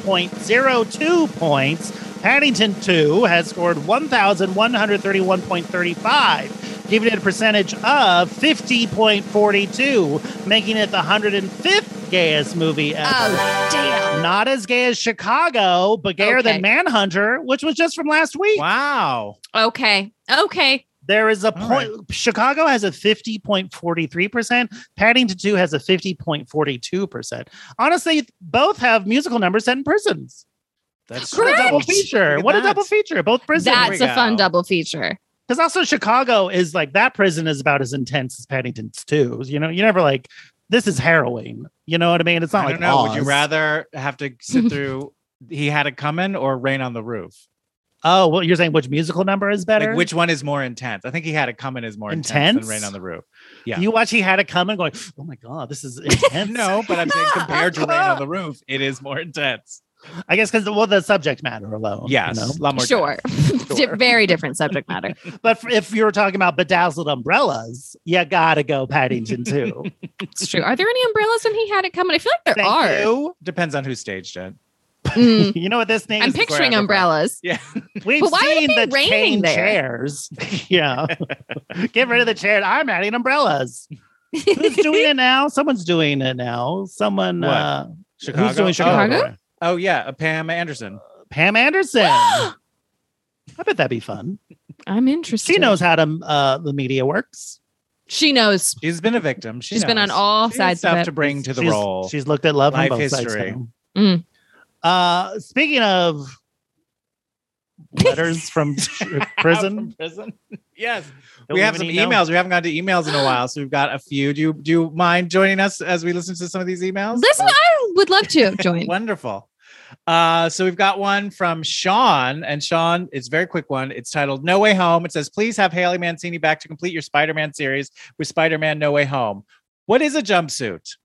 [SPEAKER 4] 2,244.02 points. Paddington 2 has scored 1,131.35, giving it a percentage of 50.42, making it the 105th gayest movie ever.
[SPEAKER 5] Oh, damn.
[SPEAKER 4] Not as gay as Chicago, but gayer
[SPEAKER 5] Okay.
[SPEAKER 4] than Manhunter, which was just from last week.
[SPEAKER 3] Wow.
[SPEAKER 5] Okay. Okay.
[SPEAKER 4] There is a
[SPEAKER 3] All
[SPEAKER 4] point. Chicago has a 50.43%. Paddington 2 has a 50.42%. Honestly, both have musical numbers set in prisons.
[SPEAKER 3] That's
[SPEAKER 4] What a double
[SPEAKER 5] Correct.
[SPEAKER 3] Look
[SPEAKER 4] feature.
[SPEAKER 3] at
[SPEAKER 4] What a
[SPEAKER 3] that.
[SPEAKER 4] double feature. Both prisons.
[SPEAKER 3] we
[SPEAKER 5] That's a fun
[SPEAKER 3] go.
[SPEAKER 5] double feature.
[SPEAKER 4] Because also Chicago is like that prison is about as intense as Paddington's 2. You know, you never like this is harrowing. You know what I mean? It's not
[SPEAKER 3] I
[SPEAKER 4] like
[SPEAKER 3] don't know. Would you
[SPEAKER 4] Oz.
[SPEAKER 3] rather have to sit through He Had It Coming or Rain on the Roof?
[SPEAKER 4] Oh, well, you're saying which musical number is better?
[SPEAKER 3] Like which one is more intense? I think He Had It Coming is more intense,
[SPEAKER 4] Intense?
[SPEAKER 3] than Rain on the Roof. yeah.
[SPEAKER 4] You watch he had it coming going, oh my God, this is intense.
[SPEAKER 3] No, but I'm saying compared to Rain on the Roof, it is more intense.
[SPEAKER 4] I guess because well, the subject matter alone. you
[SPEAKER 3] Yes.
[SPEAKER 4] know?
[SPEAKER 3] a lot more
[SPEAKER 5] Sure.
[SPEAKER 3] intense.
[SPEAKER 5] Di- Very different subject matter.
[SPEAKER 4] But f- if you were talking about bedazzled umbrellas, you gotta go Paddington too.
[SPEAKER 5] It's true. Are there any umbrellas when he had it coming? I feel like there
[SPEAKER 4] Thank
[SPEAKER 5] are.
[SPEAKER 4] you.
[SPEAKER 3] Depends on who staged it.
[SPEAKER 5] Mm.
[SPEAKER 4] You know what this name
[SPEAKER 5] I'm
[SPEAKER 4] is?
[SPEAKER 5] picturing
[SPEAKER 3] choreographer.
[SPEAKER 5] umbrellas.
[SPEAKER 4] We've
[SPEAKER 5] But why would it
[SPEAKER 4] seen
[SPEAKER 5] be
[SPEAKER 4] the
[SPEAKER 5] raining
[SPEAKER 4] cane
[SPEAKER 5] there?
[SPEAKER 4] chairs. yeah. Get rid of the chair. I'm adding umbrellas. Who's doing it now? Someone's doing it now. Someone
[SPEAKER 3] What?
[SPEAKER 4] uh
[SPEAKER 3] Chicago.
[SPEAKER 4] who's doing Chicago?
[SPEAKER 5] Chicago?
[SPEAKER 3] Oh, oh, yeah. uh, Pam Anderson.
[SPEAKER 4] Pam Anderson. I bet that'd be fun.
[SPEAKER 5] I'm interested.
[SPEAKER 4] She knows how to uh the media works.
[SPEAKER 5] She knows.
[SPEAKER 3] She's been a victim. She
[SPEAKER 5] She's been on
[SPEAKER 3] knows.
[SPEAKER 5] all
[SPEAKER 3] She has
[SPEAKER 5] sides of
[SPEAKER 3] stuff
[SPEAKER 5] it.
[SPEAKER 3] to bring to the
[SPEAKER 4] she's,
[SPEAKER 3] role.
[SPEAKER 4] She's looked at love
[SPEAKER 3] Life
[SPEAKER 4] from both
[SPEAKER 3] history.
[SPEAKER 4] sides. now.
[SPEAKER 5] Mm.
[SPEAKER 4] Uh, speaking of letters from
[SPEAKER 3] From
[SPEAKER 4] prison,
[SPEAKER 3] prison. yes.
[SPEAKER 4] Don't
[SPEAKER 3] we have
[SPEAKER 4] even
[SPEAKER 3] some
[SPEAKER 4] need to know.
[SPEAKER 3] emails. We haven't gotten to emails in a while, so we've got a few. Do you do you mind joining us as we listen to some of these emails?
[SPEAKER 5] Listen, I would love to join.
[SPEAKER 3] Wonderful. Uh, so we've got one from Sean, and Sean, it's a very quick one. It's titled No Way Home. It says, Please have Haley Mancini back to complete your Spider Man series with Spider Man No Way Home. What is a jumpsuit?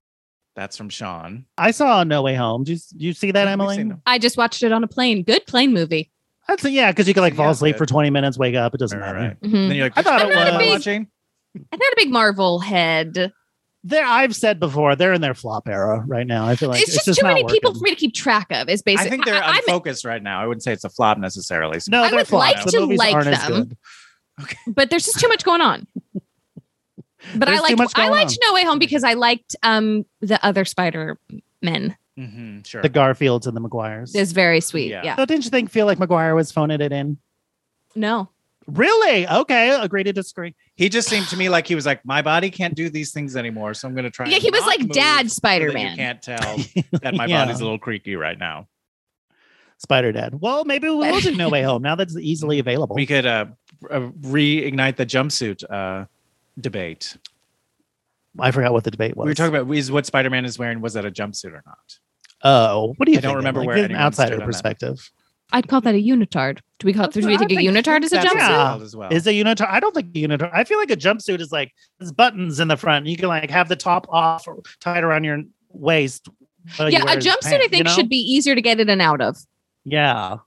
[SPEAKER 3] That's from Sean.
[SPEAKER 4] I saw No Way Home. Do you, do you see that,
[SPEAKER 3] We've
[SPEAKER 4] Emily?
[SPEAKER 3] seen them.
[SPEAKER 5] I just watched it on a plane. Good plane movie.
[SPEAKER 4] That's yeah, because you could like fall
[SPEAKER 3] Yeah,
[SPEAKER 4] asleep
[SPEAKER 3] good.
[SPEAKER 4] for twenty minutes, wake up. It doesn't
[SPEAKER 3] All
[SPEAKER 4] matter.
[SPEAKER 3] right.
[SPEAKER 5] Mhm.
[SPEAKER 3] And then you're like,
[SPEAKER 4] Mm. I thought
[SPEAKER 3] "Which
[SPEAKER 4] it
[SPEAKER 3] one am I
[SPEAKER 5] was-
[SPEAKER 3] watching?
[SPEAKER 5] I'm not a big Marvel head.
[SPEAKER 4] There, I've said before, they're in their flop era right now. I feel like
[SPEAKER 5] it's, just, too
[SPEAKER 4] not
[SPEAKER 5] many people
[SPEAKER 4] working.
[SPEAKER 5] for me to keep track of. Is
[SPEAKER 3] I
[SPEAKER 5] basically.
[SPEAKER 3] think they're
[SPEAKER 5] I, am
[SPEAKER 3] unfocused right now. I wouldn't say it's a flop necessarily. So-
[SPEAKER 4] No,
[SPEAKER 5] I
[SPEAKER 4] they're
[SPEAKER 5] would
[SPEAKER 4] flops.
[SPEAKER 5] like
[SPEAKER 4] the
[SPEAKER 5] to
[SPEAKER 4] movies
[SPEAKER 5] like
[SPEAKER 4] aren't as
[SPEAKER 5] them.
[SPEAKER 4] good.
[SPEAKER 5] but there's just too much going on. But I
[SPEAKER 4] There's too
[SPEAKER 5] liked
[SPEAKER 4] much
[SPEAKER 5] I
[SPEAKER 4] going
[SPEAKER 5] liked
[SPEAKER 4] on.
[SPEAKER 5] No Way Home because I liked um the other Spider Men
[SPEAKER 3] Mhm, sure.
[SPEAKER 4] The Garfields and the McGuires.
[SPEAKER 5] is very sweet.
[SPEAKER 3] Yeah.
[SPEAKER 5] Yeah.
[SPEAKER 4] So didn't you think feel like McGuire was phoning it in?
[SPEAKER 5] No.
[SPEAKER 4] Really? Okay, agree to disagree.
[SPEAKER 3] He just seemed to me like he was like, my body can't do these things anymore, so I'm going to try.
[SPEAKER 5] Yeah,
[SPEAKER 3] and
[SPEAKER 5] he was
[SPEAKER 3] not
[SPEAKER 5] like
[SPEAKER 3] move
[SPEAKER 5] Dad
[SPEAKER 3] so that
[SPEAKER 5] Spider
[SPEAKER 3] You
[SPEAKER 5] Man.
[SPEAKER 3] can't tell that my
[SPEAKER 4] Yeah.
[SPEAKER 3] body's a little creaky right now.
[SPEAKER 4] Spider Dad. Well, maybe we will do No Way Home now that's easily available.
[SPEAKER 3] We could uh, uh, reignite the jumpsuit uh, debate.
[SPEAKER 4] I forgot what the debate was.
[SPEAKER 3] We were talking about is what Spider Man is wearing was that a jumpsuit or not?
[SPEAKER 4] Oh, what do you?
[SPEAKER 3] I don't
[SPEAKER 4] think,
[SPEAKER 3] remember
[SPEAKER 4] Emily?
[SPEAKER 3] where
[SPEAKER 4] Give an
[SPEAKER 3] anyone stood
[SPEAKER 4] outsider
[SPEAKER 3] on that.
[SPEAKER 4] perspective.
[SPEAKER 5] I'd call that a unitard. Do we call do
[SPEAKER 4] That's what
[SPEAKER 5] we
[SPEAKER 4] I
[SPEAKER 5] think a
[SPEAKER 4] think.
[SPEAKER 5] unitard is a
[SPEAKER 3] That's what it's
[SPEAKER 5] jumpsuit?
[SPEAKER 3] called as well.
[SPEAKER 4] Is a unitard? I don't think a unitard. I feel like a jumpsuit is like there's buttons in the front. You can like have the top off, or tied around your waist. while you
[SPEAKER 5] Yeah,
[SPEAKER 4] wear
[SPEAKER 5] a
[SPEAKER 4] his
[SPEAKER 5] jumpsuit
[SPEAKER 4] pant,
[SPEAKER 5] I
[SPEAKER 4] you
[SPEAKER 5] think
[SPEAKER 4] know?
[SPEAKER 5] should be easier to get in and out of.
[SPEAKER 4] Yeah,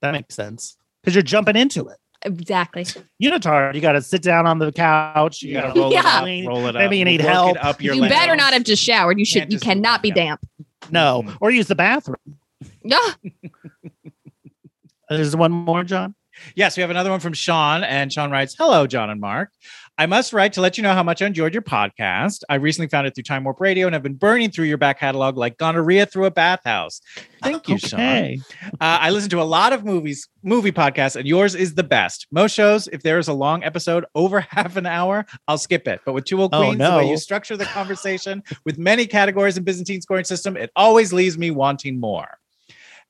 [SPEAKER 4] that makes sense because you're jumping into it.
[SPEAKER 5] Exactly.
[SPEAKER 4] Unitard, you got to sit down on the couch. You got to roll
[SPEAKER 5] Yeah.
[SPEAKER 4] it up.
[SPEAKER 3] roll it up.
[SPEAKER 4] Maybe you need
[SPEAKER 3] work it
[SPEAKER 4] help.
[SPEAKER 3] Up your
[SPEAKER 5] you
[SPEAKER 3] legs.
[SPEAKER 5] better not have just showered. You
[SPEAKER 3] Can't
[SPEAKER 5] should. You
[SPEAKER 3] just leave
[SPEAKER 5] cannot be
[SPEAKER 3] it, yeah.
[SPEAKER 5] damp.
[SPEAKER 4] No, or use the bathroom.
[SPEAKER 5] Yeah.
[SPEAKER 4] There's one more, John.
[SPEAKER 3] Yes, we have another one from Sean, and Sean writes, "Hello, John and Mark. I must write to let you know how much I enjoyed your podcast. I recently found it through Time Warp Radio and I've been burning through your back catalog like gonorrhea through a bathhouse. Thank you, Sean.
[SPEAKER 4] Okay.
[SPEAKER 3] Uh, I listen to a lot of movies, movie podcasts, and yours is the best. Most shows, if there is a long episode over half an hour, I'll skip it. But with Two Old
[SPEAKER 4] Oh,
[SPEAKER 3] Queens, the way
[SPEAKER 4] no.
[SPEAKER 3] you structure the conversation with many categories and Byzantine scoring system, it always leaves me wanting more.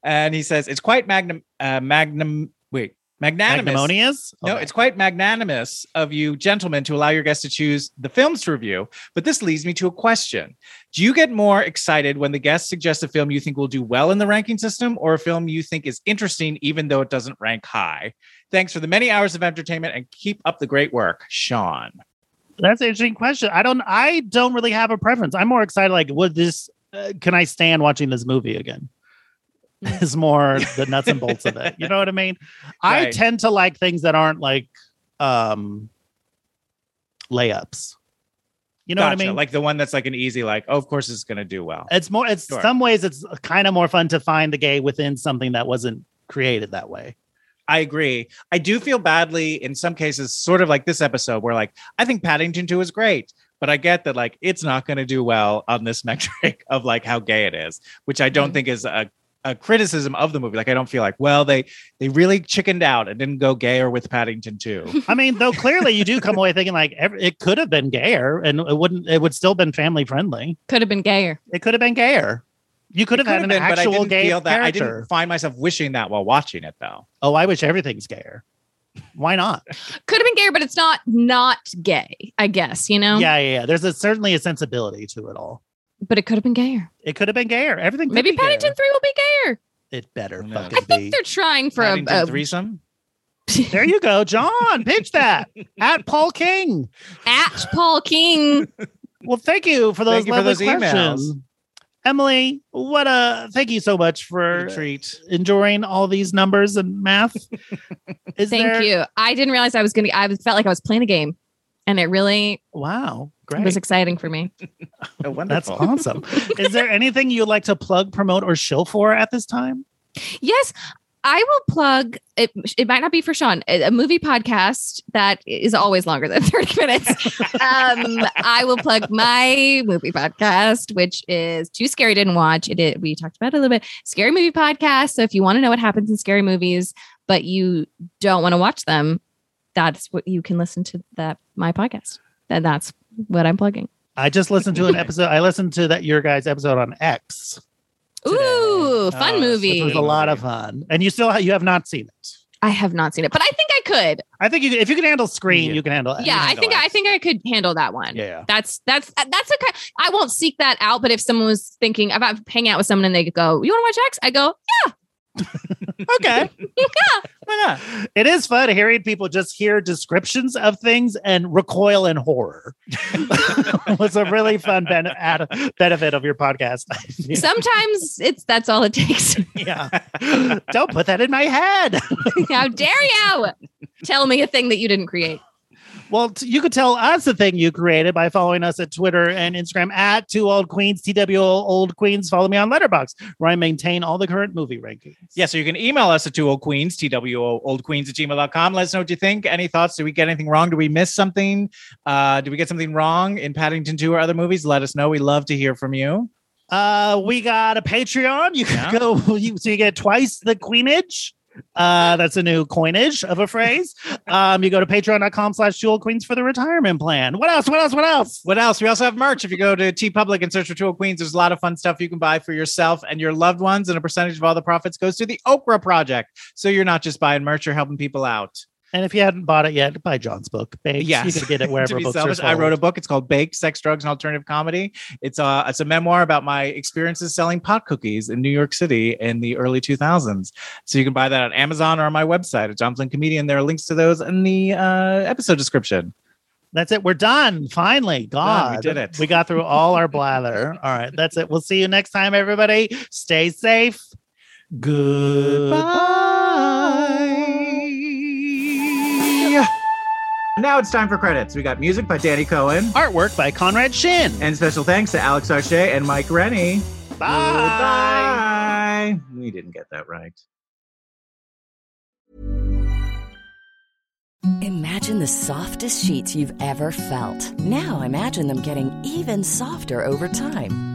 [SPEAKER 3] And he says it's quite magnum, uh, magnum. Wait, magnanimous.
[SPEAKER 4] Magnanimous?
[SPEAKER 3] No,
[SPEAKER 4] Okay.
[SPEAKER 3] it's quite magnanimous of you gentlemen to allow your guests to choose the films to review. But this leads me to a question. Do you get more excited when the guest suggests a film you think will do well in the ranking system or a film you think is interesting even though it doesn't rank high? Thanks for the many hours of entertainment and keep up the great work, Sean.
[SPEAKER 4] That's an interesting question. I don't. I don't really have a preference. I'm more excited. Like, would this? Uh, can I stand watching this movie again?
[SPEAKER 3] Mm.
[SPEAKER 4] Is more the nuts and bolts of it. You know what I mean? I
[SPEAKER 3] Right.
[SPEAKER 4] tend to like things that aren't like um layups. You know what I
[SPEAKER 3] Gotcha.
[SPEAKER 4] mean?
[SPEAKER 3] Like the one that's like an easy, like, oh, of course it's going to do well.
[SPEAKER 4] it's more. It's
[SPEAKER 3] Sure.
[SPEAKER 4] some ways. It's kind of more fun to find the gay within something that wasn't created that way.
[SPEAKER 3] I agree. I do feel badly in some cases, sort of like this episode, where like I think Paddington 2 is great, but I get that like it's not going to do well on this metric of like how gay it is, which I
[SPEAKER 4] Mm-hmm.
[SPEAKER 3] don't think is a, a criticism of the movie. Like I don't feel like, well, they they really chickened out and didn't go gayer with Paddington 2.
[SPEAKER 4] I mean, though clearly you do come away thinking like every, it could have been gayer, and it wouldn't. It would still been family friendly.
[SPEAKER 5] Could have been gayer.
[SPEAKER 4] It could have been gayer. You could have had an
[SPEAKER 3] but I
[SPEAKER 4] actual
[SPEAKER 3] didn't
[SPEAKER 4] gay
[SPEAKER 3] feel that. I
[SPEAKER 4] character.
[SPEAKER 3] didn't find myself wishing that while watching it though.
[SPEAKER 4] oh, I wish everything's gayer. Why not?
[SPEAKER 5] Could have been gayer, but it's not not gay, I guess, you know?
[SPEAKER 4] Yeah, yeah, yeah. There's a, certainly a sensibility to it all.
[SPEAKER 5] But it could have been gayer.
[SPEAKER 4] It could have been gayer. Everything. could
[SPEAKER 5] Maybe
[SPEAKER 4] be
[SPEAKER 5] Paddington
[SPEAKER 4] gayer.
[SPEAKER 5] 3 will be gayer.
[SPEAKER 4] It better
[SPEAKER 3] Who knows?
[SPEAKER 4] fucking
[SPEAKER 3] I
[SPEAKER 5] I think
[SPEAKER 4] be.
[SPEAKER 5] they're trying for a,
[SPEAKER 3] Paddington
[SPEAKER 5] a
[SPEAKER 3] threesome.
[SPEAKER 4] There you go, John. Pitch that at Paul King.
[SPEAKER 5] at Paul King.
[SPEAKER 4] Well, thank you for those
[SPEAKER 3] Thank you for
[SPEAKER 4] lovely
[SPEAKER 3] those emails.
[SPEAKER 4] questions. Emily, what a thank you so much
[SPEAKER 3] What
[SPEAKER 4] for
[SPEAKER 3] a treat.
[SPEAKER 4] enjoying all these numbers and math. Is
[SPEAKER 5] Thank
[SPEAKER 4] there-
[SPEAKER 5] you. I didn't realize I was going to, I felt like I was playing a game and it really
[SPEAKER 4] Wow, great.
[SPEAKER 5] was exciting for me.
[SPEAKER 3] Oh,
[SPEAKER 4] That's
[SPEAKER 3] wonderful.
[SPEAKER 4] awesome. Is there anything you'd like to plug, promote, or shill for at this time?
[SPEAKER 5] Yes, I will plug it. It might not be for Sean, a a movie podcast that is always longer than 30 minutes. um, I will plug my movie podcast, which is Too Scary Didn't Watch. It, is- we talked about it a little bit. Scary movie podcast. So if you want to know what happens in scary movies, but you don't want to watch them, that's what you can listen to that my podcast. And that's what I'm plugging.
[SPEAKER 4] I just listened to an episode. I listened to that your guys' episode on X, Uh,
[SPEAKER 5] Ooh,
[SPEAKER 3] Today.
[SPEAKER 5] fun
[SPEAKER 3] Oh,
[SPEAKER 5] movie.
[SPEAKER 4] which was a lot of fun, and you still ha- you have not seen it.
[SPEAKER 5] I have not seen it, but I think I could.
[SPEAKER 4] I think you can, if you can handle Screen,
[SPEAKER 3] Yeah.
[SPEAKER 4] you can handle. you
[SPEAKER 5] yeah,
[SPEAKER 4] can
[SPEAKER 5] I
[SPEAKER 4] handle
[SPEAKER 5] think I
[SPEAKER 4] X.
[SPEAKER 5] think I could handle that one.
[SPEAKER 4] Yeah,
[SPEAKER 5] That's that's uh, that's a kind. I won't seek that out, but if someone was thinking about hanging out with someone and they go, "You want to watch X?" I go,
[SPEAKER 4] okay.
[SPEAKER 3] Why not?
[SPEAKER 4] it is fun hearing people just hear descriptions of things and recoil in horror. was a really fun ben- ad- benefit of your podcast.
[SPEAKER 5] "Sometimes it's that's all it takes."
[SPEAKER 4] yeah, don't put that in my head.
[SPEAKER 5] How dare you tell me a thing that you didn't create?
[SPEAKER 4] Well, t- you could tell us the thing you created by following us at Twitter and Instagram at Two Old Queens, TW Old Queens. Follow me on Letterbox, where I maintain all the current movie rankings.
[SPEAKER 3] Yeah, so you can email us at two old queens, TWO old queens at gmail.com. Let us know what you think. Any thoughts? Did we get anything wrong? Did we miss something? Uh, did we get something wrong in Paddington 2 or other movies? Let us know. We love to hear from you.
[SPEAKER 4] Uh, we got a Patreon. You can
[SPEAKER 3] Yeah.
[SPEAKER 4] go, you, so you get twice the queenage. Uh, that's a new coinage of a phrase. um, you go to patreon.com slash Two Old Queens for the retirement plan. What else? What else? What else?
[SPEAKER 3] What else? We also have merch. If you go to T Public and search for Two Old Queens, there's a lot of fun stuff you can buy for yourself and your loved ones, and a percentage of all the profits goes to the Okra Project. So you're not just buying merch, you're helping people out.
[SPEAKER 4] And if you hadn't bought it yet, buy John's book. Babes.
[SPEAKER 3] Yes.
[SPEAKER 4] You can get it
[SPEAKER 3] to
[SPEAKER 4] wherever
[SPEAKER 3] be
[SPEAKER 4] books
[SPEAKER 3] selfish,
[SPEAKER 4] are
[SPEAKER 3] I
[SPEAKER 4] sold.
[SPEAKER 3] wrote a book. It's called Bake, Sex, Drugs, and Alternative Comedy. It's a it's a memoir about my experiences selling pot cookies in New York City in the early 2000s. So you can buy that on Amazon or on my website at John Flynn Comedian. There are links to those in the uh, episode description.
[SPEAKER 4] That's it. We're done. Finally.
[SPEAKER 3] Done.
[SPEAKER 4] God.
[SPEAKER 3] We did it.
[SPEAKER 4] We got through all our blather. All right. That's it. We'll see you next time, everybody. Stay safe.
[SPEAKER 3] Bye. Now it's time for credits. We got music by Danny Cohen.
[SPEAKER 4] Artwork by Conrad Shin.
[SPEAKER 3] And special thanks to Alex Arche and Mike Rennie.
[SPEAKER 4] Bye.
[SPEAKER 3] Bye. We didn't get that right.
[SPEAKER 5] Imagine the softest sheets you've ever felt. Now imagine them getting even softer over time.